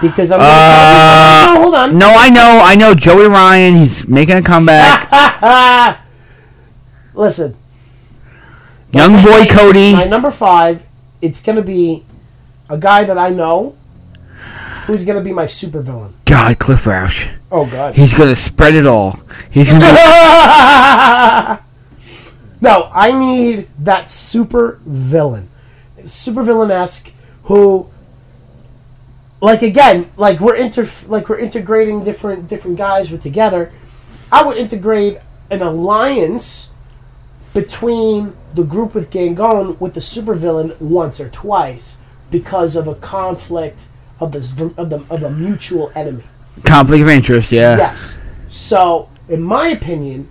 [SPEAKER 1] because I'm. Gonna,
[SPEAKER 4] Uh,
[SPEAKER 1] no, hold on.
[SPEAKER 4] No, I know, I know. Joey Ryan, he's making a comeback.
[SPEAKER 1] Listen,
[SPEAKER 4] Young boy Cody.
[SPEAKER 1] my number five. It's gonna be a guy that I know who's gonna be my supervillain.
[SPEAKER 4] God, Cliff Roush.
[SPEAKER 1] Oh God.
[SPEAKER 4] He's gonna spread it all. He's gonna.
[SPEAKER 1] no, I need that super villain, super villain esque who, like again, like we're inter like we're integrating different different guys with together. I would integrate an alliance between the group with Gangon with the supervillain once or twice because of a conflict of this of the of a mutual enemy.
[SPEAKER 4] Uh. conflict of interest. Yeah.
[SPEAKER 1] Yes. So, in my opinion,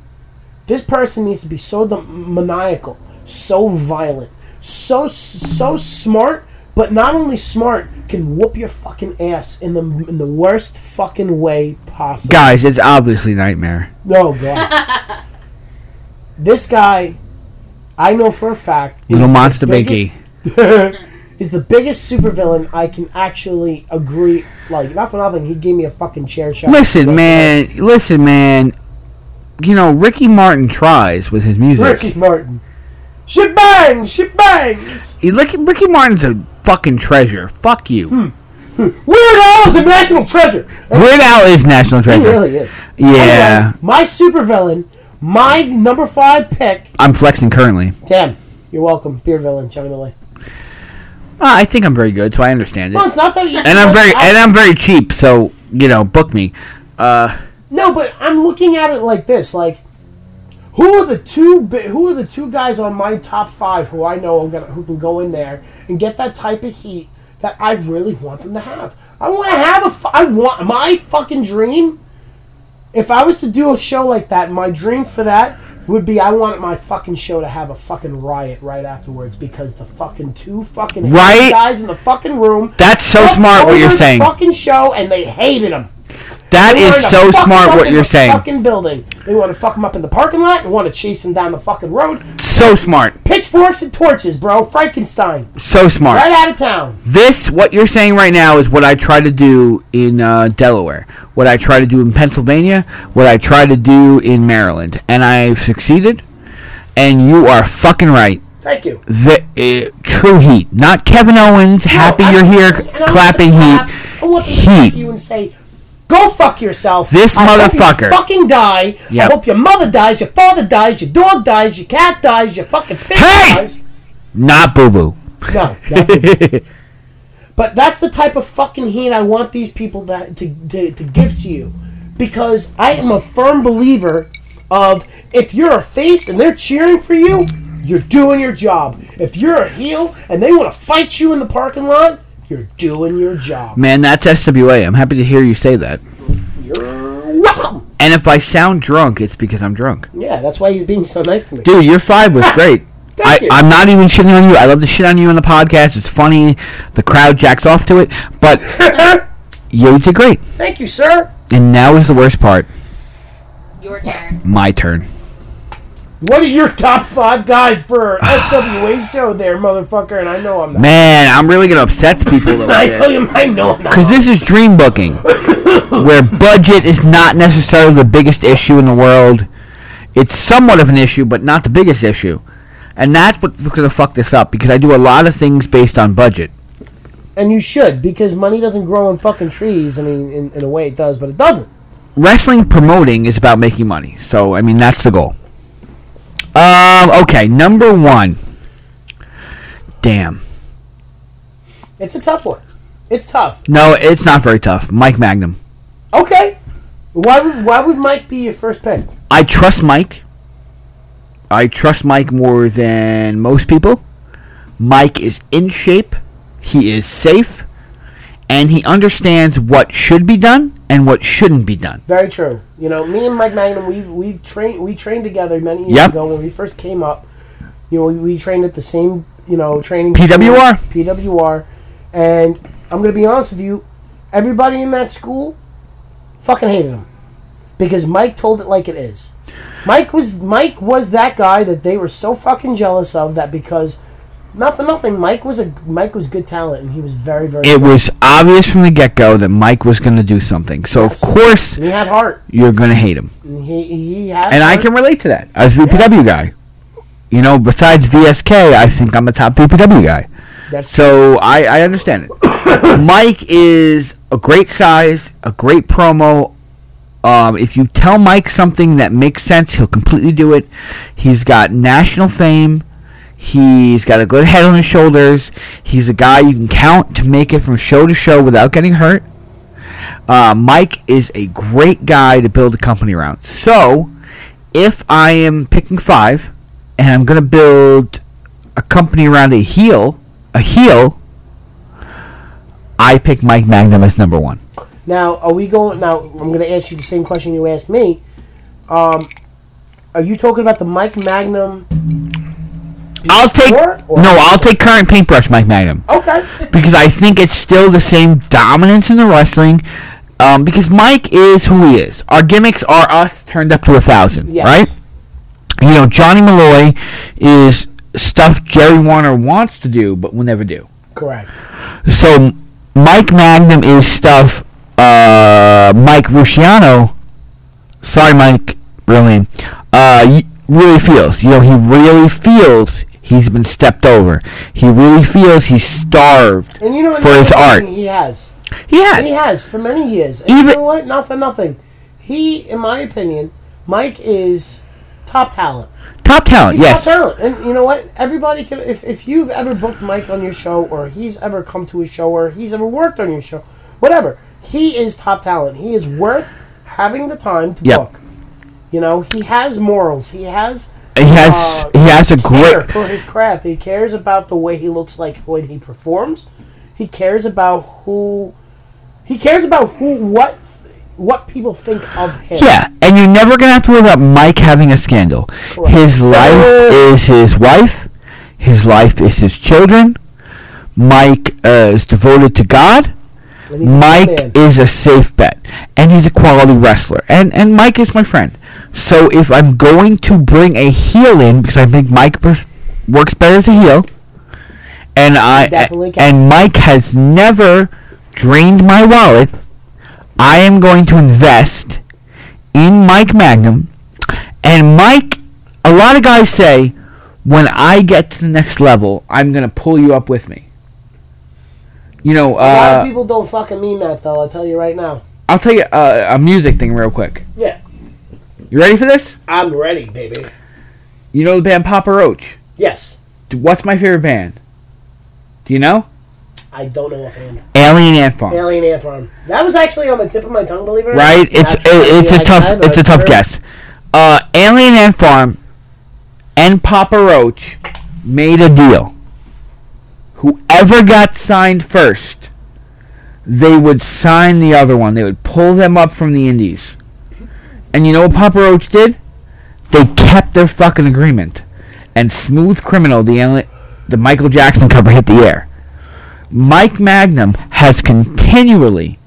[SPEAKER 1] This person needs to be so de- maniacal, so violent, so so smart, but not only smart can whoop your fucking ass in the in the worst fucking way possible.
[SPEAKER 4] Guys, it's obviously Nightmare.
[SPEAKER 1] No god. this guy, I know for a fact,
[SPEAKER 4] Little
[SPEAKER 1] the
[SPEAKER 4] monster
[SPEAKER 1] biggest- is the biggest supervillain I can actually agree. Like not for nothing, he gave me a fucking chair shot.
[SPEAKER 4] Listen, man. Listen, man. You know, Ricky Martin tries with his music.
[SPEAKER 1] Ricky Martin. She bangs, she bangs.
[SPEAKER 4] You look at Ricky Martin's a fucking treasure. Fuck you.
[SPEAKER 1] Hmm. Weird Al is a national treasure.
[SPEAKER 4] Weird Al is national
[SPEAKER 1] He
[SPEAKER 4] treasure.
[SPEAKER 1] really Oh, is.
[SPEAKER 4] Yeah,
[SPEAKER 1] Anyway, my supervillain, my number five pick.
[SPEAKER 4] I'm flexing currently.
[SPEAKER 1] Damn, you're welcome, beer villain, Johnny Malay.
[SPEAKER 4] Ah, I think I'm very good, so I understand it.
[SPEAKER 1] Well, it's not that. you
[SPEAKER 4] And I'm very and I'm very cheap, so you know, book me. Uh,
[SPEAKER 1] No, but I'm looking at it like this: like, who are the two? bi- Who are the two guys on my top five who I know I'm gonna who can go in there and get that type of heat that I really want them to have? I want to have a. fu- I want my fucking dream. If I was to do a show like that, my dream for that would be I want my fucking show to have a fucking riot right afterwards because the fucking two fucking hated
[SPEAKER 4] Right?
[SPEAKER 1] guys in the fucking room.
[SPEAKER 4] that's so
[SPEAKER 1] fucked
[SPEAKER 4] smart what
[SPEAKER 1] over
[SPEAKER 4] you're
[SPEAKER 1] the
[SPEAKER 4] saying.
[SPEAKER 1] Fucking show and they hated him.
[SPEAKER 4] That
[SPEAKER 1] They
[SPEAKER 4] is
[SPEAKER 1] wanted to
[SPEAKER 4] so
[SPEAKER 1] fuck him
[SPEAKER 4] smart
[SPEAKER 1] up
[SPEAKER 4] what
[SPEAKER 1] in
[SPEAKER 4] you're
[SPEAKER 1] the
[SPEAKER 4] saying.
[SPEAKER 1] Fucking building. They want to fuck him up in the parking lot and want to chase him down the fucking road.
[SPEAKER 4] So smart.
[SPEAKER 1] Pitchforks and torches, bro. Frankenstein,
[SPEAKER 4] So smart.
[SPEAKER 1] right out of town.
[SPEAKER 4] This what you're saying right now is what I try to do in uh, Delaware, what I try to do in Pennsylvania, what I try to do in Maryland, and I've succeeded. And you are fucking right.
[SPEAKER 1] Thank you.
[SPEAKER 4] The uh, true heat, not Kevin Owens. happy
[SPEAKER 1] I-
[SPEAKER 4] you're here,
[SPEAKER 1] and I want
[SPEAKER 4] clapping
[SPEAKER 1] them to
[SPEAKER 4] heat.
[SPEAKER 1] clap. I want them to clap
[SPEAKER 4] Heat.
[SPEAKER 1] you and say, "Go fuck yourself."
[SPEAKER 4] This
[SPEAKER 1] I hope you
[SPEAKER 4] motherfucker.
[SPEAKER 1] fucking die.
[SPEAKER 4] Yep.
[SPEAKER 1] I hope your mother dies, your father dies, your dog dies, your cat dies, your fucking thing
[SPEAKER 4] Hey!
[SPEAKER 1] dies.
[SPEAKER 4] Not boo boo.
[SPEAKER 1] No. not good. but that's the type of fucking heat I want these people that, to, to, to give to you. Because I am a firm believer of if you're a face and they're cheering for you, you're doing your job. If you're a heel and they want to fight you in the parking lot, you're doing your job.
[SPEAKER 4] Man, that's SWA. I'm happy to hear you say that.
[SPEAKER 1] You're welcome.
[SPEAKER 4] And if I sound drunk, it's because I'm drunk.
[SPEAKER 1] Yeah, that's why you're being so nice to me.
[SPEAKER 4] Dude, your five was great. I,
[SPEAKER 1] Thank you.
[SPEAKER 4] I'm not even shitting on you. I love to shit on you on the podcast. It's funny. The crowd jacks off to it. But you did great.
[SPEAKER 1] Thank you, sir.
[SPEAKER 4] And now is the worst part.
[SPEAKER 5] Your turn.
[SPEAKER 4] My turn.
[SPEAKER 1] What are your top five guys for SWA show there, motherfucker? And I know I'm not.
[SPEAKER 4] Man, I'm really going to upset people.
[SPEAKER 1] I tell you, I know I'm not.
[SPEAKER 4] Because this is dream booking, where budget is not necessarily the biggest issue in the world. It's somewhat of an issue, but not the biggest issue. And that's what's going to fuck this up, because I do a lot of things based on budget.
[SPEAKER 1] And you should, because money doesn't grow on fucking trees. I mean, in, in a way it does, but it doesn't.
[SPEAKER 4] wrestling promoting is about making money. So I mean that's the goal. Um. Okay. Number one. Damn.
[SPEAKER 1] It's a tough one. It's tough.
[SPEAKER 4] No, it's not very tough. Mike Magnum.
[SPEAKER 1] Okay. Why would why would Mike be your first pick?
[SPEAKER 4] I trust Mike. I trust Mike more than most people. Mike is in shape. He is safe. And he understands what should be done and what shouldn't be done.
[SPEAKER 1] Very true. You know, me and Mike Magnum, we've we've trained we trained together many years
[SPEAKER 4] Yep.
[SPEAKER 1] ago when we first came up. You know, we, we trained at the same you know training
[SPEAKER 4] PWR.
[SPEAKER 1] PWR, and I'm gonna be honest with you, everybody in that school fucking hated him because Mike told it like it is. Mike was Mike was that guy that they were so fucking jealous of that because not for nothing, Mike was a Mike was good talent and he was very very.
[SPEAKER 4] It
[SPEAKER 1] good.
[SPEAKER 4] was obvious from the get go that Mike was going to do something. So,
[SPEAKER 1] Yes.
[SPEAKER 4] of course,
[SPEAKER 1] And he had heart.
[SPEAKER 4] you're going to hate him.
[SPEAKER 1] And he he had.
[SPEAKER 4] and I
[SPEAKER 1] heart.
[SPEAKER 4] can relate to that. I was a VPW guy. You know, besides VSK, I think I'm a top VPW guy.
[SPEAKER 1] That's
[SPEAKER 4] So I, I understand it. Mike is a great size, a great promo. Um, if you tell Mike something that makes sense, he'll completely do it. He's got national fame. He's got a good head on his shoulders. He's a guy you can count to make it from show to show without getting hurt. Uh, Mike is a great guy to build a company around. So, if I am picking five and I'm going to build a company around a heel, a heel, I pick Mike Magnum as number one.
[SPEAKER 1] Now, are we going? Now, I'm going to ask you the same question you asked me. Um, Are you talking about the Mike Magnum?
[SPEAKER 4] I'll take
[SPEAKER 1] Or- or-
[SPEAKER 4] no. I'll take current paintbrush Mike Magnum
[SPEAKER 1] Okay.
[SPEAKER 4] because I think it's still the same dominance in the wrestling. Um, because Mike is who he is. Our gimmicks are us turned up to a thousand,
[SPEAKER 1] Yes.
[SPEAKER 4] right? You know, Johnny Malloy is stuff Jerry Warner wants to do but will never do.
[SPEAKER 1] Correct.
[SPEAKER 4] So Mike Magnum is stuff uh, Mike Rusciano. Sorry, Mike. Real name. Uh, y- really feels. You know, he really feels he's been stepped over. He really feels he's starved
[SPEAKER 1] And you know what?
[SPEAKER 4] for his
[SPEAKER 1] another
[SPEAKER 4] art.
[SPEAKER 1] thing He has.
[SPEAKER 4] He
[SPEAKER 1] He
[SPEAKER 4] has.
[SPEAKER 1] has for many years. And you
[SPEAKER 4] Even-
[SPEAKER 1] know what? Not for nothing. He, in my opinion, Mike is top talent.
[SPEAKER 4] Top talent.
[SPEAKER 1] He's
[SPEAKER 4] Uh, Yes.
[SPEAKER 1] top talent. And you know what? Everybody can. If, if you've ever booked Mike on your show, or he's ever come to a show, or he's ever worked on your show, whatever, he is top talent. He is worth having the time to
[SPEAKER 4] Yep.
[SPEAKER 1] book. You know, he has morals. He has
[SPEAKER 4] He has.
[SPEAKER 1] Uh,
[SPEAKER 4] He has a
[SPEAKER 1] care
[SPEAKER 4] great.
[SPEAKER 1] for his craft. He cares about the way he looks like when he performs. He cares about who. He cares about who what what people think of him.
[SPEAKER 4] Yeah, and you're never gonna have to worry about Mike having a scandal.
[SPEAKER 1] Correct.
[SPEAKER 4] His life is his wife. His life is his children. Mike uh, is devoted to God.
[SPEAKER 1] And he's a good man.
[SPEAKER 4] Mike is a safe bet, and he's a quality wrestler, and and Mike is my friend. So if I'm going to bring a heel in, because I think Mike pers- works better as a heel, and I
[SPEAKER 1] Definitely can.
[SPEAKER 4] and Mike has never drained my wallet, I am going to invest in Mike Magnum, and Mike. A lot of guys say, when I get to the next level, I'm gonna pull you up with me. You know, uh,
[SPEAKER 1] A lot of people don't fucking mean that though. I'll tell you right now.
[SPEAKER 4] I'll tell you uh, a music thing real quick.
[SPEAKER 1] Yeah.
[SPEAKER 4] You ready for this?
[SPEAKER 1] I'm ready, baby.
[SPEAKER 4] You know the band Papa Roach.
[SPEAKER 1] Yes.
[SPEAKER 4] D- What's my favorite band? Do you know?
[SPEAKER 1] I don't know offhand.
[SPEAKER 4] Alien Ant Farm.
[SPEAKER 1] Alien Ant Farm. That was actually on the tip of my tongue, believe it or
[SPEAKER 4] Right?
[SPEAKER 1] not.
[SPEAKER 4] It's
[SPEAKER 1] Not sure if
[SPEAKER 4] it, it's
[SPEAKER 1] you
[SPEAKER 4] a
[SPEAKER 1] like
[SPEAKER 4] tough
[SPEAKER 1] that, but
[SPEAKER 4] it's a tough
[SPEAKER 1] sure.
[SPEAKER 4] guess. Uh, Alien Ant Farm and Papa Roach made a deal. Whoever got signed first, they would sign the other one. They would pull them up from the Indies. And you know what Papa Roach did? They kept their fucking agreement. And Smooth Criminal, the Ali- the Michael Jackson cover, hit the air. Mike Magnum has continually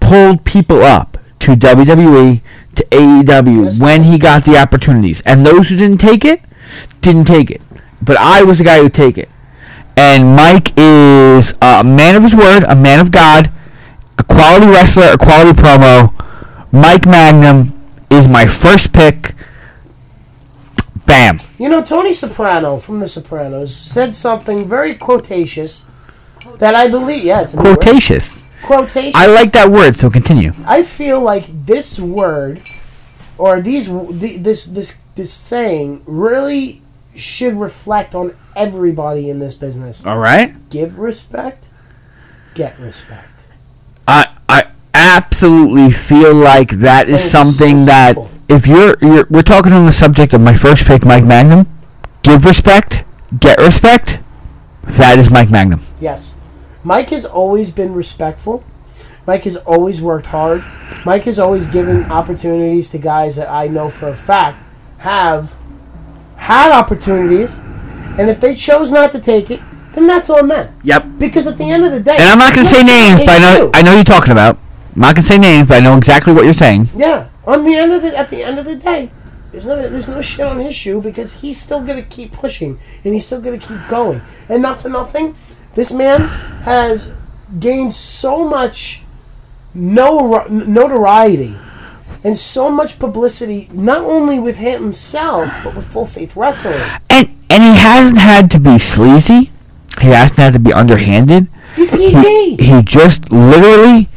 [SPEAKER 4] pulled people up to WWE, to AEW
[SPEAKER 1] Yes.
[SPEAKER 4] when he got the opportunities. And those who didn't take it, didn't take it. But I was the guy who take it. And Mike is a man of his word, a man of God, a quality wrestler, a quality promo. Mike Magnum is my first pick. Bam.
[SPEAKER 1] You know, Tony Soprano from The Sopranos said something very quotatious that I believe. Yeah, it's a new word.
[SPEAKER 4] Quotatious.
[SPEAKER 1] Quotation.
[SPEAKER 4] I
[SPEAKER 1] I,
[SPEAKER 4] like that word, so continue.
[SPEAKER 1] feel like this word, or these, w- the, this, this, this saying really should reflect on everybody in this business.
[SPEAKER 4] All right.
[SPEAKER 1] Give respect, get respect.
[SPEAKER 4] I I absolutely feel like that is
[SPEAKER 1] It's
[SPEAKER 4] something
[SPEAKER 1] so
[SPEAKER 4] that
[SPEAKER 1] simple.
[SPEAKER 4] if you're, you're we're talking on the subject of my first pick, Mike Magnum. Give respect, get respect. That is Mike Magnum.
[SPEAKER 1] Yes. Mike has always been respectful. Mike has always worked hard. Mike has always given opportunities to guys that I know for a fact have had opportunities, and if they chose not to take it, then that's on them.
[SPEAKER 4] Yep.
[SPEAKER 1] Because at the end of the day,
[SPEAKER 4] And I'm not gonna say names, but I know I know you're talking about. I'm not gonna say names, but I know exactly what you're saying.
[SPEAKER 1] yeah. On the end of the at the end of the day, there's no there's no shit on his shoe because he's still gonna keep pushing and he's still gonna keep going. And not for nothing, this man has gained so much no notoriety and so much publicity, not only with him himself but with Full Faith Wrestling.
[SPEAKER 4] And and he hasn't had to be sleazy. He hasn't had to be underhanded.
[SPEAKER 1] He's
[SPEAKER 4] He,
[SPEAKER 1] PG.
[SPEAKER 4] he just literally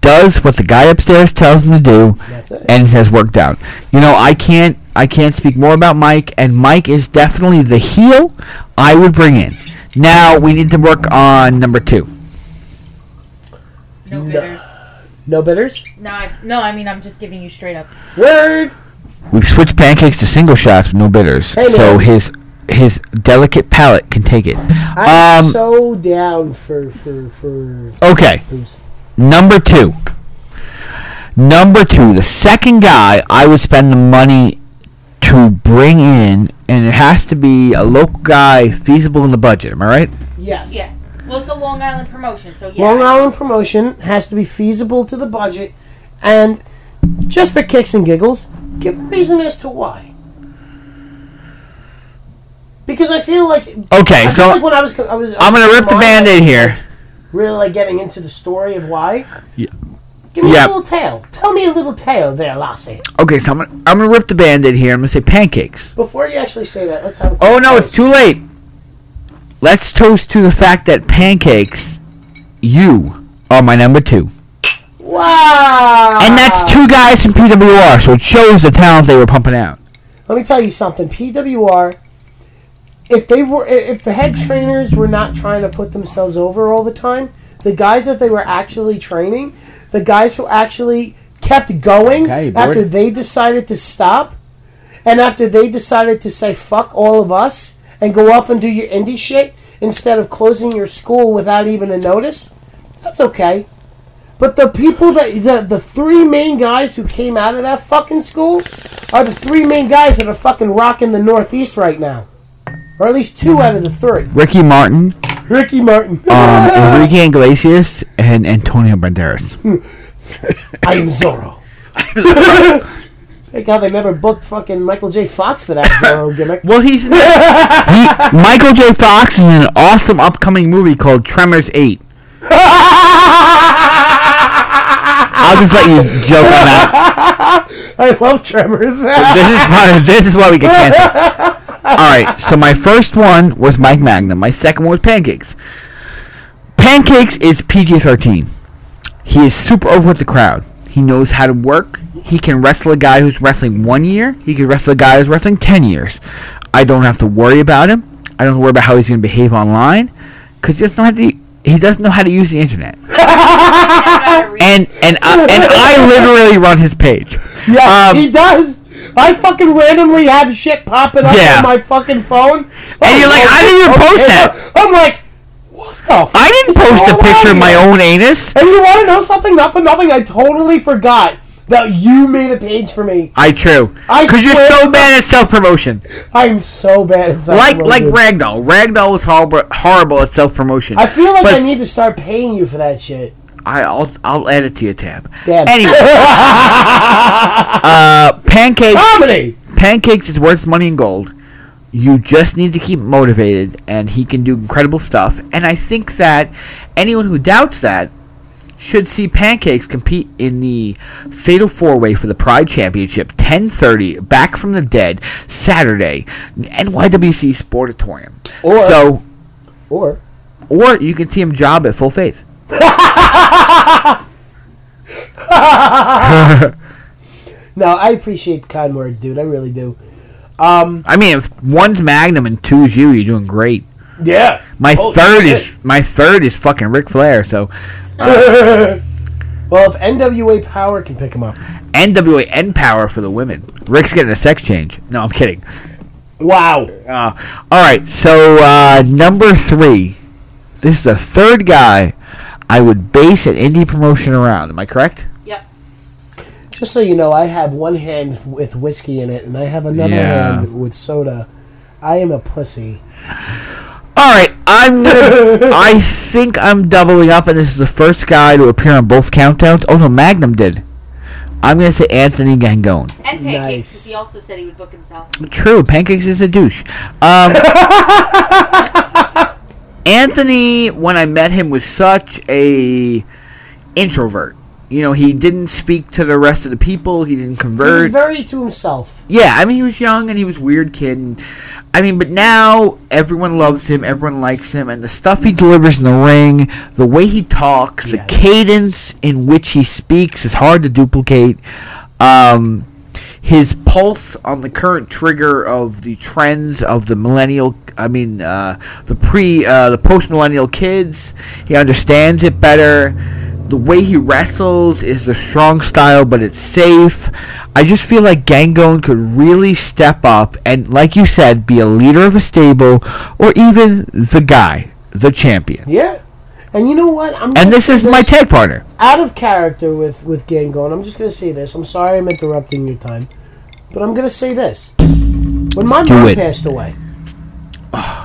[SPEAKER 4] does what the guy upstairs tells him to do
[SPEAKER 1] That's it.
[SPEAKER 4] and has worked out. You know, I can't I can't speak more about Mike and Mike is definitely the heel I would bring in. Now we need to work on number two.
[SPEAKER 5] No
[SPEAKER 1] No.
[SPEAKER 5] bitters.
[SPEAKER 1] No bitters.
[SPEAKER 5] No, I, no, I mean I'm just giving you straight up.
[SPEAKER 1] Word.
[SPEAKER 4] We've switched pancakes to single shots with no bitters.
[SPEAKER 1] Hey,
[SPEAKER 4] so
[SPEAKER 1] man.
[SPEAKER 4] his his delicate palate can take it.
[SPEAKER 1] I'm
[SPEAKER 4] Um,
[SPEAKER 1] so down for for for.
[SPEAKER 4] Okay.
[SPEAKER 1] Who's?
[SPEAKER 4] Number two. Number two, the second guy I would spend the money to to bring in, and it has to be a local guy feasible in the budget. Am I right?
[SPEAKER 1] Yes.
[SPEAKER 5] Yeah. Well, it's a Long Island promotion, so yeah.
[SPEAKER 1] Long Island promotion has to be feasible to the budget, and just for kicks and giggles, give a reason as to why. Because I feel like
[SPEAKER 4] Okay,
[SPEAKER 1] I feel
[SPEAKER 4] so
[SPEAKER 1] like when I was co- I was
[SPEAKER 4] I'm gonna rip the band-aid here.
[SPEAKER 1] Really like getting into the story of why.
[SPEAKER 4] Yeah.
[SPEAKER 1] Give me
[SPEAKER 4] Yeah.
[SPEAKER 1] a little tale. Tell me a little tale there, Lassie.
[SPEAKER 4] Okay, so I'm gonna, I'm gonna rip the band-aid here. I'm gonna say pancakes.
[SPEAKER 1] Before you actually say that, let's have. A
[SPEAKER 4] Oh
[SPEAKER 1] quick
[SPEAKER 4] no,
[SPEAKER 1] toast.
[SPEAKER 4] it's too late. Let's toast to the fact that pancakes, you are my number two,
[SPEAKER 1] Wow.
[SPEAKER 4] and that's two guys from PWR, so it shows the talent they were pumping out.
[SPEAKER 1] Let me tell you something. PWR, if they were, if the head trainers were not trying to put themselves over all the time, the guys that they were actually training, the guys who actually kept going
[SPEAKER 4] Okay, you bored?
[SPEAKER 1] after they decided to stop, and after they decided to say fuck all of us and go off and do your indie shit instead of closing your school without even a notice, that's okay. But the people that the, the three main guys who came out of that fucking school are the three main guys that are fucking rocking the Northeast right now, or at least two out of the three.
[SPEAKER 4] Ricky Martin,
[SPEAKER 1] Ricky Martin.
[SPEAKER 4] um, Enrique Iglesias, and Antonio Banderas.
[SPEAKER 1] I am Zorro. Thank God they never booked fucking Michael J. Fox for that Zorro gimmick.
[SPEAKER 4] Well, he's he, Michael J. Fox is in an awesome upcoming movie called Tremors Eight. I'll just let you joke on that.
[SPEAKER 1] I love Tremors.
[SPEAKER 4] this is why this is why we get canceled. All right, so my first one was Mike Magnum. My second one was Pancakes. Pancakes is PG-13. He is super over with the crowd. He knows how to work. He can wrestle a guy who's wrestling one year. He can wrestle a guy who's wrestling ten years. I don't have to worry about him. I don't have to worry about how he's going to behave online because he doesn't know how to. He doesn't know how to use the internet. and and I, and I literally run his page.
[SPEAKER 1] yeah,
[SPEAKER 4] Um,
[SPEAKER 1] he does. I fucking randomly have shit popping up
[SPEAKER 4] Yeah.
[SPEAKER 1] on my fucking phone.
[SPEAKER 4] And you're like, I didn't even post that.
[SPEAKER 1] I'm like, what the fuck?
[SPEAKER 4] I didn't
[SPEAKER 1] is
[SPEAKER 4] post a
[SPEAKER 1] going
[SPEAKER 4] picture
[SPEAKER 1] on
[SPEAKER 4] of my
[SPEAKER 1] here?
[SPEAKER 4] own anus.
[SPEAKER 1] And you want to know something? Not for nothing, I totally forgot that you made a page for me.
[SPEAKER 4] I true.
[SPEAKER 1] I
[SPEAKER 4] Because you're
[SPEAKER 1] swear
[SPEAKER 4] so bad at self promotion.
[SPEAKER 1] I'm so bad at
[SPEAKER 4] Like like
[SPEAKER 1] self-promotion.
[SPEAKER 4] Ragdoll. Ragdoll was horrible horrible at self promotion.
[SPEAKER 1] I feel like
[SPEAKER 4] but-
[SPEAKER 1] I need to start paying you for that shit.
[SPEAKER 4] I, I'll I'll add it to your tab.
[SPEAKER 1] Damn.
[SPEAKER 4] Anyway, uh, pancakes
[SPEAKER 1] Comedy.
[SPEAKER 4] pancakes is worth money in gold. You just need to keep motivated, and he can do incredible stuff. And I think that anyone who doubts that should see Pancakes compete in the Fatal Four Way for the Pride Championship, 10:30, back from the dead, Saturday, NYWC Sportatorium.
[SPEAKER 1] Or-
[SPEAKER 4] so,
[SPEAKER 1] Or
[SPEAKER 4] or you can see him job at Full Faith.
[SPEAKER 1] no, I appreciate the kind words, dude. I really do. Um,
[SPEAKER 4] I mean, if one's Magnum and two's you, you're doing great.
[SPEAKER 1] yeah.
[SPEAKER 4] My
[SPEAKER 1] Holy
[SPEAKER 4] third
[SPEAKER 1] shit.
[SPEAKER 4] is my third is fucking Ric Flair. So.
[SPEAKER 1] well, if NWA Power can pick him up,
[SPEAKER 4] NWA N Power for the women. Rick's getting a sex change. No, I'm kidding.
[SPEAKER 1] wow.
[SPEAKER 4] Uh, all right, so uh, number three. This is the third guy I would base an indie promotion around. Am I correct?
[SPEAKER 1] Just so you know, I have one hand with whiskey in it, and I have another
[SPEAKER 4] Yeah.
[SPEAKER 1] hand with soda. I am a pussy.
[SPEAKER 4] All right, I'm gonna. I think I'm doubling up, and this is the first guy to appear on both countdowns. Oh no, Magnum did. I'm gonna say Anthony Gangone.
[SPEAKER 5] And pancakes. 'cause
[SPEAKER 1] Nice.
[SPEAKER 5] He also said he would book himself.
[SPEAKER 4] True, pancakes is a douche. Um, Anthony, when I met him, was such a introvert. You know, he didn't speak to the rest of the people. He didn't
[SPEAKER 1] He was
[SPEAKER 4] convert.
[SPEAKER 1] very to himself.
[SPEAKER 4] yeah, I mean, he was young and he was a weird kid. And, I mean, but now everyone loves him. Everyone likes him, and the stuff he delivers in the ring, the way he talks,
[SPEAKER 1] Yeah.
[SPEAKER 4] the cadence in which he speaks is hard to duplicate. Um, his pulse on the current trigger of the trends of the millennial i mean uh, the pre uh, the post millennial kids he understands it better the way he wrestles is the strong style but it's safe i just feel like gangone could really step up and like you said be a leader of a stable or even the guy the champion
[SPEAKER 1] Yeah. And you know what? I'm gonna
[SPEAKER 4] and this
[SPEAKER 1] say
[SPEAKER 4] is my tag partner
[SPEAKER 1] out of character with with Gangon. I'm just gonna say this. I'm sorry I'm interrupting your time, but I'm gonna say this. When my
[SPEAKER 4] Do
[SPEAKER 1] mom
[SPEAKER 4] it.
[SPEAKER 1] passed away,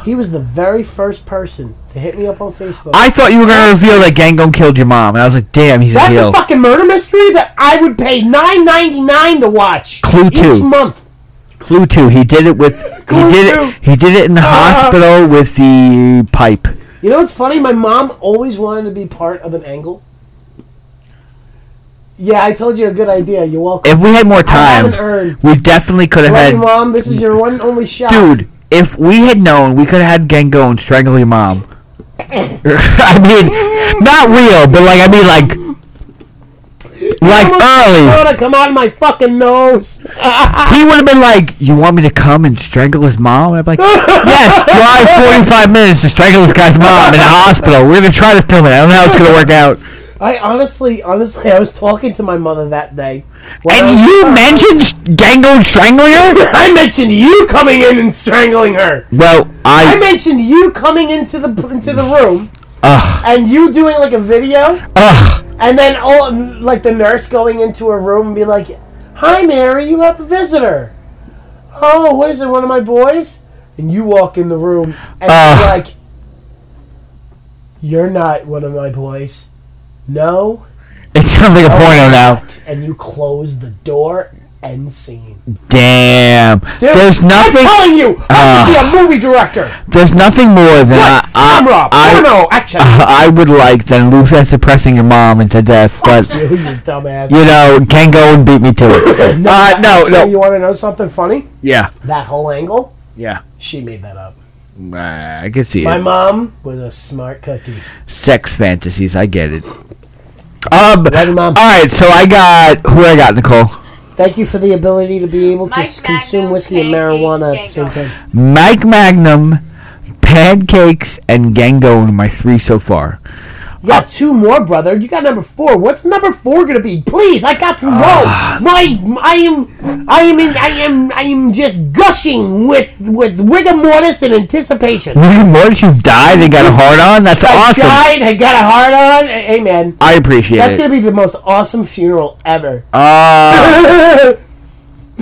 [SPEAKER 1] he was the very first person to hit me up on Facebook.
[SPEAKER 4] I thought you were gonna reveal that Gangon killed your mom, and I was like, damn, he's
[SPEAKER 1] That's
[SPEAKER 4] a heel.
[SPEAKER 1] a fucking murder mystery that I would pay nine ninety nine to watch
[SPEAKER 4] Clue
[SPEAKER 1] each
[SPEAKER 4] two.
[SPEAKER 1] month.
[SPEAKER 4] Clue two. He did it with.
[SPEAKER 1] Clue
[SPEAKER 4] he did
[SPEAKER 1] two. Ah.
[SPEAKER 4] it. He did it in the hospital with the pipe.
[SPEAKER 1] You know what's funny? My mom always wanted to be part of an angle. Yeah, I told you a good idea. You're welcome.
[SPEAKER 4] If we had more
[SPEAKER 1] I
[SPEAKER 4] time,
[SPEAKER 1] haven't earned.
[SPEAKER 4] we definitely could have
[SPEAKER 1] Love you,
[SPEAKER 4] had.
[SPEAKER 1] mom. This is your one and only shot.
[SPEAKER 4] Dude, if we had known, we could have had Gangon strangle your mom. I mean, not real, but like I mean, like, like
[SPEAKER 1] Almost
[SPEAKER 4] early.
[SPEAKER 1] Soda come out of my fucking nose.
[SPEAKER 4] He would have been like, "You want me to come and strangle his mom?" And I'd be like, "Yes, drive 45 minutes to strangle this guy's mom in the hospital. We're gonna try to film it. I don't know how it's gonna work out."
[SPEAKER 1] I honestly, honestly, I was talking to my mother that day. when I
[SPEAKER 4] And
[SPEAKER 1] was-
[SPEAKER 4] you mentioned Gango strangling her?
[SPEAKER 1] I mentioned you coming in and strangling her.
[SPEAKER 4] Well,
[SPEAKER 1] I
[SPEAKER 4] I,
[SPEAKER 1] mentioned you coming into the into the room
[SPEAKER 4] ugh,
[SPEAKER 1] and you doing like a video,
[SPEAKER 4] ugh,
[SPEAKER 1] and then all like the nurse going into a room and be like, "Hi, Mary, you have a visitor." Oh, what is it? One of my boys? And you walk in the room and
[SPEAKER 4] Ah.
[SPEAKER 1] you're like, "You're not one of my boys." No,
[SPEAKER 4] it sounds like a porno now.
[SPEAKER 1] And you close the door and scene.
[SPEAKER 4] Damn, there's nothing,
[SPEAKER 1] I'm telling you, I should be a movie director.
[SPEAKER 4] there's nothing more than
[SPEAKER 1] What?
[SPEAKER 4] I,
[SPEAKER 1] Camera,
[SPEAKER 4] I,
[SPEAKER 1] porno, action.
[SPEAKER 4] I, I would like than Luther suppressing your mom into death, but
[SPEAKER 1] you, you dumbass.
[SPEAKER 4] you know, Gango would beat me to it. uh, no,
[SPEAKER 1] actually,
[SPEAKER 4] no,
[SPEAKER 1] You want to know something funny?
[SPEAKER 4] yeah,
[SPEAKER 1] That whole angle,
[SPEAKER 4] yeah.
[SPEAKER 1] she made that up.
[SPEAKER 4] Uh, I can see
[SPEAKER 1] My
[SPEAKER 4] it.
[SPEAKER 1] mom was a smart cookie.
[SPEAKER 4] Sex fantasies, I get it. Um,
[SPEAKER 1] Love you, Mom.
[SPEAKER 4] all right, so I got who I got, Nicole.
[SPEAKER 1] Thank you for the ability to be able to
[SPEAKER 5] Mike
[SPEAKER 1] s- consume
[SPEAKER 5] Magnum,
[SPEAKER 1] whiskey and
[SPEAKER 5] pancakes,
[SPEAKER 1] marijuana at the
[SPEAKER 5] Gango.
[SPEAKER 1] same time.
[SPEAKER 4] Mike Magnum, pancakes, and Gango are my three so far.
[SPEAKER 1] You
[SPEAKER 4] Uh,
[SPEAKER 1] got two more, brother. You got number four. What's number four gonna be? Please, I got to know.
[SPEAKER 4] Uh,
[SPEAKER 1] My, I am, I am, in, I am, I am just gushing with with rigor mortis and anticipation.
[SPEAKER 4] Rigor Mortis, you died and got a hard on. That's
[SPEAKER 1] I
[SPEAKER 4] awesome.
[SPEAKER 1] died. I got a hard on. A- Amen.
[SPEAKER 4] I appreciate
[SPEAKER 1] That's
[SPEAKER 4] it.
[SPEAKER 1] gonna be the most awesome funeral ever.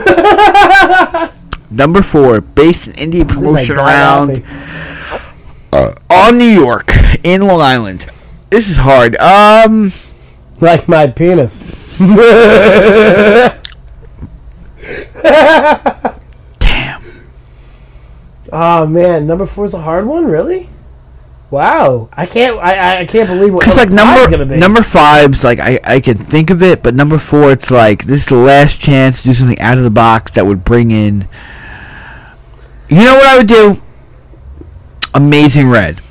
[SPEAKER 4] Uh, number four, based in indie promotion around on New York in Long Island. This is hard. Um,
[SPEAKER 1] like my penis.
[SPEAKER 4] damn.
[SPEAKER 1] Oh man, number four is a hard one, really. Wow, I can't, I, I- I can't believe what
[SPEAKER 4] Cause like
[SPEAKER 1] oh, five's
[SPEAKER 4] number
[SPEAKER 1] gonna be.
[SPEAKER 4] number five's like I I can think of it, but number four it's like this is the last chance to do something out of the box that would bring in. You know what I would do? Amazing Red.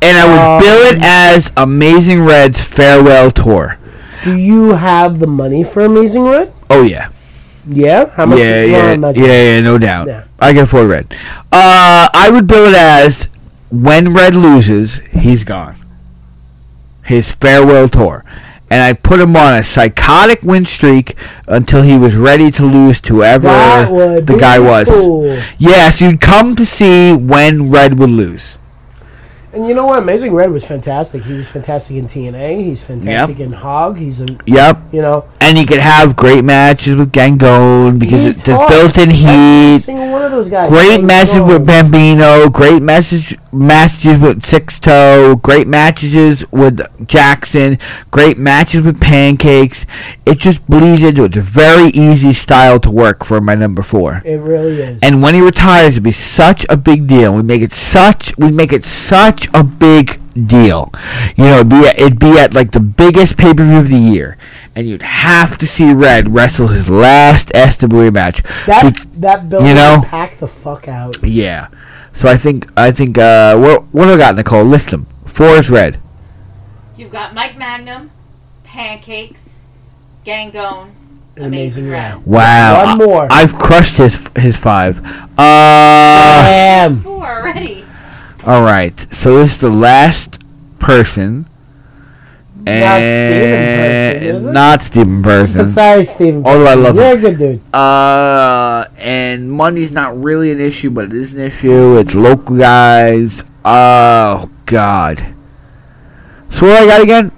[SPEAKER 4] And I would
[SPEAKER 1] Um,
[SPEAKER 4] bill it as Amazing Red's farewell tour.
[SPEAKER 1] Do you have the money for Amazing Red?
[SPEAKER 4] Oh yeah,
[SPEAKER 1] Yeah. How much?
[SPEAKER 4] yeah,
[SPEAKER 1] you
[SPEAKER 4] yeah,
[SPEAKER 1] want on that?
[SPEAKER 4] yeah, yeah, no doubt.
[SPEAKER 1] Yeah.
[SPEAKER 4] I can afford Red. Uh, I would bill it as when Red loses, he's gone. His farewell tour. And I put him on a psychotic win streak until he was ready to lose to whoever
[SPEAKER 1] That would
[SPEAKER 4] the
[SPEAKER 1] be
[SPEAKER 4] guy was.
[SPEAKER 1] cool.
[SPEAKER 4] Yes, you'd come to see when Red would lose.
[SPEAKER 1] And you know what? Amazing Red was fantastic. He was fantastic in TNA. He's fantastic in Hog. He's a
[SPEAKER 4] Yep.
[SPEAKER 1] you know
[SPEAKER 4] And you could have great matches with Gangon because
[SPEAKER 1] he
[SPEAKER 4] it's
[SPEAKER 1] taught
[SPEAKER 4] built in
[SPEAKER 1] every
[SPEAKER 4] heat.
[SPEAKER 1] Single one of those guys.
[SPEAKER 4] Great
[SPEAKER 1] Like,
[SPEAKER 4] message
[SPEAKER 1] oh,
[SPEAKER 4] with Bambino. Great message matches with Six Toe. Great matches with Jackson. Great matches with Pancakes. It just bleeds into it. It's a very easy style to work for my number four.
[SPEAKER 1] It really is.
[SPEAKER 4] And when he retires, it'd be such a big deal. We make it such we make it such a big deal. You know, it'd be at, it'd be at like the biggest pay per view of the year, and you'd have to see Red wrestle his last SWA match.
[SPEAKER 1] that
[SPEAKER 4] Bec-
[SPEAKER 1] that building
[SPEAKER 4] you know-
[SPEAKER 1] packed the fuck out.
[SPEAKER 4] yeah. So I think I think uh what what do I got Nicole? List them. Four is red.
[SPEAKER 5] You've got Mike Magnum, pancakes, gangone,
[SPEAKER 1] An amazing
[SPEAKER 5] Red.
[SPEAKER 1] round.
[SPEAKER 4] Wow.
[SPEAKER 1] One more.
[SPEAKER 4] I, have crushed his his five. Uh
[SPEAKER 1] Damn.
[SPEAKER 5] Four already.
[SPEAKER 4] all right. So this is the last person.
[SPEAKER 1] Not Steven
[SPEAKER 4] And-
[SPEAKER 1] person, is it?
[SPEAKER 4] Not Steven person.
[SPEAKER 1] Sorry, Steven.
[SPEAKER 4] Although I love
[SPEAKER 1] You're
[SPEAKER 4] him.
[SPEAKER 1] a good dude.
[SPEAKER 4] Uh, and money's not really an issue, but it is an issue. It's local guys. Oh God. So what do I got again?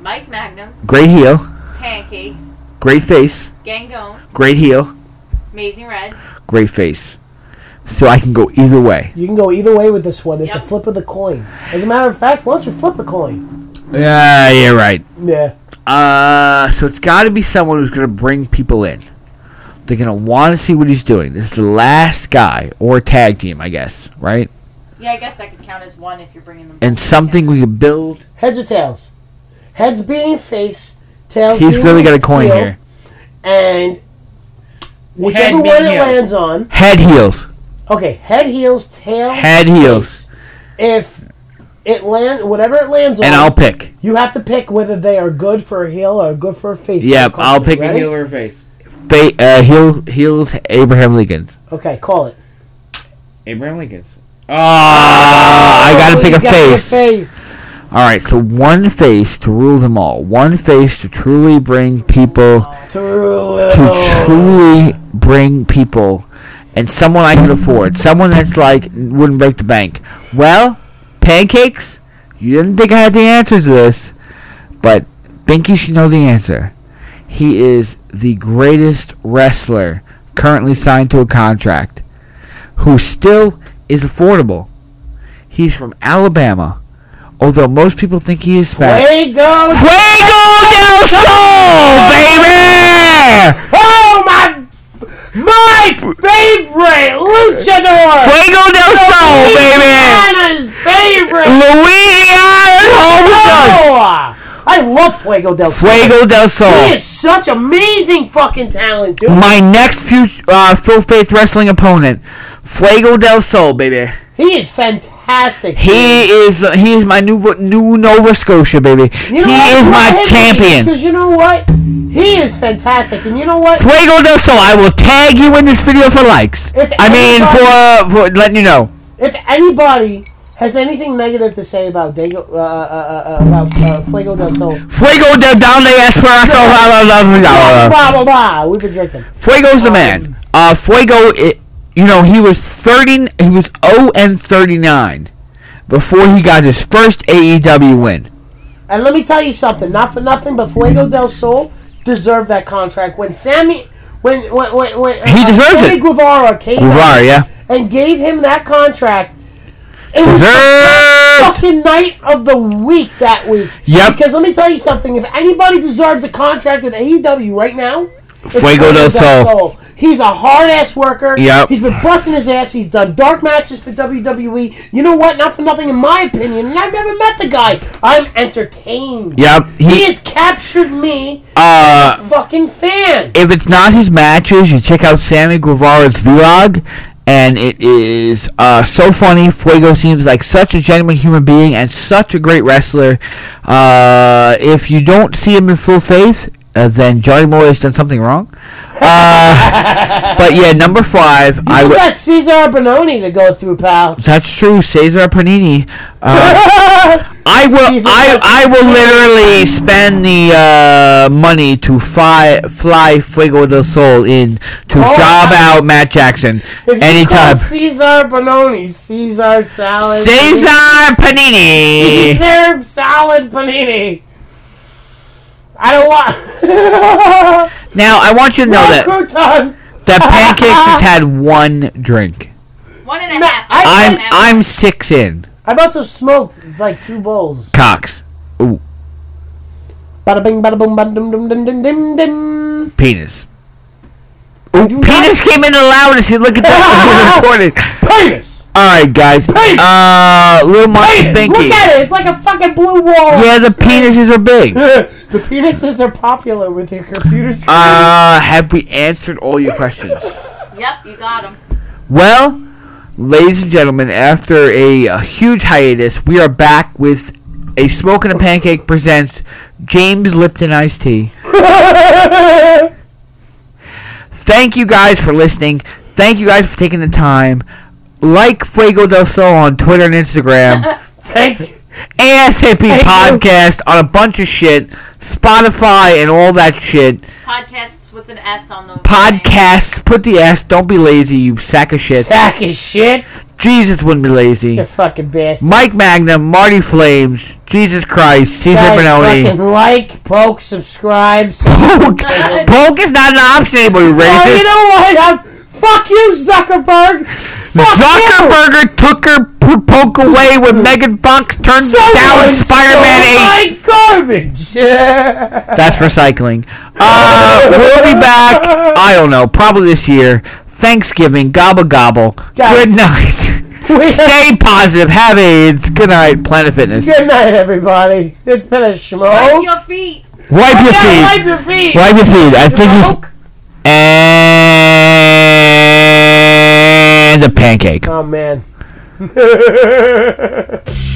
[SPEAKER 5] Mike Magnum,
[SPEAKER 4] Great heel,
[SPEAKER 5] pancakes,
[SPEAKER 4] great face,
[SPEAKER 5] gangone,
[SPEAKER 4] great heel,
[SPEAKER 5] Amazing Red.
[SPEAKER 4] Gray face. So I can go either way.
[SPEAKER 1] You can go either way with this one. It's a
[SPEAKER 5] Yep.
[SPEAKER 1] flip of the coin. As a matter of fact, why don't you flip a coin?
[SPEAKER 4] Yeah, you're right.
[SPEAKER 1] Yeah.
[SPEAKER 4] Uh, so it's got to be someone who's going to bring people in. They're going to want to see what he's doing. This is the last guy, or tag team, I guess, right?
[SPEAKER 5] Yeah, I guess that could count as one if you're bringing them.
[SPEAKER 4] And
[SPEAKER 5] both
[SPEAKER 4] something
[SPEAKER 5] together.
[SPEAKER 4] we could build.
[SPEAKER 1] Heads or tails? Heads being face, tails
[SPEAKER 4] He's
[SPEAKER 1] being
[SPEAKER 4] really got a coin
[SPEAKER 1] heel,
[SPEAKER 4] here.
[SPEAKER 1] And whichever
[SPEAKER 6] Head
[SPEAKER 1] one it
[SPEAKER 6] being heel.
[SPEAKER 1] lands on.
[SPEAKER 4] Head heels.
[SPEAKER 1] Okay, head, heels, tail.
[SPEAKER 4] Head heels.
[SPEAKER 1] If it lands, whatever it lands on,
[SPEAKER 4] And I'll pick.
[SPEAKER 1] you have to pick whether they are good for a heel or good for a face.
[SPEAKER 4] Yep,
[SPEAKER 1] Call
[SPEAKER 4] I'll
[SPEAKER 1] it,
[SPEAKER 4] pick a
[SPEAKER 1] ready?
[SPEAKER 6] Heel or face?
[SPEAKER 4] Fa- uh, heel, heels, Abraham Lincoln's.
[SPEAKER 1] Okay, call it.
[SPEAKER 6] Abraham Lincoln's.
[SPEAKER 4] Ah, I gotta
[SPEAKER 1] Oh,
[SPEAKER 4] pick
[SPEAKER 1] you
[SPEAKER 4] a
[SPEAKER 1] gotta pick
[SPEAKER 4] face. Alright, so one face to rule them all. One face to truly bring people to
[SPEAKER 1] True.
[SPEAKER 4] truly bring people and someone I can afford. Someone that's like wouldn't break the bank. Well, pancakes, you didn't think I had the answer to this, but Binky should know the answer. He is the greatest wrestler currently signed to a contract who still is affordable. He's from Alabama. Although most people think he is fat.
[SPEAKER 1] Way to go!
[SPEAKER 4] Fuego del Sol, baby!
[SPEAKER 1] Oh my, my favorite luchador.
[SPEAKER 4] Fuego del Sol, baby!
[SPEAKER 1] Louisiana's favorite.
[SPEAKER 4] Louisiana's hometown!
[SPEAKER 1] luchador. I love Fuego del Sol.
[SPEAKER 4] Fuego del
[SPEAKER 1] He
[SPEAKER 4] Sol.
[SPEAKER 1] is such amazing fucking talent, dude.
[SPEAKER 4] My next future, uh, full faith wrestling opponent, Fuego del Sol, baby.
[SPEAKER 1] He is fantastic.
[SPEAKER 4] He is uh, he is my new new Nova Scotia, baby. he is my champion.
[SPEAKER 1] Because you know what? He is fantastic, and you know what?
[SPEAKER 4] Fuego del Sol. I will tag you in this video for likes.
[SPEAKER 1] If
[SPEAKER 4] I mean, for for letting you know.
[SPEAKER 1] If anybody has anything negative to say about Dago, uh, uh, uh, uh, about uh, Fuego del Sol,
[SPEAKER 4] Fuego del Donde Espresso. Blah, blah, blah, blah, blah,
[SPEAKER 1] blah
[SPEAKER 4] blah.
[SPEAKER 1] blah blah blah, we've been drinking.
[SPEAKER 4] Fuego's the
[SPEAKER 1] Um,
[SPEAKER 4] man. Uh, Fuego, it, you know, he was thirty. He was zero and thirty nine before he got his first AEW win.
[SPEAKER 1] And let me tell you something, not for nothing, but Fuego del Sol deserved that contract. When Sammy, when when when, when
[SPEAKER 4] He
[SPEAKER 1] uh,
[SPEAKER 4] deserves
[SPEAKER 1] Sammy
[SPEAKER 4] it.
[SPEAKER 1] Guevara came out
[SPEAKER 4] Guevara, yeah,
[SPEAKER 1] and gave him that contract. It was fucking
[SPEAKER 4] deserved.
[SPEAKER 1] night of the week that week.
[SPEAKER 4] Yep.
[SPEAKER 1] Because let me tell you something. If anybody deserves a contract with AEW right now, it's
[SPEAKER 4] Fuego del Sol.
[SPEAKER 1] He's a hard ass worker.
[SPEAKER 4] Yep.
[SPEAKER 1] He's been busting his ass. He's done dark matches for WWE. You know what? Not for nothing, in my opinion. And I've never met the guy. I'm entertained.
[SPEAKER 4] Yep,
[SPEAKER 1] He
[SPEAKER 4] he.
[SPEAKER 1] has captured me,
[SPEAKER 4] Uh,
[SPEAKER 1] fucking fan.
[SPEAKER 4] if it's not his matches, you check out Sammy Guevara's vlog, and it is uh, so funny. Fuego seems like such a genuine human being and such a great wrestler. Uh, if you don't see him in full faith, uh, then Johnny Moore has done something wrong. Uh, but yeah, number five, I
[SPEAKER 1] You
[SPEAKER 4] w-
[SPEAKER 1] got Cesar Bononi to go through, pal.
[SPEAKER 4] that's true. Cesar Panini. Uh, I will.
[SPEAKER 1] Caesar
[SPEAKER 4] I,
[SPEAKER 1] has-
[SPEAKER 4] I will literally spend the uh, money to fly fly Fuego del Sol in to
[SPEAKER 1] Oh,
[SPEAKER 4] job
[SPEAKER 1] I-
[SPEAKER 4] out Matt Jackson
[SPEAKER 1] If you
[SPEAKER 4] anytime.
[SPEAKER 1] call Cesar Bononi, Cesar Salad.
[SPEAKER 4] Cesar Panini.
[SPEAKER 1] Caesar salad panini. I don't want.
[SPEAKER 4] Now I want you to know
[SPEAKER 1] no
[SPEAKER 4] that
[SPEAKER 1] croutons.
[SPEAKER 4] that pancakes has had one drink.
[SPEAKER 5] One and a
[SPEAKER 1] No,
[SPEAKER 5] half.
[SPEAKER 1] I-
[SPEAKER 4] I'm
[SPEAKER 5] One and a half.
[SPEAKER 4] I'm six in.
[SPEAKER 1] I've also smoked like two bowls.
[SPEAKER 4] Cox
[SPEAKER 1] Bada bing, bada boom, bada dim, dim, dim, dim, dim, dim.
[SPEAKER 4] penis.
[SPEAKER 1] Ooh,
[SPEAKER 4] Penis came in the loudest. You look at that. It was recorded.
[SPEAKER 1] Penis.
[SPEAKER 4] All right, guys.
[SPEAKER 1] Penis.
[SPEAKER 4] Uh, little Marty
[SPEAKER 1] Penis. Look
[SPEAKER 4] Binky.
[SPEAKER 1] at it. It's like a fucking blue wall.
[SPEAKER 4] Yeah, the penises are big.
[SPEAKER 1] the penises are popular with your computer screen.
[SPEAKER 4] Uh, have we answered all your questions?
[SPEAKER 5] Yep, you got him.
[SPEAKER 4] well, ladies and gentlemen, after a, uh huge hiatus, we are back with a Smoke and a Pancake presents James Lipton Iced Tea. Thank you guys for listening. Thank you guys for taking the time. Like Fuego del Sol on Twitter and Instagram.
[SPEAKER 1] Thank you.
[SPEAKER 4] ASAP
[SPEAKER 1] you.
[SPEAKER 4] podcast on a bunch of shit. Spotify and all that shit.
[SPEAKER 5] Podcasts with an S on the
[SPEAKER 4] Podcasts. Put the ass. Don't be lazy, you sack of shit.
[SPEAKER 1] Sack of shit.
[SPEAKER 4] Jesus wouldn't be lazy.
[SPEAKER 1] You fucking bastards.
[SPEAKER 4] Mike Magnum, Marty Flames, Jesus Christ, Caesar
[SPEAKER 1] Guys,
[SPEAKER 4] Benoni.
[SPEAKER 1] fucking like, poke, subscribe.
[SPEAKER 4] Poke, poke is not an option anymore, you
[SPEAKER 1] Oh, you
[SPEAKER 4] racist.
[SPEAKER 1] know what? I'm, fuck you, Zuckerberg. Fuck you.
[SPEAKER 4] Zuckerberger took her p- poke away when Megan Fox turned
[SPEAKER 1] So
[SPEAKER 4] down
[SPEAKER 1] good,
[SPEAKER 4] Spider-Man 8.
[SPEAKER 1] so good garbage. Yeah.
[SPEAKER 4] That's recycling. Uh, we'll be back, I don't know, probably this year. Thanksgiving, gobble gobble.
[SPEAKER 1] Guys.
[SPEAKER 4] Good night.
[SPEAKER 1] Good
[SPEAKER 4] Stay positive, have AIDS. Good night, Planet Fitness.
[SPEAKER 1] night, everybody. It's been a
[SPEAKER 5] Wipe
[SPEAKER 1] schmo. Oh,
[SPEAKER 5] your feet.
[SPEAKER 4] Wipe your
[SPEAKER 1] Yeah, wipe
[SPEAKER 4] feet.
[SPEAKER 1] your feet.
[SPEAKER 4] Wipe your feet. I think you...
[SPEAKER 1] Poke.
[SPEAKER 4] And a pancake.
[SPEAKER 1] Oh man.